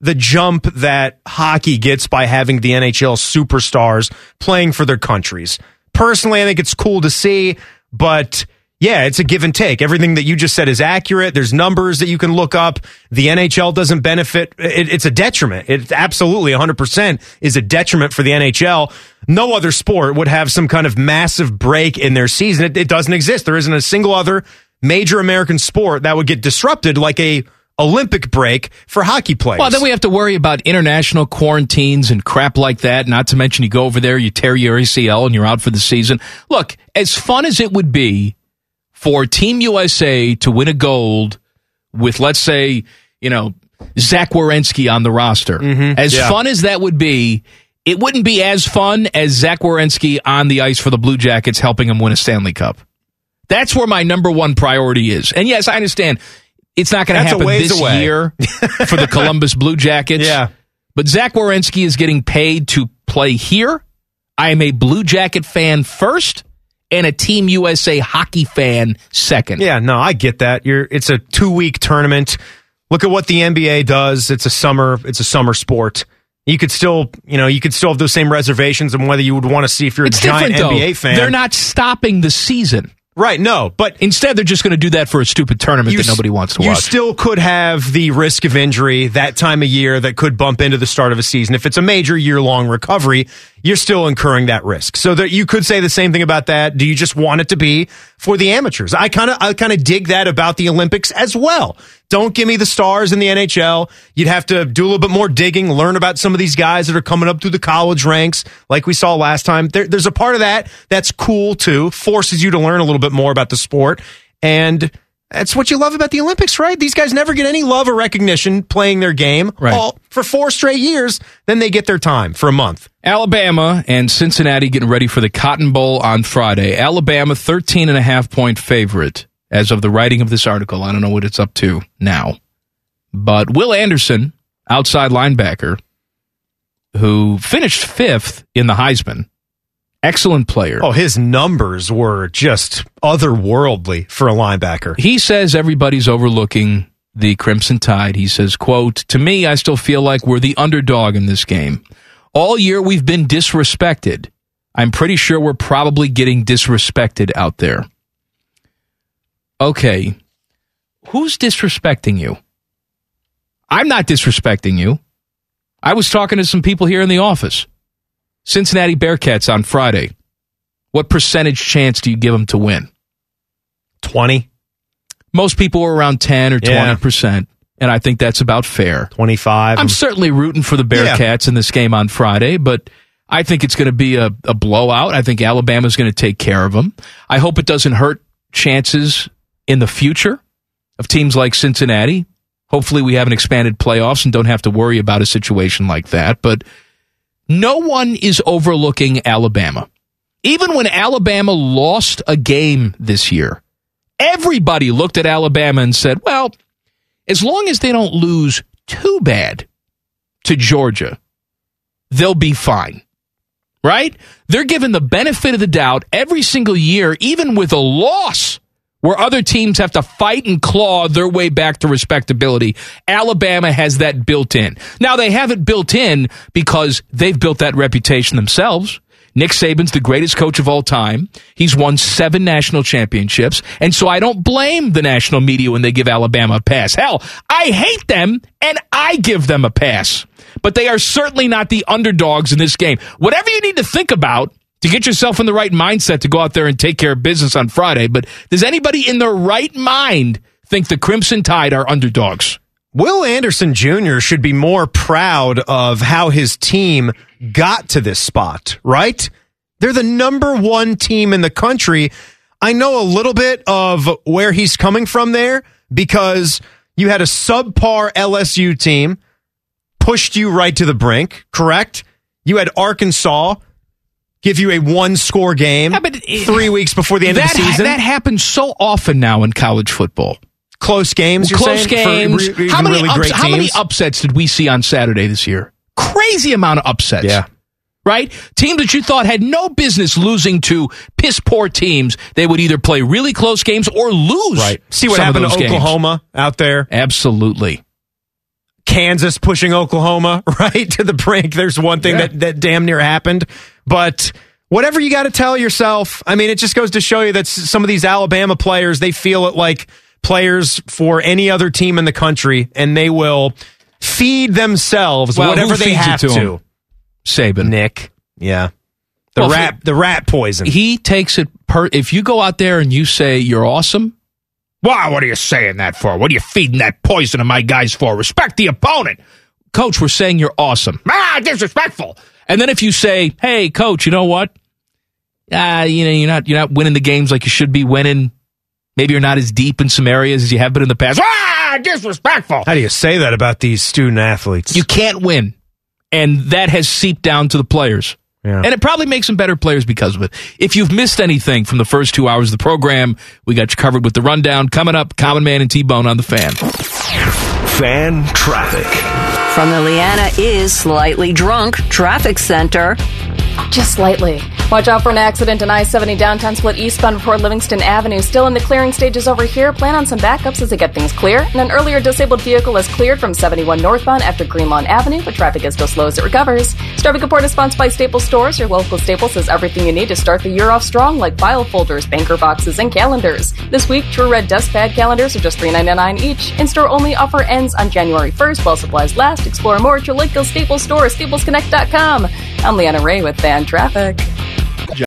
S8: the jump that hockey gets by having the NHL superstars playing for their countries. Personally, I think it's cool to see, but yeah, it's a give and take. Everything that you just said is accurate. There's numbers that you can look up. The NHL doesn't benefit. It, it's a detriment. It absolutely 100% is a detriment for the NHL. No other sport would have some kind of massive break in their season. It, it doesn't exist. There isn't a single other major American sport that would get disrupted like a Olympic break for hockey players.
S1: Well, then we have to worry about international quarantines and crap like that. Not to mention, you go over there, you tear your ACL, and you're out for the season. Look, as fun as it would be for Team USA to win a gold with, let's say, you know, Zach Wierenski on the roster,
S8: Mm-hmm.
S1: as
S15: yeah.
S1: fun as that would be, it wouldn't be as fun as Zach Wierenski on the ice for the Blue Jackets helping him win a Stanley Cup. That's where my number one priority is. And yes, I understand it's not going to
S8: That's a
S1: happen
S8: ways
S1: this
S8: away.
S1: year for the Columbus Blue Jackets. Yeah. But Zach Wierenski is getting paid to play here. I am a Blue Jacket fan first and a Team USA hockey fan second.
S8: Yeah, no, I get that. You're it's a two week tournament. Look at what the NBA does. It's a summer it's a summer sport. You could still, you know, you could still have those same reservations and whether you would want to see if you're
S1: It's
S8: a giant
S1: different, though.
S8: NBA fan.
S1: They're not stopping the season.
S8: Right, no, but
S1: instead they're just going to do that for a stupid tournament that
S8: s-
S1: nobody wants to
S8: you
S1: watch.
S8: still could have the risk of injury that time of year that could bump into the start of a season. If it's a major year long recovery, you're still incurring that risk. So that you could say the same thing about that. Do you just want it to be for the amateurs? I kind of I kind of dig that about the Olympics as well. Don't give me the stars in the NHL. You'd have to do a little bit more digging, learn about some of these guys that are coming up through the college ranks, like we saw last time. There, there's a part of that that's cool too, forces you to learn a little bit more about the sport. And That's what you love about the Olympics, right? These guys never get any love or recognition playing their game all, for four straight years. Then they get their time for a month.
S1: Alabama and Cincinnati getting ready for the Cotton Bowl on Friday. Alabama 13 and a half point favorite as of the writing of this article. I don't know what it's up to now. But Will Anderson, outside linebacker, who finished 5th in the Heisman. Excellent player.
S8: Oh, his numbers were just otherworldly for a linebacker.
S1: He says everybody's overlooking the Crimson Tide. He says, quote, to me, I still feel like we're the underdog in this game. All year we've been disrespected. I'm pretty sure we're probably getting disrespected out there. Okay. Who's disrespecting you? I'm not disrespecting you. I was talking to some people here in the office. Cincinnati Bearcats on Friday. What percentage chance do you give them to win?
S8: 20.
S1: Most people were around 10 or 20%,
S8: Yeah.
S1: and I think that's about fair.
S8: 25.
S1: I'm certainly rooting for the
S8: Yeah.
S1: Bearcats in this game on Friday, but I think it's going to be a, a blowout. I think Alabama's going to take care of them. I hope it doesn't hurt chances in the future of teams like Cincinnati. Hopefully, we have an expanded playoffs and don't have to worry about a situation like that. But no one is overlooking Alabama. Even when Alabama lost a game this year, everybody looked at Alabama and said, well, as long as they don't lose too bad to Georgia, they'll be fine. Right? They're given the benefit of the doubt every single year, even with a loss where other teams have to fight and claw their way back to respectability. Alabama has that built in. Now, they have it built in because they've built that reputation themselves. Nick Saban's the greatest coach of all time. He's won seven national championships. And so I don't blame the national media when they give Alabama a pass. Hell, I hate them and I give them a pass. But they are certainly not the underdogs in this game. Whatever you need to think about to get yourself in the right mindset to go out there and take care of business on Friday, but does anybody in their right mind think the Crimson Tide are underdogs?
S8: Will Anderson Jr. should be more proud of how his team got to this spot, right? They're the number one team in the country. I know a little bit of where he's coming from there because you had a subpar LSU team pushed you right to the brink, correct? You had Arkansas give you a one score game three weeks before the end
S1: that
S8: of the
S1: ha-
S8: season.
S1: that happens so often now in college football.
S8: Close games, you're
S1: close
S8: saying, for
S1: games.
S8: re-
S1: how many
S8: really
S1: ups-
S8: great
S1: how many
S8: teams?
S1: upsets did we see on Saturday this year? Crazy amount of upsets. Yeah. Right? Teams that you thought had no business losing to piss poor teams, they would either play really close games or lose.
S8: Right. See what
S1: some of
S8: happened to
S1: those games.
S8: Oklahoma out there.
S1: Absolutely.
S8: Kansas pushing Oklahoma [laughs] right to the brink. There's one thing that, that damn near happened. But whatever you got to tell yourself, I mean, it just goes to show you that s- some of these Alabama players, they feel it like players for any other team in the country, and they will feed themselves
S1: Well,
S8: whatever
S1: who
S8: they
S1: feeds it
S8: have
S1: to
S8: to.
S1: 'em? Saban.
S8: Nick. Yeah. The
S1: Well,
S8: rat the rat poison.
S1: He takes it per if you go out there and you say you're awesome. Why? What are you saying that for? What are you feeding that poison to my guys for? Respect the opponent. Coach, we're saying you're awesome. Ah, disrespectful. And then if you say, "Hey, coach, you know what? Uh, you know, you're not you're not winning the games like you should be winning. Maybe you're not as deep in some areas as you have been in the past." Ah, disrespectful.
S8: How do you say that about these student athletes?
S1: You can't win. And that has seeped down to the players. And it probably makes them better players because of it. If you've missed anything from the first two hours of the program, we got you covered with the rundown. Coming up, Common Man and T Bone on the fan.
S3: Fan traffic.
S10: From the Leanna is Slightly Drunk Traffic Center.
S11: Just slightly. Watch out for an accident on I 70 downtown split eastbound before Livingston Avenue. Still in the clearing stages over here. Plan on some backups as they get things clear. And an earlier disabled vehicle is cleared from 71 northbound after Greenlawn Avenue, but traffic is still slow as it recovers. Starbuck Report is sponsored by Staples Stores. Your local Staples has everything you need to start the year off strong, like file folders, banker boxes, and calendars. This week, True Red Dust Pad calendars are just $3.99 each. In store only offer ends on January 1st while supplies last. Explore more at your local Staples store, staplesconnect.com. I'm Leanna Ray with Fan Traffic.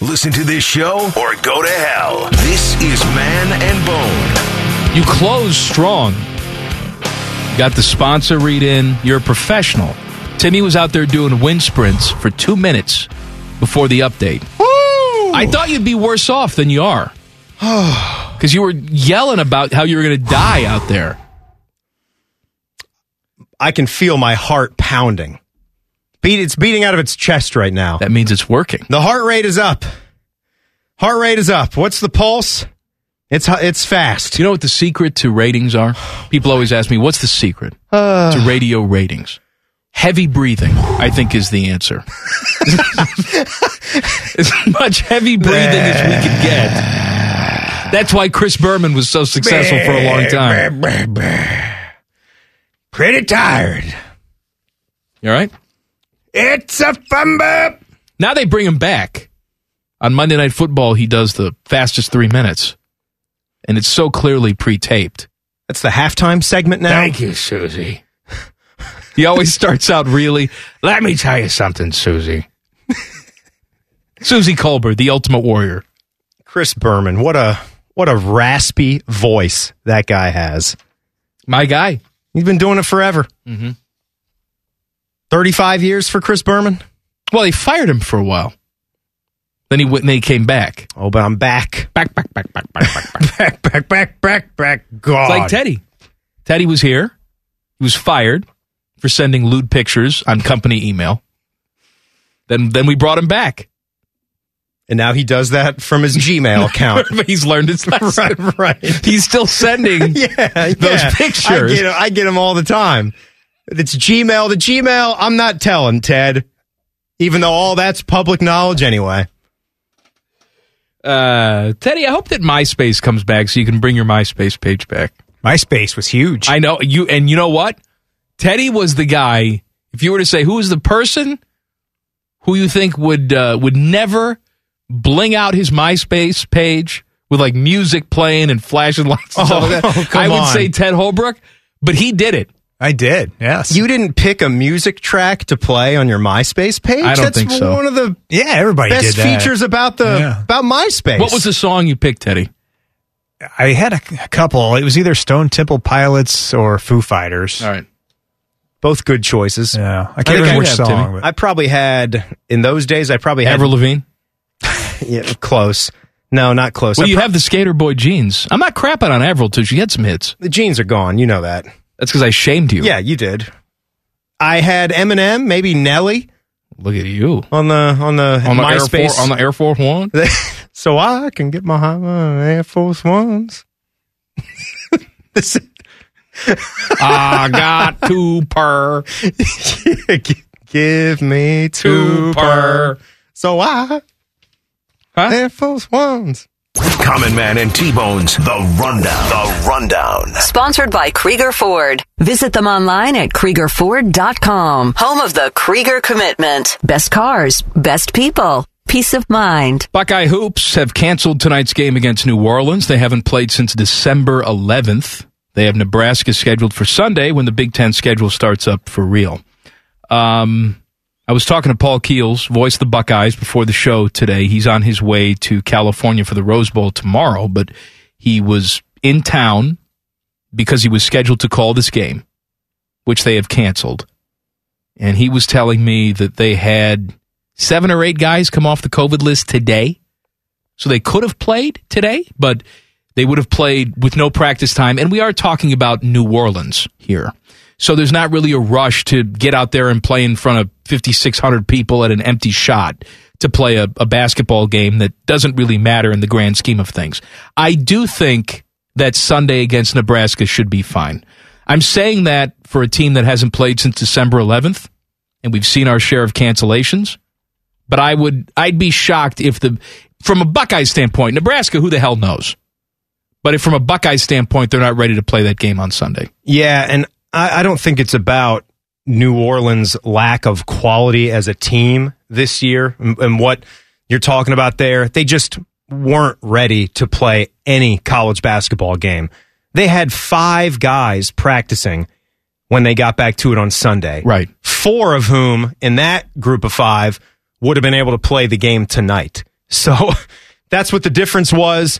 S3: Listen to this show or go to hell. This is Man and Bone.
S1: You close strong. Got the sponsor read in. You're a professional. Timmy was out there doing wind sprints for two minutes before the update. I thought you'd be worse off than you are. Because you were yelling about how you were going to die out there.
S8: I can feel my heart pounding. Beat, it's beating out of its chest right now.
S1: That means it's working.
S8: The heart rate is up. Heart rate is up. What's the pulse? It's hu- it's fast.
S1: You know what the secret to ratings are? People always ask me, what's the secret
S4: Uh.
S1: to radio ratings? Heavy breathing, I think, is the
S4: [laughs]
S1: answer. as much heavy breathing as we can get. That's why Chris Berman was so successful for a long time.
S4: Pretty tired.
S1: You all right?
S4: It's a fumble.
S1: Now they bring him back. On Monday Night Football, he does the fastest three minutes. And it's so clearly pre taped.
S8: That's the halftime segment now?
S4: Thank you, Susie.
S1: he always [laughs] starts out really.
S4: Let me tell you something, Susie.
S1: Susie Colbert, the ultimate warrior.
S8: Chris Berman, what a what a raspy voice that guy has.
S1: My guy.
S8: He's been doing it forever.
S1: Mm-hmm.
S8: 35 years for Chris Berman?
S1: Well, they fired him for a while. Then he went and they came back.
S8: Oh, but I'm back.
S1: Back, back, back, back, back, back.
S8: [laughs]
S4: Back, back, back, back, back. God.
S1: It's like Teddy. Teddy was here. He was fired for sending lewd pictures on company email. Then then we brought him back. [laughs]
S8: And now he does that from his Gmail account.
S1: He's learned his [laughs] lesson.
S8: right, right.
S1: He's still sending.
S8: [laughs] Yeah,
S1: Those
S8: yeah.
S1: pictures.
S8: I get, 'em- I get them all the time. It's Gmail to Gmail. I'm not telling, Ted, even though all that's public knowledge anyway.
S1: Uh, Teddy, I hope that MySpace comes back so you can bring your MySpace page back.
S12: MySpace was huge.
S1: I know you, and you know what? Teddy was the guy. If you were to say who is the person who you think would uh, would never bling out his MySpace page with like music playing and flashing lights, and stuff
S8: Oh,
S1: like that, [laughs]
S8: oh, come
S1: I would
S8: on.
S1: say Ted Holbrook, but he did it.
S12: I did. Yes.
S8: You didn't pick a music track to play on your MySpace page?
S1: I don't
S8: That's
S1: think so.
S8: one of the
S12: yeah, everybody
S8: best
S12: did that.
S8: features about the
S12: Yeah.
S8: about MySpace.
S1: What was the song you picked, Teddy?
S12: I had a, a couple. It was either Stone Temple Pilots or Foo Fighters.
S1: All right,
S8: Both good choices.
S12: Yeah, I can't
S1: think I
S12: remember which
S1: have, Timmy.
S12: song. but-
S8: Uh, I probably had in those days. I probably had
S1: Avril Lavigne.
S8: yeah, close. No, not close.
S1: Well,
S8: I
S1: you
S8: pro-
S1: have the Skater Boy jeans. I'm not crapping on Avril too. She had some hits.
S8: the jeans are gone. You know that.
S1: That's because I shamed you.
S8: Yeah, you did. I had Eminem, maybe Nelly
S1: Look at you
S8: on the on the
S1: on the Air
S8: MySpace.
S1: Force on the Air Force [laughs] One.
S8: so I can get my high- my Air Force Ones. [laughs] This-
S1: I got two per.
S8: Give me two
S1: Two per.
S8: per. So I
S1: Huh?
S8: Air Force Ones.
S3: Common Man and T Bones, The Rundown. The Rundown.
S10: Sponsored by Krieger Ford. Visit them online at KriegerFord.com. Home of the Krieger commitment. Best cars, best people, peace of mind.
S1: Buckeye Hoops have canceled tonight's game against New Orleans. They haven't played since December 11th. They have Nebraska scheduled for Sunday when the Big Ten schedule starts up for real. Um, I was talking to Paul Keels, voice of the Buckeyes, before the show today. He's on his way to California for the Rose Bowl tomorrow, but he was in town because he was scheduled to call this game, which they have canceled. And he was telling me that they had seven or eight guys come off the COVID list today. So they could have played today, but they would have played with no practice time. And we are talking about New Orleans here. So there's not really a rush to get out there and play in front of 5,600 people at an empty shot to play a, a basketball game that doesn't really matter in the grand scheme of things. I do think that Sunday against Nebraska should be fine. I'm saying that for a team that hasn't played since December 11th, and we've seen our share of cancellations but I would I'd be shocked if the From a Buckeye standpoint, Nebraska, who the hell knows? But if from a Buckeye standpoint, they're not ready to play that game on Sunday.
S8: Yeah, and I, I don't think it's about New Orleans' lack of quality as a team this year and, and what you're talking about there. They just weren't ready to play any college basketball game. They had five guys practicing when they got back to it on Sunday. Right. Four of whom in that group of five would have been able to play the game tonight. So [laughs] that's what the difference was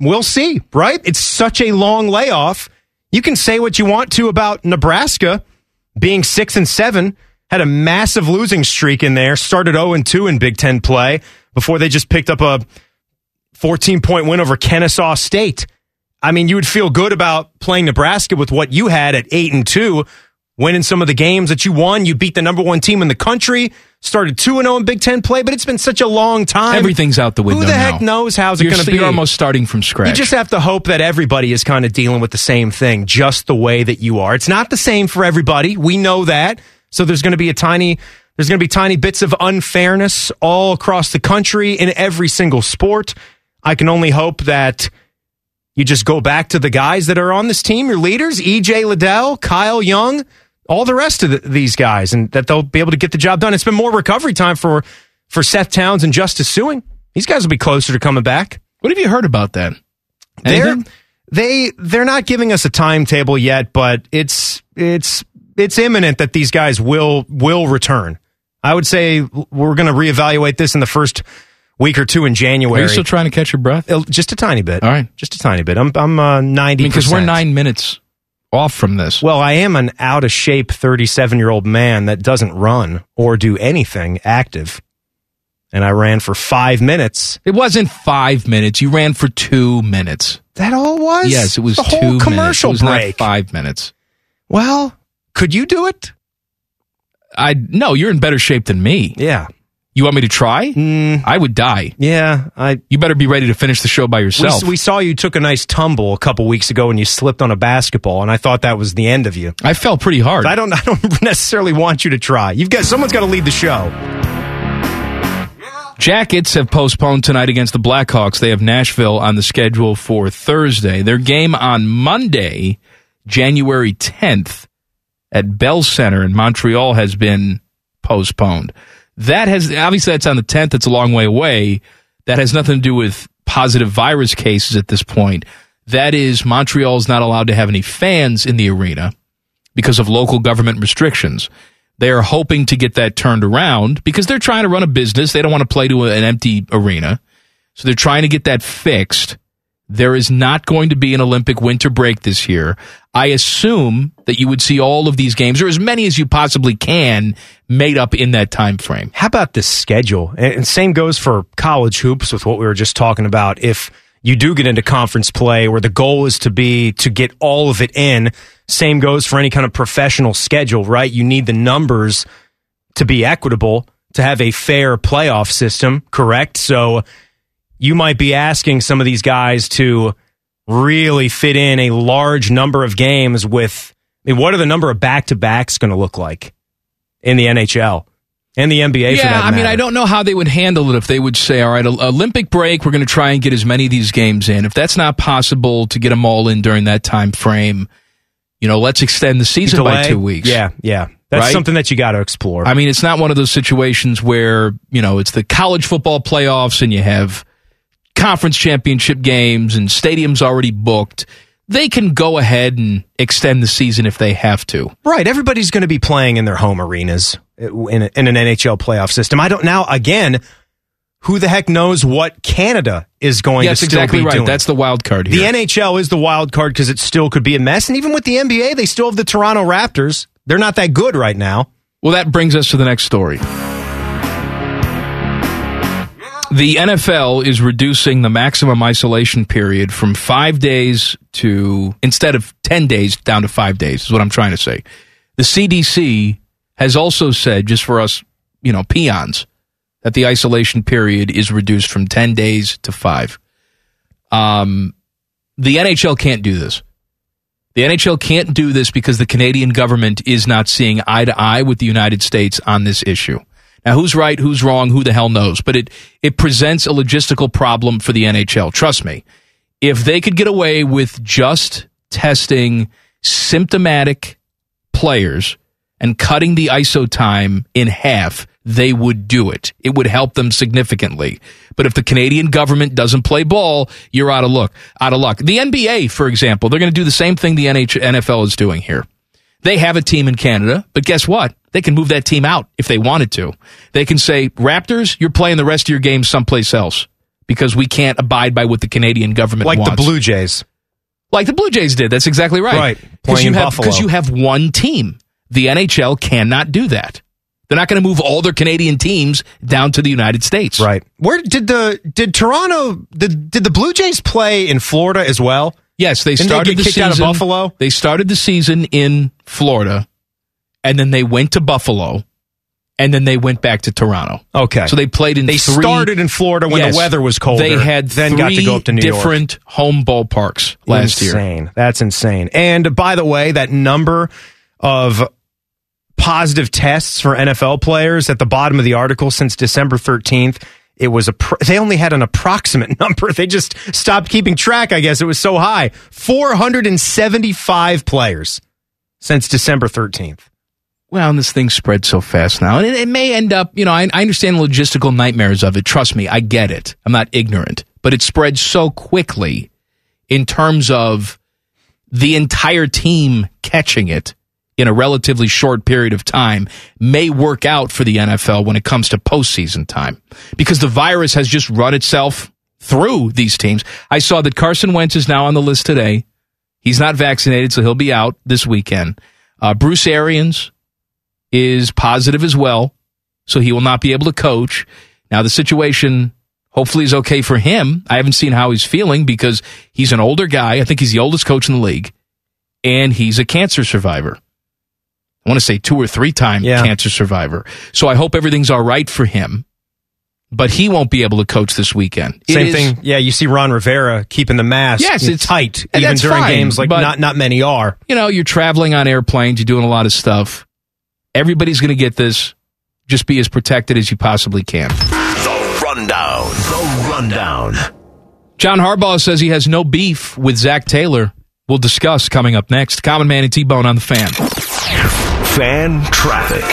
S8: we'll see, right? It's such a long layoff. You can say what you want to about Nebraska being six and seven, had a massive losing streak in there, started 0 and 2 in Big Ten play before they just picked up a 14 point win over Kennesaw State. I mean, you would feel good about playing Nebraska with what you had at 8 and 2, winning some of the games that you won. You beat the number one team in the country, started 2 and 0 in Big Ten play, but it's been such a long time.
S1: Everything's out the window.
S8: Who the heck
S1: now.
S8: knows how's it
S1: You're
S8: going to
S1: st-
S8: be?
S1: You're almost starting from scratch.
S8: You just have to hope that everybody is kind of dealing with the same thing, just the way that you are. It's not the same for everybody. We know that. So there's going to be a tiny, there's going to be tiny bits of unfairness all across the country in every single sport. I can only hope that you just go back to the guys that are on this team, your leaders, EJ Liddell, Kyle Young, all the rest of the, these guys, and that they'll be able to get the job done. It's been more recovery time for for Seth Towns and Justice Suing. These guys will be closer to coming back.
S1: What have you heard about that?
S8: They're, they they're not giving us a timetable yet, but it's it's it's imminent that these guys will will return. I would say we're going to reevaluate this in the first week or two in January.
S1: Are you still trying to catch your breath?
S8: Uh, Just a tiny bit.
S1: All right.
S8: Just a tiny bit. I'm I'm uh, ninety
S1: Because we're nine minutes off from this.
S8: Well, I am an out of shape thirty seven year old man that doesn't run or do anything active, and I ran for five minutes.
S1: It wasn't five minutes. You ran for two minutes.
S8: That all it was.
S1: Yes, it was
S8: the
S1: two
S8: whole
S1: minutes.
S8: commercial
S1: It was not
S8: break.
S1: five minutes.
S8: Well, could you do it?
S1: I no. You're in better shape than me.
S8: Yeah.
S1: You want me to try?
S8: Hmm.
S1: I would die.
S8: Yeah. I.
S1: You better be ready to finish the show by
S8: We,
S1: yourself.
S8: we saw you took a nice tumble a couple weeks ago and you slipped on a basketball, and I thought that was the end of you.
S1: I fell pretty hard.
S8: I don't. [laughs] I don't necessarily want you to try. You've got someone's got to lead the show.
S1: Jackets have postponed tonight against the Blackhawks. They have Nashville on the schedule for Thursday. Their game on Monday, January 10th, at Bell Center in Montreal has been postponed. That has obviously that's on the 10th. It's a long way away. That has nothing to do with positive virus cases at this point. That is Montreal's not allowed to have any fans in the arena because of local government restrictions. They are hoping to get that turned around because they're trying to run a business. They don't want to play to an empty arena. So they're trying to get that fixed. There is not going to be an Olympic winter break this year. I assume that you would see all of these games or as many as you possibly can made up in that time frame.
S8: How about this schedule? And and same goes for college hoops with what we were just talking about. If you do get into conference play where the goal is to be to get all of it in, same goes for any kind of professional schedule, right? You need the numbers to be equitable, to have a fair playoff system, correct? So you might be asking some of these guys to really fit in a large number of games with I mean, what are the number of back to backs going to look like in the NHL and the NBA? for
S1: Yeah,
S8: that
S1: I mean,
S8: matter?
S1: I don't know how they would handle it if they would say, all right, o- Olympic break, we're going to try and get as many of these games in. If that's not possible to get them all in during that time frame, you know, let's extend the season by
S8: Delay?
S1: two weeks.
S8: Yeah, yeah, that's
S1: Right?
S8: something that you got to explore.
S1: I mean, it's not one of those situations where, you know, it's the college football playoffs and you have conference championship games and stadiums already booked. They can go ahead and extend the season if they have to.
S8: Right. Everybody's going to be playing in their home arenas uh, in, a, in an NHL playoff system. I don't now. Again, who the heck knows what Canada is going
S1: Yeah, that's
S8: to still
S1: exactly
S8: be
S1: right.
S8: doing?
S1: That's the wild card here.
S8: The NHL is the wild card because it still could be a mess. And even with the NBA, they still have the Toronto Raptors. They're not that good right now.
S1: Well, that brings us to the next story. The NFL is reducing the maximum isolation period from five days to, instead of 10 days, down to five days, is what I'm trying to say. The CDC has also said, just for us, you know, peons, that the isolation period is reduced from 10 days to five. Um, the NHL can't do this. The NHL can't do this because the Canadian government is not seeing eye to eye with the United States on this issue. Now, who's right, who's wrong, who the hell knows? But it it presents a logistical problem for the NHL. Trust me. If they could get away with just testing symptomatic players and cutting the ISO time in half, they would do it. It would help them significantly. But if the Canadian government doesn't play ball, you're out of luck. Out of luck. The NBA, for example, they're going to do the same thing the NH- NFL is doing here. They have a team in Canada, but guess what? They can move that team out if they wanted to. They can say, Raptors, you're playing the rest of your game someplace else because we can't abide by what the Canadian government
S8: Like the
S1: wants.
S8: Blue Jays.
S1: Like the Blue Jays did. That's exactly right.
S8: Right.
S1: Because
S8: Playing
S1: you, have-
S8: Buffalo.
S1: 'cause you have one team. The NHL cannot do that. They're not going to move all their Canadian teams down to the United States.
S8: Right. Where did the did Toronto did did the Blue Jays play in Florida as well?
S1: Yes, they
S8: Didn't
S1: started
S8: they get
S1: the
S8: kicked
S1: season
S8: out of Buffalo.
S1: They started the season in Florida, and then they went to Buffalo, and then they went back to Toronto.
S8: Okay.
S1: so they played in.
S8: They
S1: three-
S8: started in Florida when the weather was colder,
S1: They had
S8: then got to
S1: three
S8: go up to New York.
S1: different home ballparks last year.
S8: Insane. That's insane. And by the way, that number of positive tests for NFL players at the bottom of the article since December 13th, it was a pr- they only had an approximate [laughs] number. They just stopped keeping track, I guess. It was so high. 475 players since December 13th.
S1: Well, and this thing spread so fast now, and it, it may end up. You know, I, I understand the logistical nightmares of it. Trust me, I get it. I'm not ignorant, but it spread so quickly in terms of the entire team catching it in a relatively short period of time may work out for the NFL when it comes to postseason time because the virus has just run itself through these teams. I saw that Carson Wentz is now on the list today. He's not vaccinated, so he'll be out this weekend. Uh, Bruce Arians is positive as well, so he will not be able to coach. Now, the situation hopefully is okay for him. I haven't seen how he's feeling because he's an older guy. I think he's the oldest coach in the league, and he's a cancer survivor. I want to say two or three time cancer survivor. So I hope everything's all right for him, but he won't be able to coach this weekend. It
S8: Same
S1: is-
S8: thing. Yeah, you see Ron Rivera keeping the mask
S1: Yes, it's-
S8: tight
S1: and
S8: even
S1: that's
S8: during
S1: fine,
S8: games like
S1: but-
S8: not not many are.
S1: you know, you're traveling on airplanes, you're doing a lot of stuff. Everybody's going to get this. Just be as protected as you possibly can.
S3: The Rundown. The Rundown.
S1: John Harbaugh says he has no beef with Zach Taylor. We'll discuss coming up next. Common Man and T Bone on the fan.
S3: Fan traffic.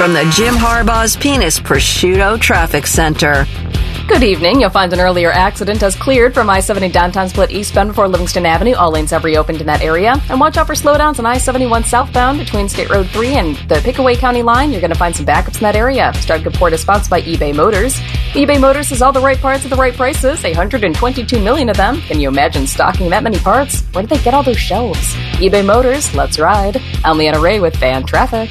S10: From the Jim Harbaugh's Penis Prosciutto Traffic Center.
S11: Good evening. You'll find an earlier accident has cleared from I 70 downtown split eastbound before Livingston Avenue. All lanes have reopened in that area. And watch out for slowdowns on I 71 southbound between State Road 3 and the Pickaway County line. You're going to find some backups in that area. Start good port spots by eBay Motors. eBay Motors has all the right parts at the right prices, 122 million of them. Can you imagine stocking that many parts? Where do they get all those shelves? eBay Motors, let's ride. I'm Leanna Ray with Fan Traffic.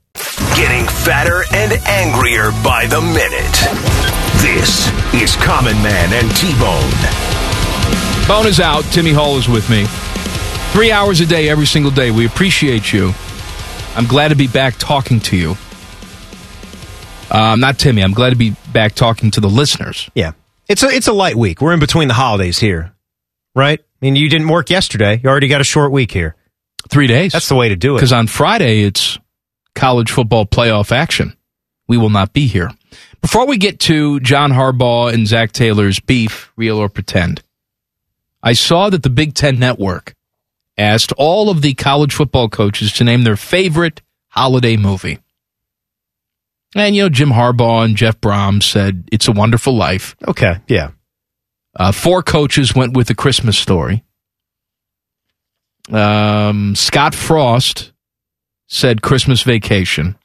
S3: Getting fatter and angrier by the minute. This is Common Man and T Bone.
S1: Bone is out. Timmy Hall is with me. Three hours a day, every single day. We appreciate you. I'm glad to be back talking to you. Um, not Timmy. I'm glad to be back talking to the listeners.
S8: Yeah. It's a it's a light week. We're in between the holidays here. Right? I mean, you didn't work yesterday. You already got a short week here.
S1: Three days.
S8: That's the way to do it.
S1: Because on Friday, it's college football playoff action. We will not be here. Before we get to John Harbaugh and Zach Taylor's beef, real or pretend, I saw that the Big Ten Network asked all of the college football coaches to name their favorite holiday movie. And, you know, Jim Harbaugh and Jeff Brom said, It's a Wonderful Life.
S8: Okay, yeah.
S1: Uh, four coaches went with The Christmas Story. Um, Scott Frost said Christmas Vacation.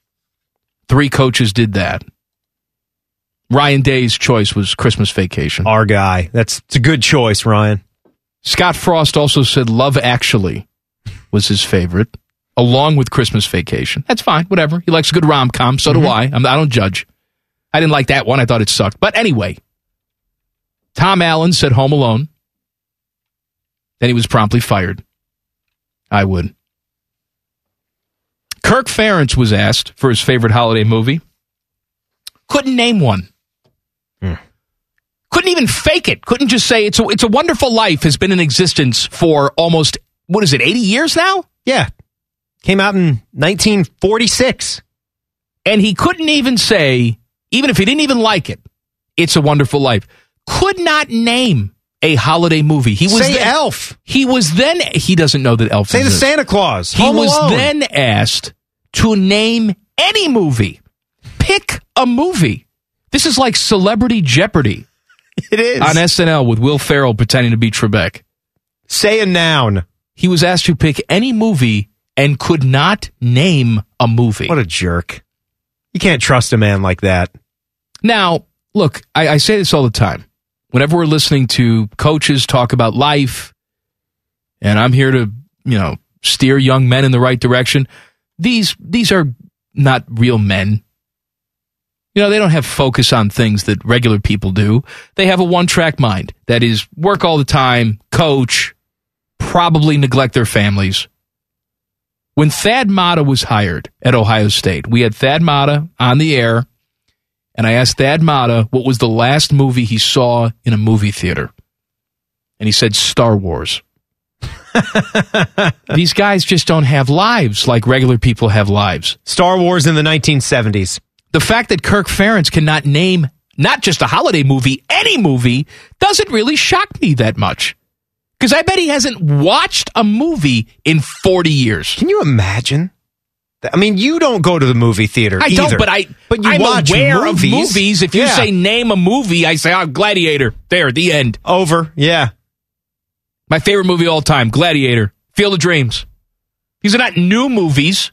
S1: Three coaches did that. Ryan Day's choice was Christmas Vacation.
S8: Our guy. That's it's a good choice, Ryan.
S1: Scott Frost also said Love Actually was his favorite, along with Christmas Vacation. That's fine, whatever. He likes a good rom com, so do I. I'm, I don't judge. I didn't like that one. I thought it sucked. But anyway, Tom Allen said Home Alone. Then he was promptly fired. I would. Kirk Ferentz was asked for his favorite holiday movie. Couldn't name one. Couldn't even fake it. Couldn't just say it's a, it's a wonderful life has been in existence for almost what is it 80 years now?
S8: Yeah. Came out in 1946.
S1: And he couldn't even say even if he didn't even like it. It's a wonderful life. Could not name a holiday movie. He was
S8: Say
S1: then-
S8: Elf.
S1: He was then he doesn't know that Elf
S8: Say the
S1: exists.
S8: Santa Claus.
S1: He
S8: Home
S1: was
S8: Alone.
S1: then asked to name any movie. Pick a movie. This is like Celebrity Jeopardy.
S8: It is.
S1: On SNL with Will Ferrell pretending to be Trebek.
S8: Say a noun.
S1: He was asked to pick any movie and could not name a movie. What
S8: a jerk. You can't trust a man like that.
S1: Now, look, I, I say this all the time. Whenever we're listening to coaches talk about life, and I'm here to, you know, steer young men in the right direction, these these are not real men. You know, they don't have focus on things that regular people do. They have a one track mind that is work all the time, coach, probably neglect their families. When Thad Matta was hired at Ohio State, we had Thad Matta on the air and I asked Thad Matta what was the last movie he saw in a movie theater. And he said Star [laughs] Wars. These guys just don't have lives like regular people have lives.
S8: Star Wars in the 1970s.
S1: The fact that Kirk Ferentz cannot name not just a holiday movie, any movie, doesn't really shock me that much. Because I bet he hasn't watched a movie in 40 years.
S8: Can you imagine? Th- I mean, you don't go to the movie theater
S1: I
S8: either.
S1: don't, but I
S8: But you
S1: I'm
S8: watch
S1: aware
S8: movies.
S1: of movies. If you
S8: Yeah.
S1: say name a movie, I say oh, Gladiator. There, the end.
S8: Over. Yeah.
S1: My favorite movie of all time, Gladiator. Field of Dreams. These are not new movies.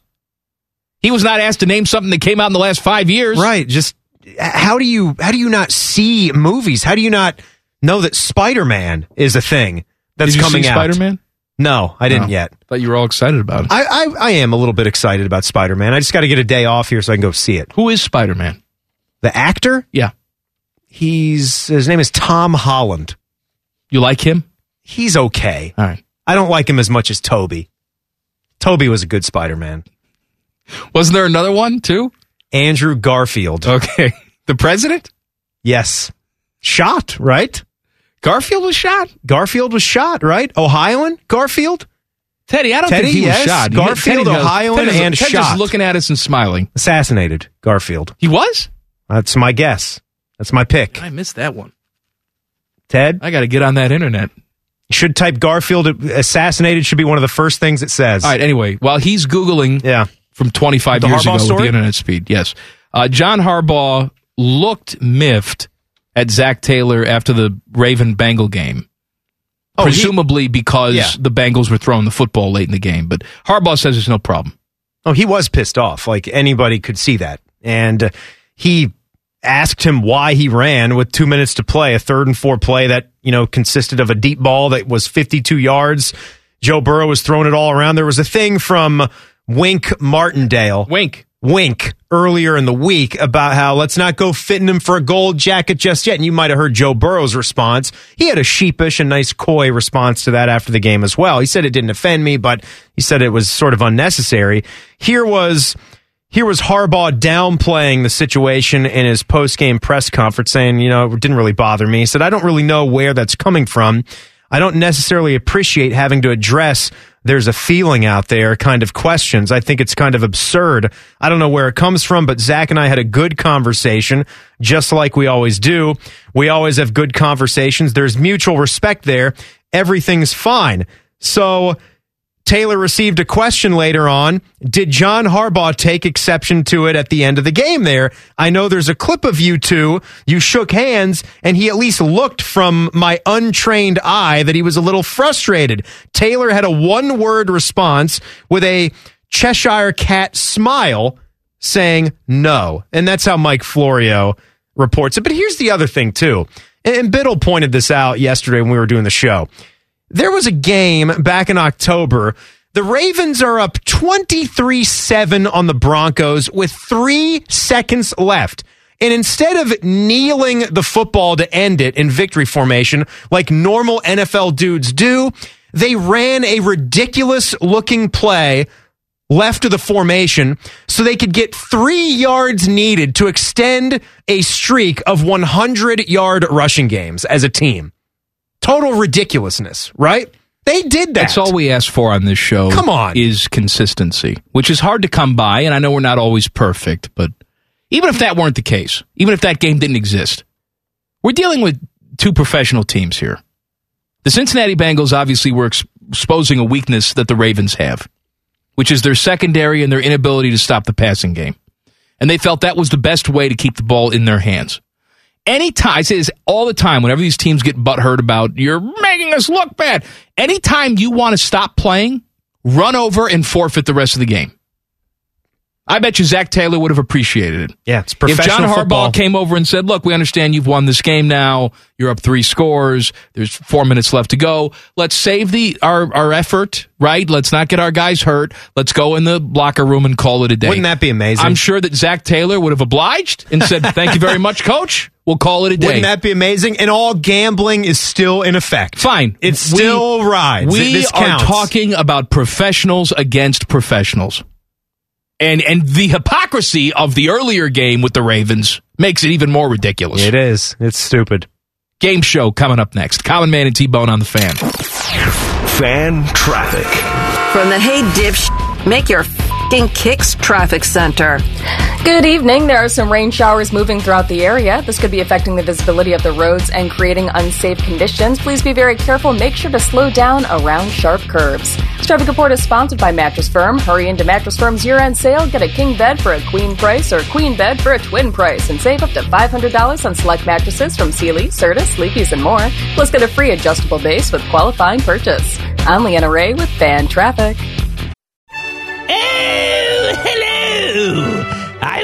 S1: He was not asked to name something that came out in the last five years.
S8: Right. Just h- how do you how do you not see movies? How do you not know that Spider Man is a thing that's
S1: Did you
S8: coming
S1: see
S8: out?
S1: Spider-Man? Oh.
S8: No, I didn't
S1: No.
S8: yet.
S1: Thought you were all excited about it.
S8: I, I I am a little bit excited about Spider Man. I just got to get a day off here so I can go see it.
S1: Who is Spider Man?
S8: The actor?
S1: Yeah.
S8: He's his name is Tom Holland.
S1: You like him?
S8: He's okay.
S1: All right.
S8: I don't like him as much as Toby. Toby was a good Spider Man.
S1: Wasn't there another one too?
S8: Andrew Garfield.
S1: Okay. [laughs] The president?
S8: Yes. Shot, right?
S1: Garfield was shot.
S8: Garfield was shot, right? Ohioan Garfield?
S1: Teddy, I don't
S8: Teddy,
S1: think he
S8: yes.
S1: was shot.
S8: Garfield,
S1: Teddy-
S8: Ohioan,
S1: Teddy's-
S8: and
S1: Ted's
S8: shot.
S1: just looking at us and smiling.
S8: Assassinated Garfield.
S1: He was?
S8: That's my guess. That's my pick.
S1: I missed that one.
S8: Ted?
S1: I got to get on that internet.
S8: You should type Garfield assassinated should be one of the first things it says.
S1: All right. Anyway, while he's googling,
S8: yeah,
S1: from 25
S8: The
S1: years
S8: Harbaugh
S1: ago
S8: story?
S1: with the internet speed. Yes, uh, John Harbaugh looked miffed at Zach Taylor after the Raven Bengal game.
S8: Oh, he-
S1: Presumably because
S8: Yeah.
S1: the Bengals were throwing the football late in the game, but Harbaugh says it's no problem.
S8: Oh, he was pissed off. Like anybody could see that. And uh, he asked him why he ran with two minutes to play, a third and four play that, you know, consisted of a deep ball that was 52 yards. Joe Burrow was throwing it all around. There was a thing from Wink Martindale.
S1: Wink.
S8: Wink earlier in the week about how let's not go fitting him for a gold jacket just yet. And you might have heard Joe Burrow's response. He had a sheepish and nice coy response to that after the game as well. He said it didn't offend me, but he said it was sort of unnecessary. Here was here was Harbaugh downplaying the situation in his post game press conference, saying, you know, it didn't really bother me. He said, I don't really know where that's coming from. I don't necessarily appreciate having to address there's a feeling out there kind of questions. I think it's kind of absurd. I don't know where it comes from, but Zach and I had a good conversation, just like we always do. We always have good conversations. There's mutual respect there. Everything's fine. So Taylor received a question later on. Did John Harbaugh take exception to it at the end of the game there? I know there's a clip of you two. You shook hands, and he at least looked from my untrained eye that he was a little frustrated. Taylor had a one word response with a Cheshire cat smile saying no. And that's how Mike Florio reports it. But here's the other thing, too. And Biddle pointed this out yesterday when we were doing the show there was a game back in October. The Ravens are up 23 7 on the Broncos with three seconds left. And instead of kneeling the football to end it in victory formation, like normal NFL dudes do, they ran a ridiculous looking play left of the formation so they could get three yards needed to extend a streak of 100 yard rushing games as a team. Total ridiculousness, right? They did that.
S1: That's all we ask for on this show.
S8: Come on.
S1: is consistency, which is hard to come by. And I know we're not always perfect, but even if that weren't the case, even if that game didn't exist, we're dealing with two professional teams here. The Cincinnati Bengals obviously were ex- exposing a weakness that the Ravens have, which is their secondary and their inability to stop the passing game. And they felt that was the best way to keep the ball in their hands. Anytime, I say this all the time, whenever these teams get butthurt about, you're making us look bad. Anytime you want to stop playing, run over and forfeit the rest of the game. I bet you Zach Taylor would have appreciated it.
S8: Yeah, it's
S1: If John
S8: professional
S1: Harbaugh
S8: football.
S1: came over and said, "Look, we understand you've won this game now. You're up three scores. There's four minutes left to go. Let's save the our our effort, right? Let's not get our guys hurt. Let's go in the locker room and call it a day."
S8: Wouldn't that be amazing?
S1: I'm sure that Zach Taylor would have obliged and said, "Thank you very much, Coach. We'll call it a day."
S8: Wouldn't that be amazing? And all gambling is still in effect.
S1: Fine.
S8: It still rides.
S1: We
S8: this
S1: are
S8: counts.
S1: talking about professionals against professionals. And and the hypocrisy of the earlier game with the Ravens makes it even more ridiculous. It
S8: is. It's stupid.
S1: Game show coming up next. Common Man and T Bone on the fan.
S3: Fan traffic.
S10: From the Hey Dipsh, make your fing kicks traffic center.
S11: Good evening. There are some rain showers moving throughout the area. This could be affecting the visibility of the roads and creating unsafe conditions. Please be very careful. Make sure to slow down around sharp curves. This traffic report is sponsored by Mattress Firm. Hurry into Mattress Firm's year-end sale. Get a king bed for a queen price or queen bed for a twin price and save up to $500 on select mattresses from Sealy, Certus, Sleepy's, and more. Plus get a free adjustable base with qualifying purchase. I'm Leanna Ray with Fan Traffic.
S4: Hello! I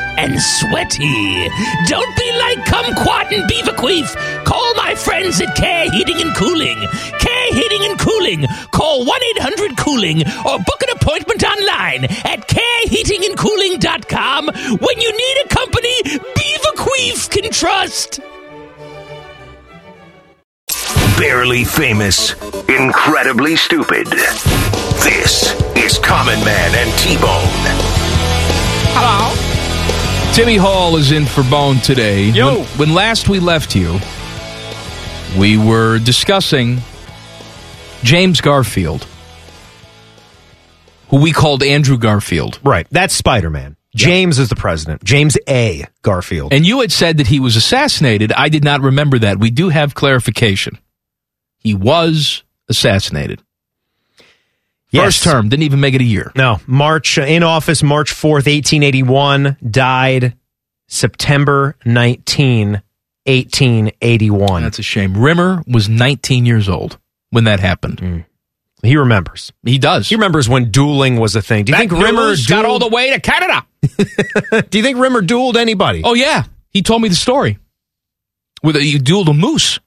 S4: and sweaty. Don't be like Kumquat and Beaverqueef. Call my friends at Care Heating and Cooling. Care Heating and Cooling. Call 1 800 Cooling or book an appointment online at careheatingandcooling.com when you need a company Beaverqueef can trust.
S3: Barely famous, incredibly stupid. This is Common Man and T Bone.
S1: Hello. Timmy Hall is in for Bone today. Yo. When, when last we left you, we were discussing James Garfield, who we called Andrew Garfield.
S8: Right. That's Spider Man. James is the president. James A. Garfield.
S1: And you had said that he was assassinated. I did not remember that. We do have clarification. He was assassinated. First term, didn't even make it a year.
S8: No, March uh, in office, March fourth, eighteen eighty one. Died September 19, 1881.
S1: That's a shame. Rimmer was 19 years old when that happened.
S8: Mm. He remembers.
S1: He does. He
S8: remembers when dueling was a thing. Do you
S1: That
S8: think Rimmer
S1: news got all the way to Canada?
S8: Do you think Rimmer dueled anybody?
S1: Oh yeah, he told me the story. With a, you dueled a moose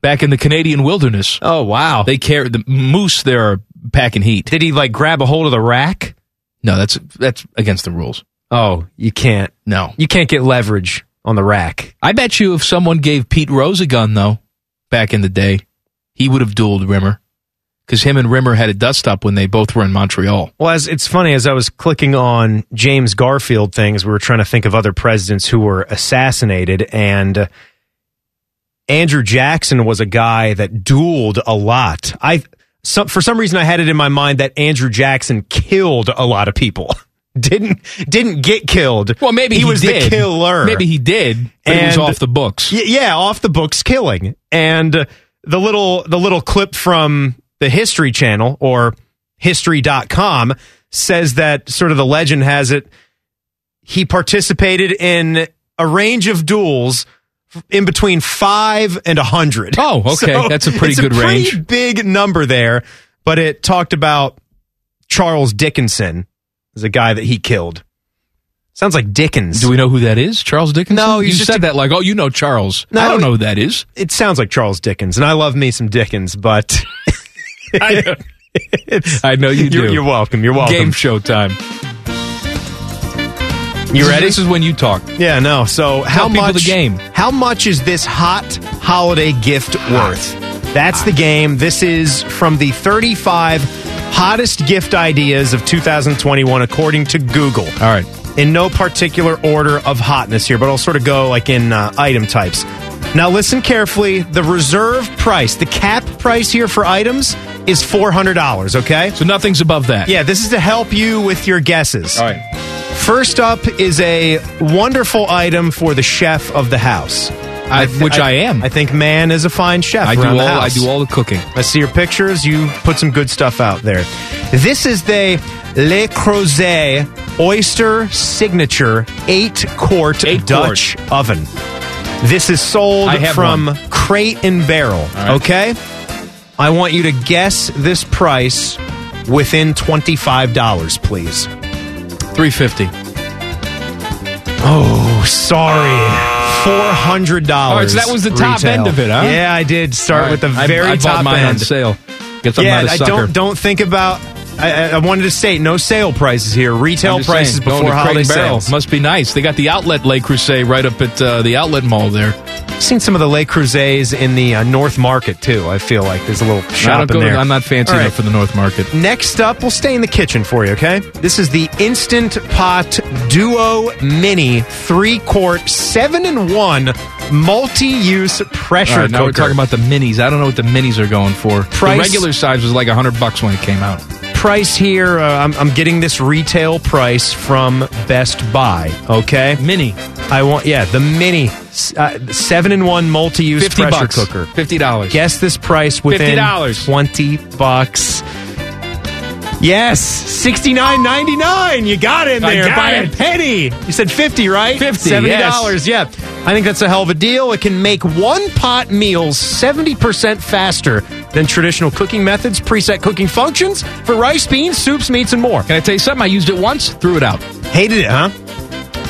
S1: back in the Canadian wilderness.
S8: Oh wow,
S1: they carried the moose there are packing heat.
S8: Did he like grab a hold of the rack?
S1: No, that's that's against the rules.
S8: Oh, you can't.
S1: No,
S8: you can't get leverage on the rack.
S1: I bet you if someone gave Pete Rose a gun though, back in the day, he would have dueled Rimmer because him and Rimmer had a dust up when they both were in Montreal.
S8: Well, as it's funny as I was clicking on James Garfield things, we were trying to think of other presidents who were assassinated, and uh, Andrew Jackson was a guy that dueled a lot. I some, for some reason I had it in my mind that Andrew Jackson killed a lot of people. [laughs] didn't didn't get killed.
S1: Well, maybe
S8: he, was
S1: did.
S8: the killer.
S1: Maybe he did, but it was off the books.
S8: Y- yeah, off the books killing. And uh, the little the little clip from the History Channel or history.com says that sort of the legend has it he participated in a range of duels f- in between 5 and a 100.
S1: Oh, okay. That's a pretty
S8: it's
S1: good
S8: pretty
S1: range.
S8: big number there but it talked about Charles Dickinson, is a guy that he killed. Sounds like Dickens. Do
S1: we know who that is? Charles Dickens?
S8: No,
S1: you
S8: he's just
S1: said that like, oh, you know Charles. I don't know who that is.
S8: It sounds like Charles Dickens, and I love me some Dickens, but
S1: [laughs] I, know [laughs] you do.
S8: [laughs] You're, you're welcome. You're welcome.
S1: Game show time.
S8: You ready?
S1: This is when you talk.
S8: Yeah, no. So how
S1: people
S8: much
S1: the game.
S8: How much is this hot holiday gift worth? That's the game. This is from the 35 hottest gift ideas of 2021 according to Google. All
S1: right.
S8: In no particular order of hotness here, but I'll sort of go like in uh, item types. Now listen carefully. The reserve price, the cap price here for items is $400, okay?
S1: So nothing's above that.
S8: Yeah, this is to help you with your guesses.
S1: All right.
S8: First up is a wonderful item for the chef of the house. I th-
S1: which I am.
S8: I think man is a fine chef.
S1: I do
S8: around
S1: all
S8: the
S1: I
S8: house.
S1: do all the cooking.
S8: I see your pictures. You put some good stuff out there. This is the Le Creuset Oyster Signature 8 quart Dutch oven. This is sold
S1: I have
S8: from
S1: one.
S8: Crate and Barrel. Okay? I want you to guess this price within $25, please.
S1: 350
S8: Oh, sorry.
S1: Oh,
S8: $400.
S1: All right, so that was the top
S8: retail.
S1: end of it, huh?
S8: Yeah, I did start
S1: All right.
S8: with the
S1: I-
S8: very
S1: I bought
S8: top
S1: mine
S8: end.
S1: on sale. Guess I'm
S8: yeah,
S1: not a
S8: I
S1: sucker.
S8: don't don't think about. I, I- I wanted to say no sale prices here. Retail
S1: I'm just
S8: prices
S1: saying, going
S8: before
S1: to Crate
S8: holiday
S1: and Barrel.
S8: sales.
S1: Must be nice. They got the outlet Le Creuset right up at uh, the outlet mall there.
S8: Seen some of the Le Creuses in the uh, North Market too. I feel like there's a little
S1: I
S8: shop
S1: don't
S8: in
S1: go to-
S8: there.
S1: I'm not fancy
S8: All right.
S1: enough for the North Market.
S8: Next up, we'll stay in the kitchen for you, okay? This is the Instant Pot Duo Mini three quart seven in one multi use pressure
S1: All right, now
S8: cooker.
S1: we're talking about the minis. I don't know what the minis are going for.
S8: Price-
S1: The regular size was like hundred bucks when it came out.
S8: price here. Uh, I'm, I'm getting this retail price from Best Buy. Okay,
S1: mini.
S8: I want yeah the mini s- uh, seven in one multi use
S1: 50
S8: pressure
S1: bucks.
S8: cooker.
S1: Fifty dollars.
S8: Guess this price within
S1: $50.
S8: twenty bucks. Yes, sixty nine ninety nine. You got in
S1: I
S8: there
S1: got
S8: by
S1: it.
S8: a penny. You said fifty, right?
S1: 50,
S8: seventy
S1: yes.
S8: dollars. Yeah, I think that's a hell of a deal. It can make one pot meals seventy percent faster than traditional cooking methods. Preset cooking functions for rice, beans, soups, meats, and more.
S1: Can I tell you something? I used it once, threw it out.
S8: Hated it, huh?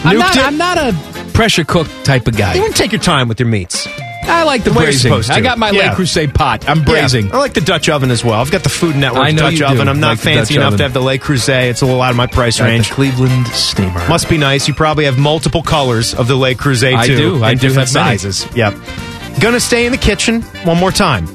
S1: I'm
S8: Nuked
S1: not,
S8: it?
S1: I'm not a pressure cook type of guy.
S8: You want to take your time with your meats.
S1: I like the,
S8: way you're
S1: braising.
S8: supposed to.
S1: I got my
S8: Yeah.
S1: Le Creuset pot. I'm braising.
S8: Yeah, I like the Dutch oven as well. I've got the Food Network
S1: I know
S8: Dutch
S1: you do
S8: oven. I'm not
S1: like the
S8: fancy
S1: Dutch
S8: enough
S1: oven.
S8: to have the Le Creuset. It's a little out of my price
S1: Got the
S8: range.
S1: Cleveland steamer.
S8: Must be nice. You probably have multiple colors of the Le Creuset
S1: I
S8: too.
S1: do. I
S8: and
S1: do
S8: different
S1: have many.
S8: sizes. Yep. Gonna stay in the kitchen one more time.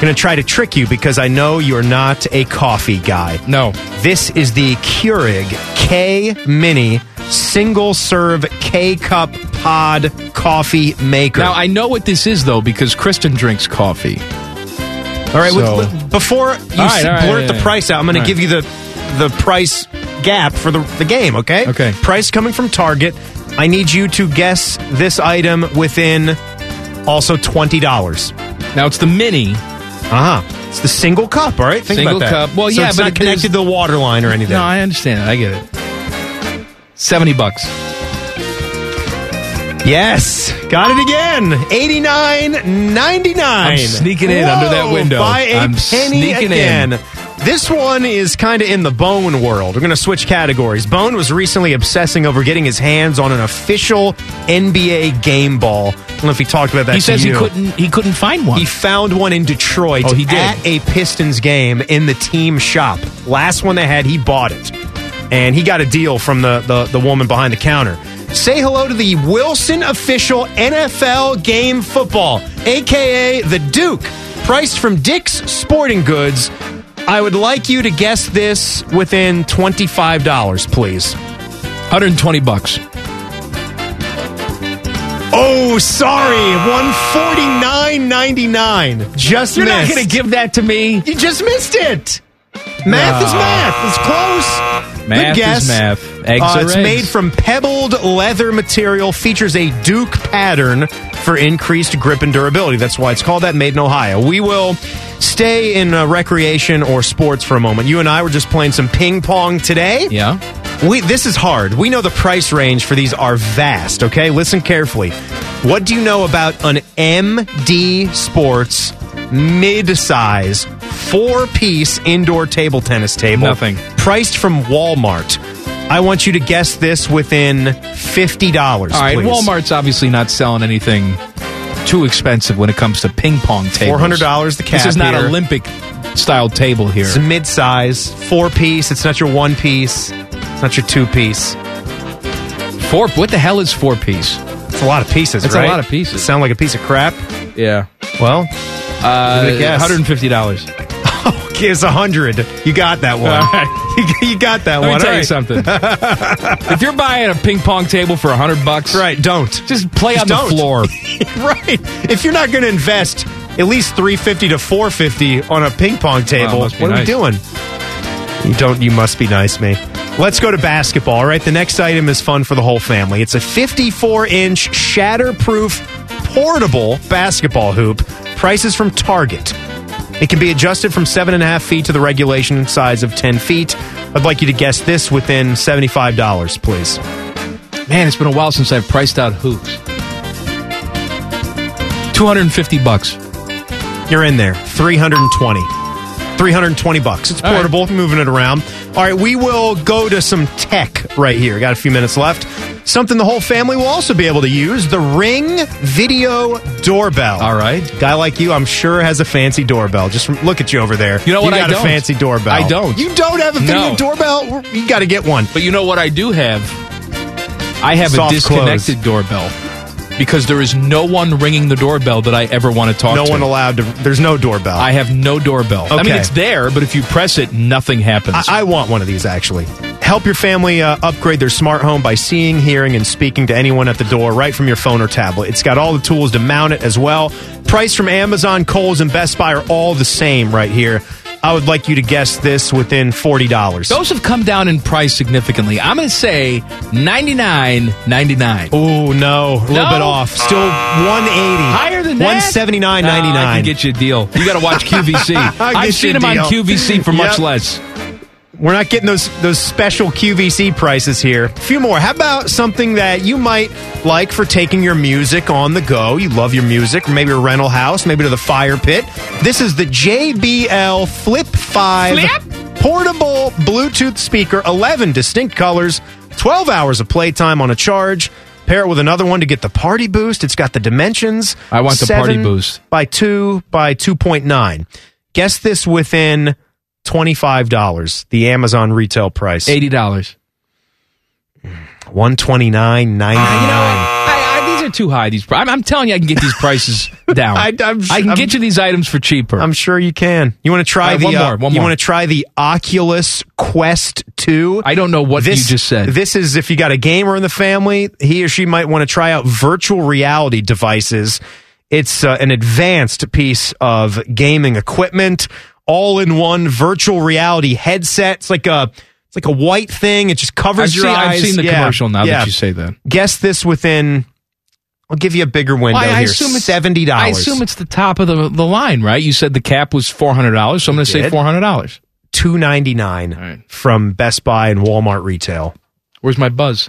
S8: Gonna try to trick you because I know you're not a coffee guy.
S1: No.
S8: This is the Keurig K Mini single serve K cup pod coffee maker.
S1: Now I know what this is though because Kristen drinks coffee.
S8: All right.
S1: So-
S8: well, before you
S1: All right,
S8: s-
S1: all right,
S8: blurt
S1: yeah,
S8: the
S1: yeah.
S8: price out, I'm going
S1: All
S8: to
S1: right.
S8: give you the the price gap for the the game. Okay.
S1: Okay.
S8: Price coming from Target. I need you to guess this item within also twenty dollars.
S1: Now it's the mini
S8: Uh huh. It's the single cup. All right. Think
S1: Uh-huh. Single
S8: about that.
S1: cup. Well,
S8: So
S1: yeah,
S8: it's
S1: but
S8: not
S1: it
S8: connected
S1: is-
S8: to the water line or anything.
S1: No, I understand. I get it. Seventy bucks.
S8: Yes, got it again. Eighty nine ninety nine.
S1: I'm sneaking in under that window.
S8: By a
S1: I'm
S8: penny
S1: sneaking
S8: again.
S1: in.
S8: This one is kind of in the Bone world. We're going to switch categories. Bone was recently obsessing over getting his hands on an official NBA game ball. I don't know if he talked about that.
S1: he
S8: to
S1: says he
S8: you.
S1: couldn't. He couldn't find one.
S8: He found one in Detroit
S1: Oh, he did.
S8: at a Pistons game in the team shop. Last one they had, he bought it. And he got a deal from the, the, the woman behind the counter. Say hello to the Wilson official NFL game football, aka the Duke, priced from Dick's Sporting Goods. I would like you to guess this within $25, please.
S1: 120 bucks.
S8: Oh, sorry, 149.99. Just
S1: You're
S8: missed.
S1: not going to give that to me.
S8: You just missed it. Math is
S1: No.
S8: math. It's close.
S1: Ah. Math
S8: Good
S1: is
S8: guess.
S1: math. Eggs
S8: Uh,
S1: are
S8: it's
S1: eggs.
S8: made from pebbled leather material, features a Duke pattern for increased grip and durability. That's why it's called that. Made in Ohio. We will stay in uh, recreation or sports for a moment. You and I were just playing some ping pong today.
S1: Yeah.
S8: We this is hard. We know the price range for these are vast, okay? Listen carefully. What do you know about an MD Sports mid-size four piece indoor table tennis table. Nothing. Priced from Walmart. I want you to guess this within $50. All
S1: All right,
S8: please.
S1: Walmart's obviously not selling anything too expensive when it comes to ping pong tables.
S8: $400 the cap
S1: This is not
S8: here.
S1: Olympic style table here.
S8: It's mid size, four piece. It's not your one piece, it's not your two piece.
S1: Four? What the hell is four piece?
S8: It's a lot of pieces,
S1: It's a
S8: right?
S1: lot of pieces.
S8: Sound like a piece of crap?
S1: Yeah.
S8: Well,
S1: uh,
S8: give it a guess.
S1: $150.
S8: Is a hundred. You got that one.
S1: All right.
S8: You- [laughs] you got that
S1: Let me
S8: one.
S1: tell
S8: All
S1: you
S8: right.
S1: something. [laughs] if you're buying a ping pong table for 100 bucks,
S8: right, don't.
S1: Just play
S8: Just
S1: on the
S8: don't.
S1: floor.
S8: [laughs] right. If you're not going to invest at least 350 to 450 on a ping pong table,
S1: must be
S8: what are we
S1: nice.
S8: doing? You don't you must be nice, me. Let's go to basketball, all right? The next item is fun for the whole family. It's a 54-inch shatterproof portable basketball hoop. Prices from Target. It can be adjusted from seven and a half feet to the regulation size of ten feet. I'd like you to guess this within seventy-five dollars,
S1: [laughs]
S8: please.
S1: Man, it's been a while since I've priced out hoops. 250 bucks.
S8: You're in there. 320. 320 bucks. It's portable, moving it around. All right, we will go to some tech right here. Got a few minutes left. Something the whole family will also be able to use the Ring video doorbell. All
S1: right.
S8: Guy like you, I'm sure, has a fancy doorbell. Just from- look at you over there.
S1: You know what?
S8: You
S1: I
S8: got a
S1: don't.
S8: fancy doorbell.
S1: I don't.
S8: You don't have a video
S1: No.
S8: doorbell? You got to get one.
S1: But you know what I do have? I have
S8: Soft
S1: a disconnected doorbell because there is no one ringing the doorbell that I ever want to talk
S8: No
S1: to.
S8: one allowed to. There's no doorbell.
S1: I have no doorbell. I mean,
S8: Okay.
S1: it's there, but if you press it, nothing happens.
S8: I, I want one of these actually. Help your family uh, upgrade their smart home by seeing, hearing, and speaking to anyone at the door right from your phone or tablet. It's got all the tools to mount it as well. Price from Amazon, Kohl's, and Best Buy are all the same right here. I would like you to guess this within forty dollars.
S1: Those have come down in price significantly. I'm going to say 99.99.
S8: Oh no, a little bit off. Still 180.
S1: Higher than that?
S8: One seventy nine ninety
S1: Nah, I
S8: nine.
S1: can get you a deal. You got to [laughs] watch QVC.
S8: I'll get
S1: I've seen
S8: you a
S1: them on
S8: deal.
S1: QVC for much
S8: Yep.
S1: less.
S8: We're not getting those those special QVC prices here. A few more. How about something that you might like for taking your music on the go? You love your music, or maybe a rental house, maybe to the fire pit. This is the JBL Flip 5 portable Bluetooth speaker, 11 distinct colors, 12 hours of playtime on a charge. Pair it with another one to get the party boost. It's got the dimensions.
S1: I want the party
S8: Seven
S1: boost.
S8: by 2 by 2.9. Guess this within $25, the Amazon retail price.
S1: $80.
S8: 129
S1: Uh, I, I, these are too high. These pri- I'm, I'm telling you, I can get these prices down. [laughs] I, can get you these items for cheaper.
S8: I'm sure you can. You want to try
S1: All right,
S8: the
S1: one
S8: uh,
S1: more, one
S8: you
S1: more.
S8: want to try the Oculus Quest 2?
S1: I don't know what
S8: this,
S1: you just said.
S8: This is if you got a gamer in the family, he or she might want to try out virtual reality devices. It's uh, an advanced piece of gaming equipment, all in one virtual reality headset. It's like a it's like a white thing. It just covers
S1: I've,
S8: your
S1: seen, I've
S8: eyes.
S1: seen the
S8: Yeah,
S1: commercial now
S8: yeah.
S1: that you say that.
S8: Guess this within. I'll give you a bigger window
S1: Well, I- I
S8: here.
S1: assume it's-
S8: seventy dollars.
S1: I assume it's the top of the, the line, right? You said the cap was four hundred dollars, so I'm going to say
S8: did.
S1: four hundred dollars.
S8: two ninety nine from Best Buy and Walmart retail.
S1: Where's my buzz? [laughs]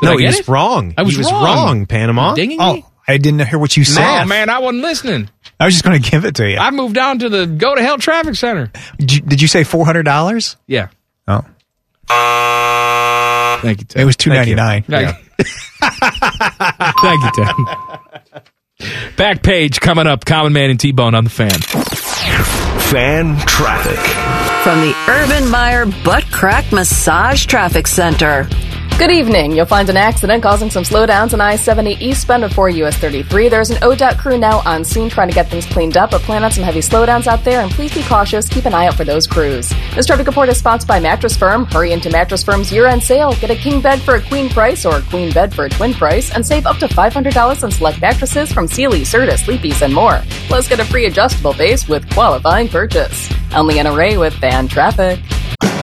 S1: Did I
S8: no, he
S1: get
S8: was
S1: it?
S8: wrong.
S1: I was
S8: he was
S1: wrong.
S8: wrong. Panama.
S1: You're dinging
S8: oh,
S1: me?
S16: I didn't hear what you said.
S1: Oh man, I wasn't listening.
S16: I was just going to give it to you.
S1: I moved down to the go to hell traffic center.
S16: Did you, did you say four hundred dollars?
S1: Yeah.
S16: Oh,
S1: Thank you. Ted.
S16: it was two ninety nine.
S1: Thank
S17: [laughs]
S1: you. Thank you, Ted. Back page coming up. Common Man and T Bone on the fan.
S3: Fan traffic.
S10: From the Urban Meyer Butt Crack Massage Traffic Center.
S11: Good evening. You'll find an accident causing some slowdowns on I 70 eastbound before US 33. There's an ODOT crew now on scene trying to get things cleaned up, but plan on some heavy slowdowns out there and please be cautious. Keep an eye out for those crews. This traffic report is sponsored by Mattress Firm. Hurry into Mattress Firm's year end sale. Get a king bed for a queen price or a queen bed for a twin price and save up to $500 on select mattresses from Sealy, Serta, Sleepy's, and more. Plus, get a free adjustable base with qualifying purchase. Only an array with fan traffic.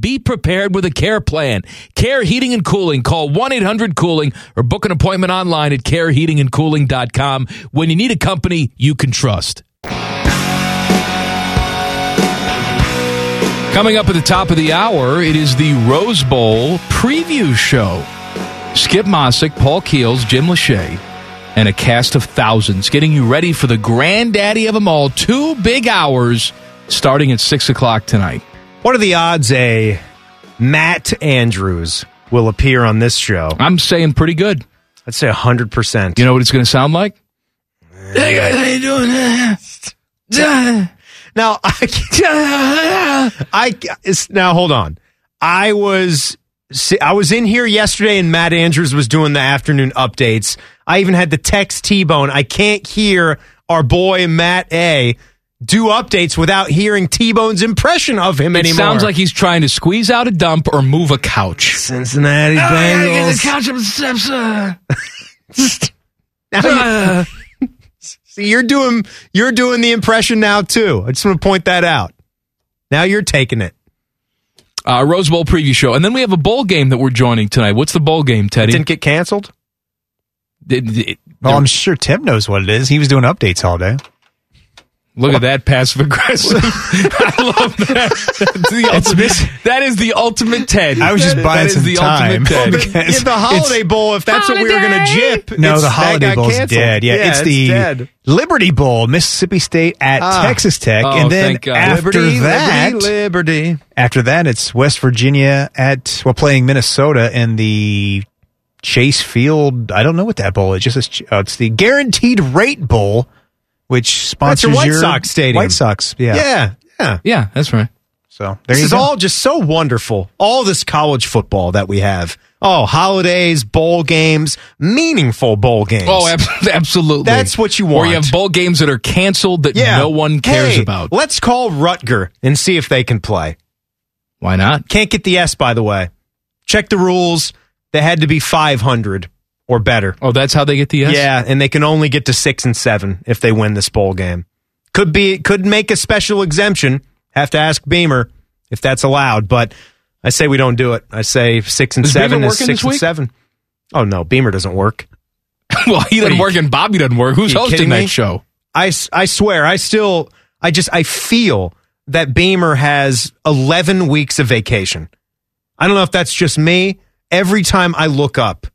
S1: Be prepared with a care plan. Care Heating and Cooling. Call 1 800 Cooling or book an appointment online at careheatingandcooling.com when you need a company you can trust. Coming up at the top of the hour, it is the Rose Bowl preview show. Skip Mossick, Paul Keels, Jim Lachey, and a cast of thousands getting you ready for the granddaddy of them all. Two big hours starting at 6 o'clock tonight.
S8: What are the odds a Matt Andrews will appear on this show?
S1: I'm saying pretty good.
S8: I'd say 100%.
S1: You know what it's going to sound like?
S9: Hey guys, how you
S1: [laughs]
S9: doing?
S8: Now, [laughs] I, I it's, now hold on. I was si- I was in here yesterday, and Matt Andrews was doing the afternoon updates. I even had to text T Bone. I can't hear our boy Matt A do updates without hearing T Bone's impression of him
S1: It
S8: anymore.
S1: sounds like he's trying to squeeze out a dump or move a couch.
S8: Cincinnati
S9: Oh, I gotta get this couch up the steps. Uh,
S8: [laughs] Now you- See, you're doing you're doing the impression now too. I just want to point that out. Now you're taking it.
S1: Uh, Rose Bowl preview show. And then we have a bowl game that we're joining tonight. What's the bowl game, Teddy?
S8: didn't get canceled? Oh,
S12: Well, I'm sure Tim knows what it is. He was doing updates all day.
S1: Look at that passive
S8: [laughs]
S1: aggressive. I love that. That's the ultimate, that is the ultimate Ted.
S12: I was just
S1: That
S12: buying
S1: is
S12: some
S1: the
S12: time.
S1: ultimate Ted.
S8: [laughs]
S12: Well, but
S8: the Holiday Bowl, if that's what we were going to jip.
S12: No,
S8: it's-
S12: the
S8: that
S12: Holiday
S8: got
S12: Bowl's
S8: canceled.
S12: dead. Yeah, it's the
S8: dead.
S12: Liberty Bowl, Mississippi State at
S8: Ah.
S12: Texas Tech,
S8: Oh,
S12: and then
S8: thank God.
S12: after
S8: Liberty,
S12: that,
S8: Liberty, Liberty.
S12: after that, it's West Virginia at well playing Minnesota in the Chase Field. I don't know what that bowl is. Just it's, ch- uh, it's the Guaranteed Rate Bowl, which
S8: That's
S12: sponsors
S8: your White Sox stadium.
S12: White Sox, yeah,
S8: yeah, yeah.
S1: Yeah, that's right.
S12: So there
S8: This
S12: you
S8: is
S12: go.
S8: all just so wonderful. All this college football that we have. Oh, holidays, bowl games, meaningful bowl games.
S1: Oh, ab- [laughs] absolutely.
S8: That's what you
S1: Or
S8: want.
S1: you have bowl games that are canceled that
S8: Yeah.
S1: no one cares
S8: Hey,
S1: about.
S8: Let's call Rutger and see if they can play.
S1: Why not?
S8: Can't get the S, by the way. Check the rules. They had to be 500 or better.
S1: Oh, that's how they get the S?
S8: Yeah, and they can only get to six and seven if they win this bowl game. Could be could make a special exemption. Have to ask Beamer if that's allowed, but I say we don't do it. I say six and
S1: Is Beamer
S8: seven is
S1: working
S8: six
S1: this
S8: and
S1: week?
S8: seven. Oh no, Beamer doesn't work.
S1: [laughs] well, he doesn't
S8: Are you-
S1: work and Bobby doesn't work. Who's
S8: Are you
S1: hosting
S8: kidding
S1: that
S8: me?
S1: show?
S8: I, s- I swear, I still, I just, I feel that Beamer has 11 weeks of vacation. I don't know if that's just me. Every time I look up,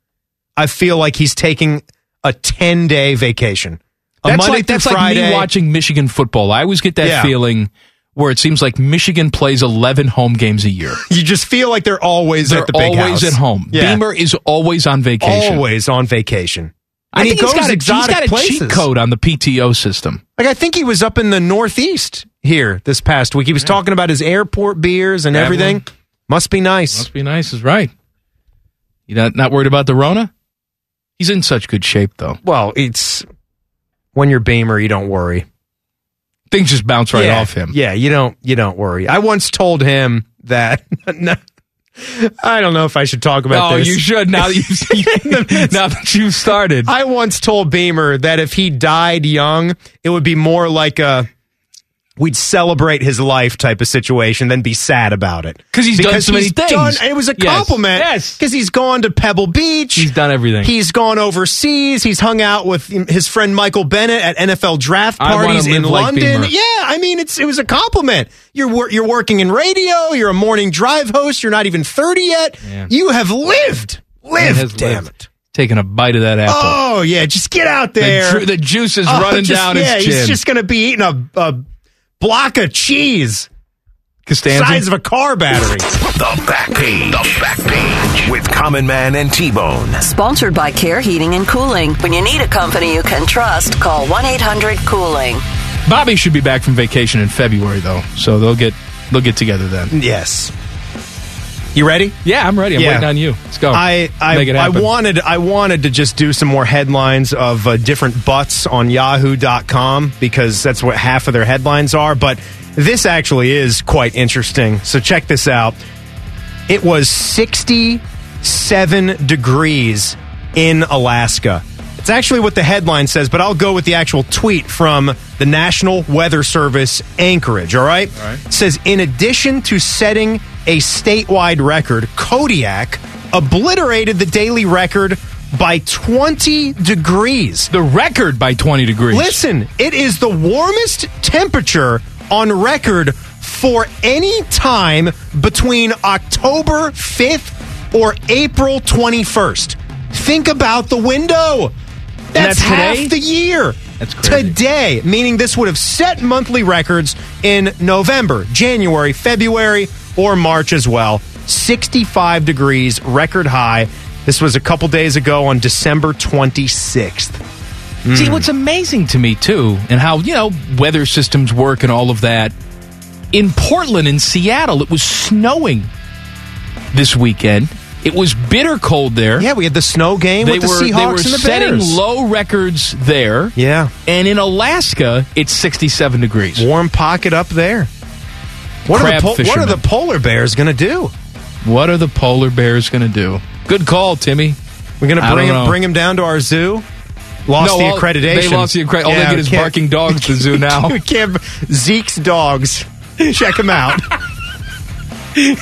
S8: I feel like he's taking a 10 day vacation. A
S1: That's
S8: Monday
S1: like
S8: through
S1: that's
S8: Friday.
S1: like me watching Michigan football. I always get that
S8: Yeah.
S1: feeling where it seems like Michigan plays 11 home games a year.
S8: You just feel like they're always
S1: They're
S8: at the big
S1: always
S8: house.
S1: at home.
S8: Yeah.
S1: Beamer is always on vacation.
S8: always on vacation.
S1: I
S8: And
S1: think
S8: he goes
S1: he's got a,
S8: exotic
S1: he's got a
S8: places.
S1: cheat code on the PTO system.
S8: Like I think he was up in the Northeast here this past week. He was talking about his airport beers and
S1: Traveling.
S8: everything. Must be nice.
S1: Must be nice, is right. You not, not worried about the Rona? He's in such good shape, though.
S8: Well, it's when you're Beamer, you don't worry.
S1: Things just bounce right
S8: yeah,
S1: off him.
S8: Yeah, you don't you don't worry. I once told him that [laughs] no, I don't know if I should talk about
S1: oh,
S8: this.
S1: you should now that [laughs] you've, now that you've started.
S8: I once told Beamer that if he died young, it would be more like a we'd celebrate his life type of situation than be sad about it
S1: 'Cause he's done so many
S8: he's
S1: things.
S8: done- it was a
S1: Yes.
S8: compliment.
S1: Yes.
S8: because he's gone to Pebble Beach.
S1: He's done everything.
S8: He's gone overseas. He's hung out with his friend Michael Bennett at NFL draft
S1: I wanna
S8: parties in
S1: live like
S8: London.
S1: Beamer.
S8: yeah, I mean it's it was a compliment. You're wor- you're working in radio. You're a morning drive host. You're not even thirty yet. You have lived,
S1: Man
S8: lived.
S1: has
S8: damn
S1: lived.
S8: it.
S1: Taking a bite of that apple.
S8: Oh yeah, just get out
S1: The
S8: there.
S1: ju- the, juice is
S8: Oh,
S1: running
S8: just-
S1: down
S8: Yeah,
S1: his
S8: he's
S1: chin.
S8: just gonna be eating a, a block of cheese
S1: Costanza.
S8: size of a
S1: [laughs]
S8: car battery.
S3: The back page. The back page with Common Man and T-Bone.
S10: Sponsored by Care Heating and Cooling. When you need a company you can trust, call 1 800 Cooling.
S1: Bobby should be back from vacation in February, though, so they'll get they'll get together then.
S8: yes. You ready?
S1: Yeah, I'm ready. I'm
S8: Yeah.
S1: waiting on you. Let's go.
S8: I I,
S1: Make it
S8: I
S1: happen.
S8: wanted I wanted to just do some more headlines of uh, different butts on Yahoo.com because that's what half of their headlines are. But this actually is quite interesting. So check this out. It was 67 degrees in Alaska. It's actually what the headline says, but I'll go with the actual tweet from the National Weather Service Anchorage, all right? All right. It says in addition to setting a statewide record. Kodiak obliterated the daily record by 20 degrees.
S1: The record by 20 degrees.
S8: Listen, it is the warmest temperature on record for any time between October 5th or April 21st. Think about the window.
S1: that's
S8: That's, half
S1: today?
S8: the year. That's crazy. Today, meaning this would have set monthly records in November, January, February, or March as well. 65 degrees, record high. This was a couple days ago on December 26th.
S1: See, what's amazing to me, too, and how, you know, weather systems work and all of that. In Portland and Seattle, it was snowing this weekend. It was bitter cold there. Yeah,
S8: we had the snow game
S1: they
S8: with the
S1: were,
S8: Seahawks
S1: they were
S8: and the
S1: setting
S8: Bears.
S1: low records there.
S8: Yeah.
S1: And in Alaska, it's 67 degrees.
S8: Warm pocket up there. What, are the,
S1: Crab
S8: po- what are
S1: fishermen.
S8: the polar bears going to do?
S1: What are the polar bears going to do? Good call, Timmy.
S8: We're going to bring him, bring him down to our zoo. Lost
S1: No, all-
S8: the accreditation.
S1: they lost the accre- all they
S8: Yeah,
S1: get is
S8: can't-
S1: barking dogs to the
S8: [laughs]
S1: zoo now.
S8: You can't- Zeke's dogs. Check
S1: [laughs]
S8: him out.
S1: You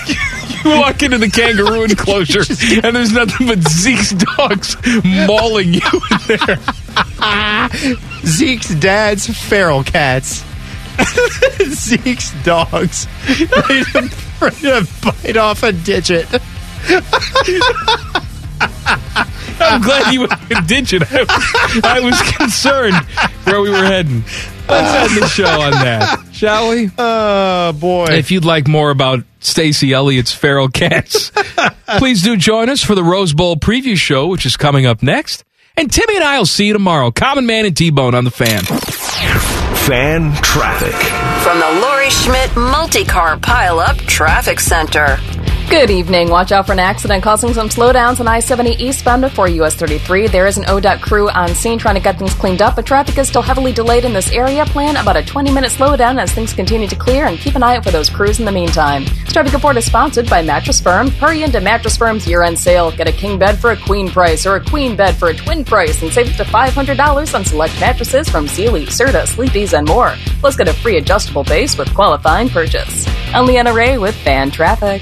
S1: walk into the [laughs] kangaroo enclosure, and there's nothing but Zeke's dogs mauling you in there.
S8: Zeke's dad's feral cats. [laughs] Zeke's dogs. [laughs] Ready to, ready to bite off a digit.
S1: I'm glad you [laughs] did it. I was, I was concerned where we were heading. Let's end the show on that, shall we?
S8: Oh boy!
S1: If you'd like more about Stacey Elliott's feral cats, please do join us for the Rose Bowl preview show, which is coming up next. And Timmy and I will see you tomorrow. Common Man and T Bone on the Fan.
S3: Fan traffic.
S10: From the Lori Schmidt Multi-Car Pile-Up Traffic Center.
S11: Good evening. Watch out for an accident causing some slowdowns on I 70 eastbound before US 33. There is an ODOT crew on scene trying to get things cleaned up, but traffic is still heavily delayed in this area. Plan about a 20 minute slowdown as things continue to clear and keep an eye out for those crews in the meantime. This traffic report is sponsored by Mattress Firm. Hurry into Mattress Firm's year end sale. Get a king bed for a queen price or a queen bed for a twin price and save up to $500 on select mattresses from Sealy, Serta, Sleepy's, and more. Plus, get a free adjustable base with qualifying purchase. I'm Leanna Ray with Fan Traffic.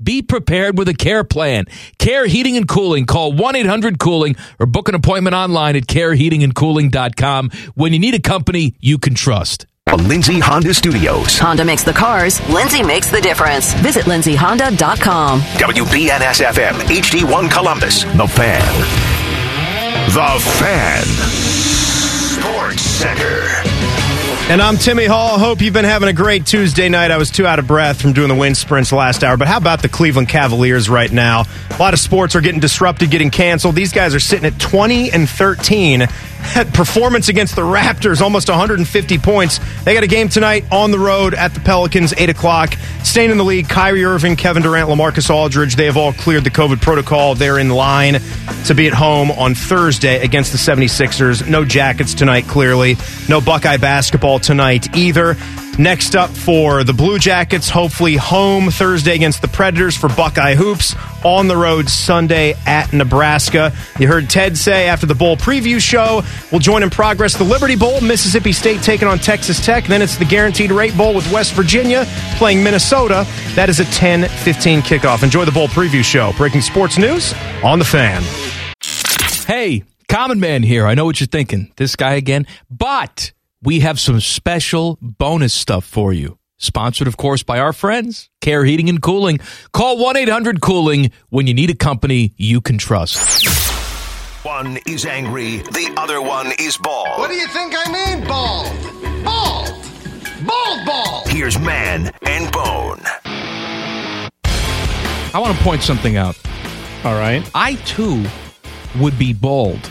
S1: Be prepared with a care plan. Care Heating and Cooling. Call 1 800 Cooling or book an appointment online at careheatingandcooling.com when you need a company you can trust.
S3: Lindsay Honda Studios.
S10: Honda makes the cars, Lindsay makes the difference. Visit lindsayhonda.com.
S3: WBNS FM, HD1 Columbus. The Fan. The Fan. Sports Center.
S8: And I'm Timmy Hall. Hope you've been having a great Tuesday night. I was too out of breath from doing the wind sprints last hour, but how about the Cleveland Cavaliers right now? A lot of sports are getting disrupted, getting canceled. These guys are sitting at 20 and 13. Performance against the Raptors, almost 150 points. They got a game tonight on the road at the Pelicans, 8 o'clock. Staying in the league, Kyrie Irving, Kevin Durant, Lamarcus Aldridge, they have all cleared the COVID protocol. They're in line to be at home on Thursday against the 76ers. No jackets tonight, clearly. No Buckeye basketball tonight either. Next up for the Blue Jackets, hopefully home Thursday against the Predators for Buckeye Hoops. On the road Sunday at Nebraska. You heard Ted say after the bowl preview show, we'll join in progress the Liberty Bowl, Mississippi State taking on Texas Tech. Then it's the Guaranteed Rate Bowl with West Virginia playing Minnesota. That is a 10 15 kickoff. Enjoy the bowl preview show. Breaking sports news on the fan.
S1: Hey, Common Man here. I know what you're thinking. This guy again. But we have some special bonus stuff for you. Sponsored, of course, by our friends, Care Heating and Cooling. Call 1 800 Cooling when you need a company you can trust.
S3: One is angry, the other one is bald.
S6: What do you think I mean, bald? Bald! Bald ball!
S3: Here's Man and Bone.
S1: I want to point something out. All right. I too would be bald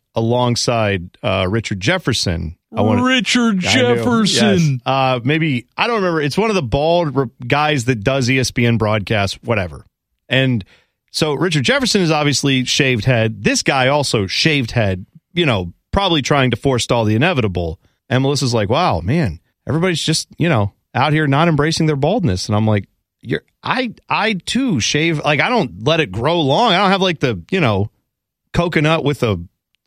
S8: alongside uh, Richard Jefferson. I wanna-
S1: Richard
S8: I knew.
S1: Jefferson.
S8: Yes. Uh, maybe I don't remember. It's one of the bald re- guys that does E ESPN broadcast, whatever. And so Richard Jefferson is obviously shaved head. This guy also shaved head. You know, probably trying to forestall the inevitable. And Melissa's like, "Wow, man, everybody's just you know out here not embracing their baldness." And I'm like, "You're I I too shave like I don't let it grow long. I don't have like the you know coconut with a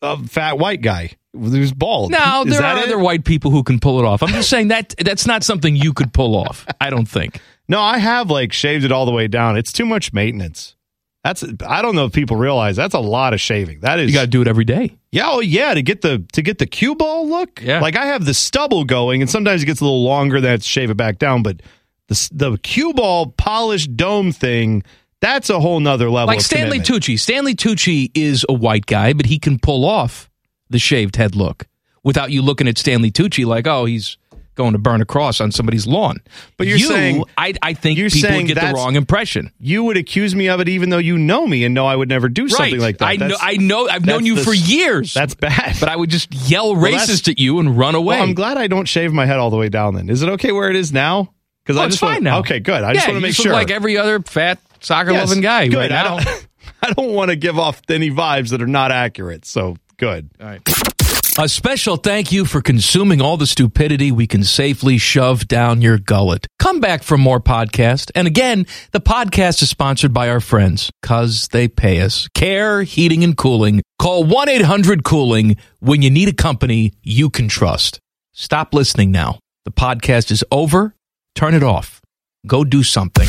S8: A fat white guy who's bald.
S1: No,
S8: Is
S1: there
S8: that
S1: are
S8: it?
S1: other white people who can pull it off. I'm just saying that that's not something you could pull off. I don't think.
S8: No, I have like shaved it all the way down. It's too much maintenance. That's. I don't know if people realize that's a lot of shaving. That is. You got to
S1: do it every day.
S8: Yeah. Oh yeah. To get the to get the cue ball look. Yeah. Like I have the stubble going, and sometimes it gets a little longer. Then I have to shave it back down, but. The, s- the cue ball polished dome thing, that's a whole nother level.
S1: Like
S8: of
S1: Stanley
S8: commitment.
S1: Tucci. Stanley Tucci is a white guy, but he can pull off the shaved head look without you looking at Stanley Tucci like, oh, he's going to burn a cross on somebody's lawn.
S8: But you're
S1: You,
S8: saying
S1: I, I think
S8: you're
S1: people
S8: saying
S1: get the
S8: that's-
S1: wrong impression.
S8: You would accuse me of it, even though you know me and know I would never do something
S1: Right.
S8: like that.
S1: I know,
S8: That's-
S1: I know. I've
S8: that's
S1: known you
S8: the-
S1: for years.
S8: That's bad.
S1: But I would just yell
S8: Well, that's-
S1: racist at you and run away.
S8: [laughs] Well, I'm glad I don't shave my head all the way down. Then is it okay where it is now? Because
S1: Oh,
S8: I
S1: it's
S8: just
S1: fine
S8: want,
S1: now.
S8: Okay, good. I just
S1: Yeah,
S8: want to
S1: you
S8: make
S1: just look
S8: sure.
S1: like every other fat soccer
S8: Yes,
S1: loving guy.
S8: Good.
S1: right
S8: I
S1: now.
S8: don't. [laughs] I don't want to give off any vibes that are not accurate. So good.
S1: All right. A special thank you for consuming all the stupidity we can safely shove down your gullet. Come back for more podcast. And again, the podcast is sponsored by our friends cuz they pay us. Care Heating and Cooling. Call 1-800-Cooling when you need a company you can trust. Stop listening now. The podcast is over. Turn it off. Go do something.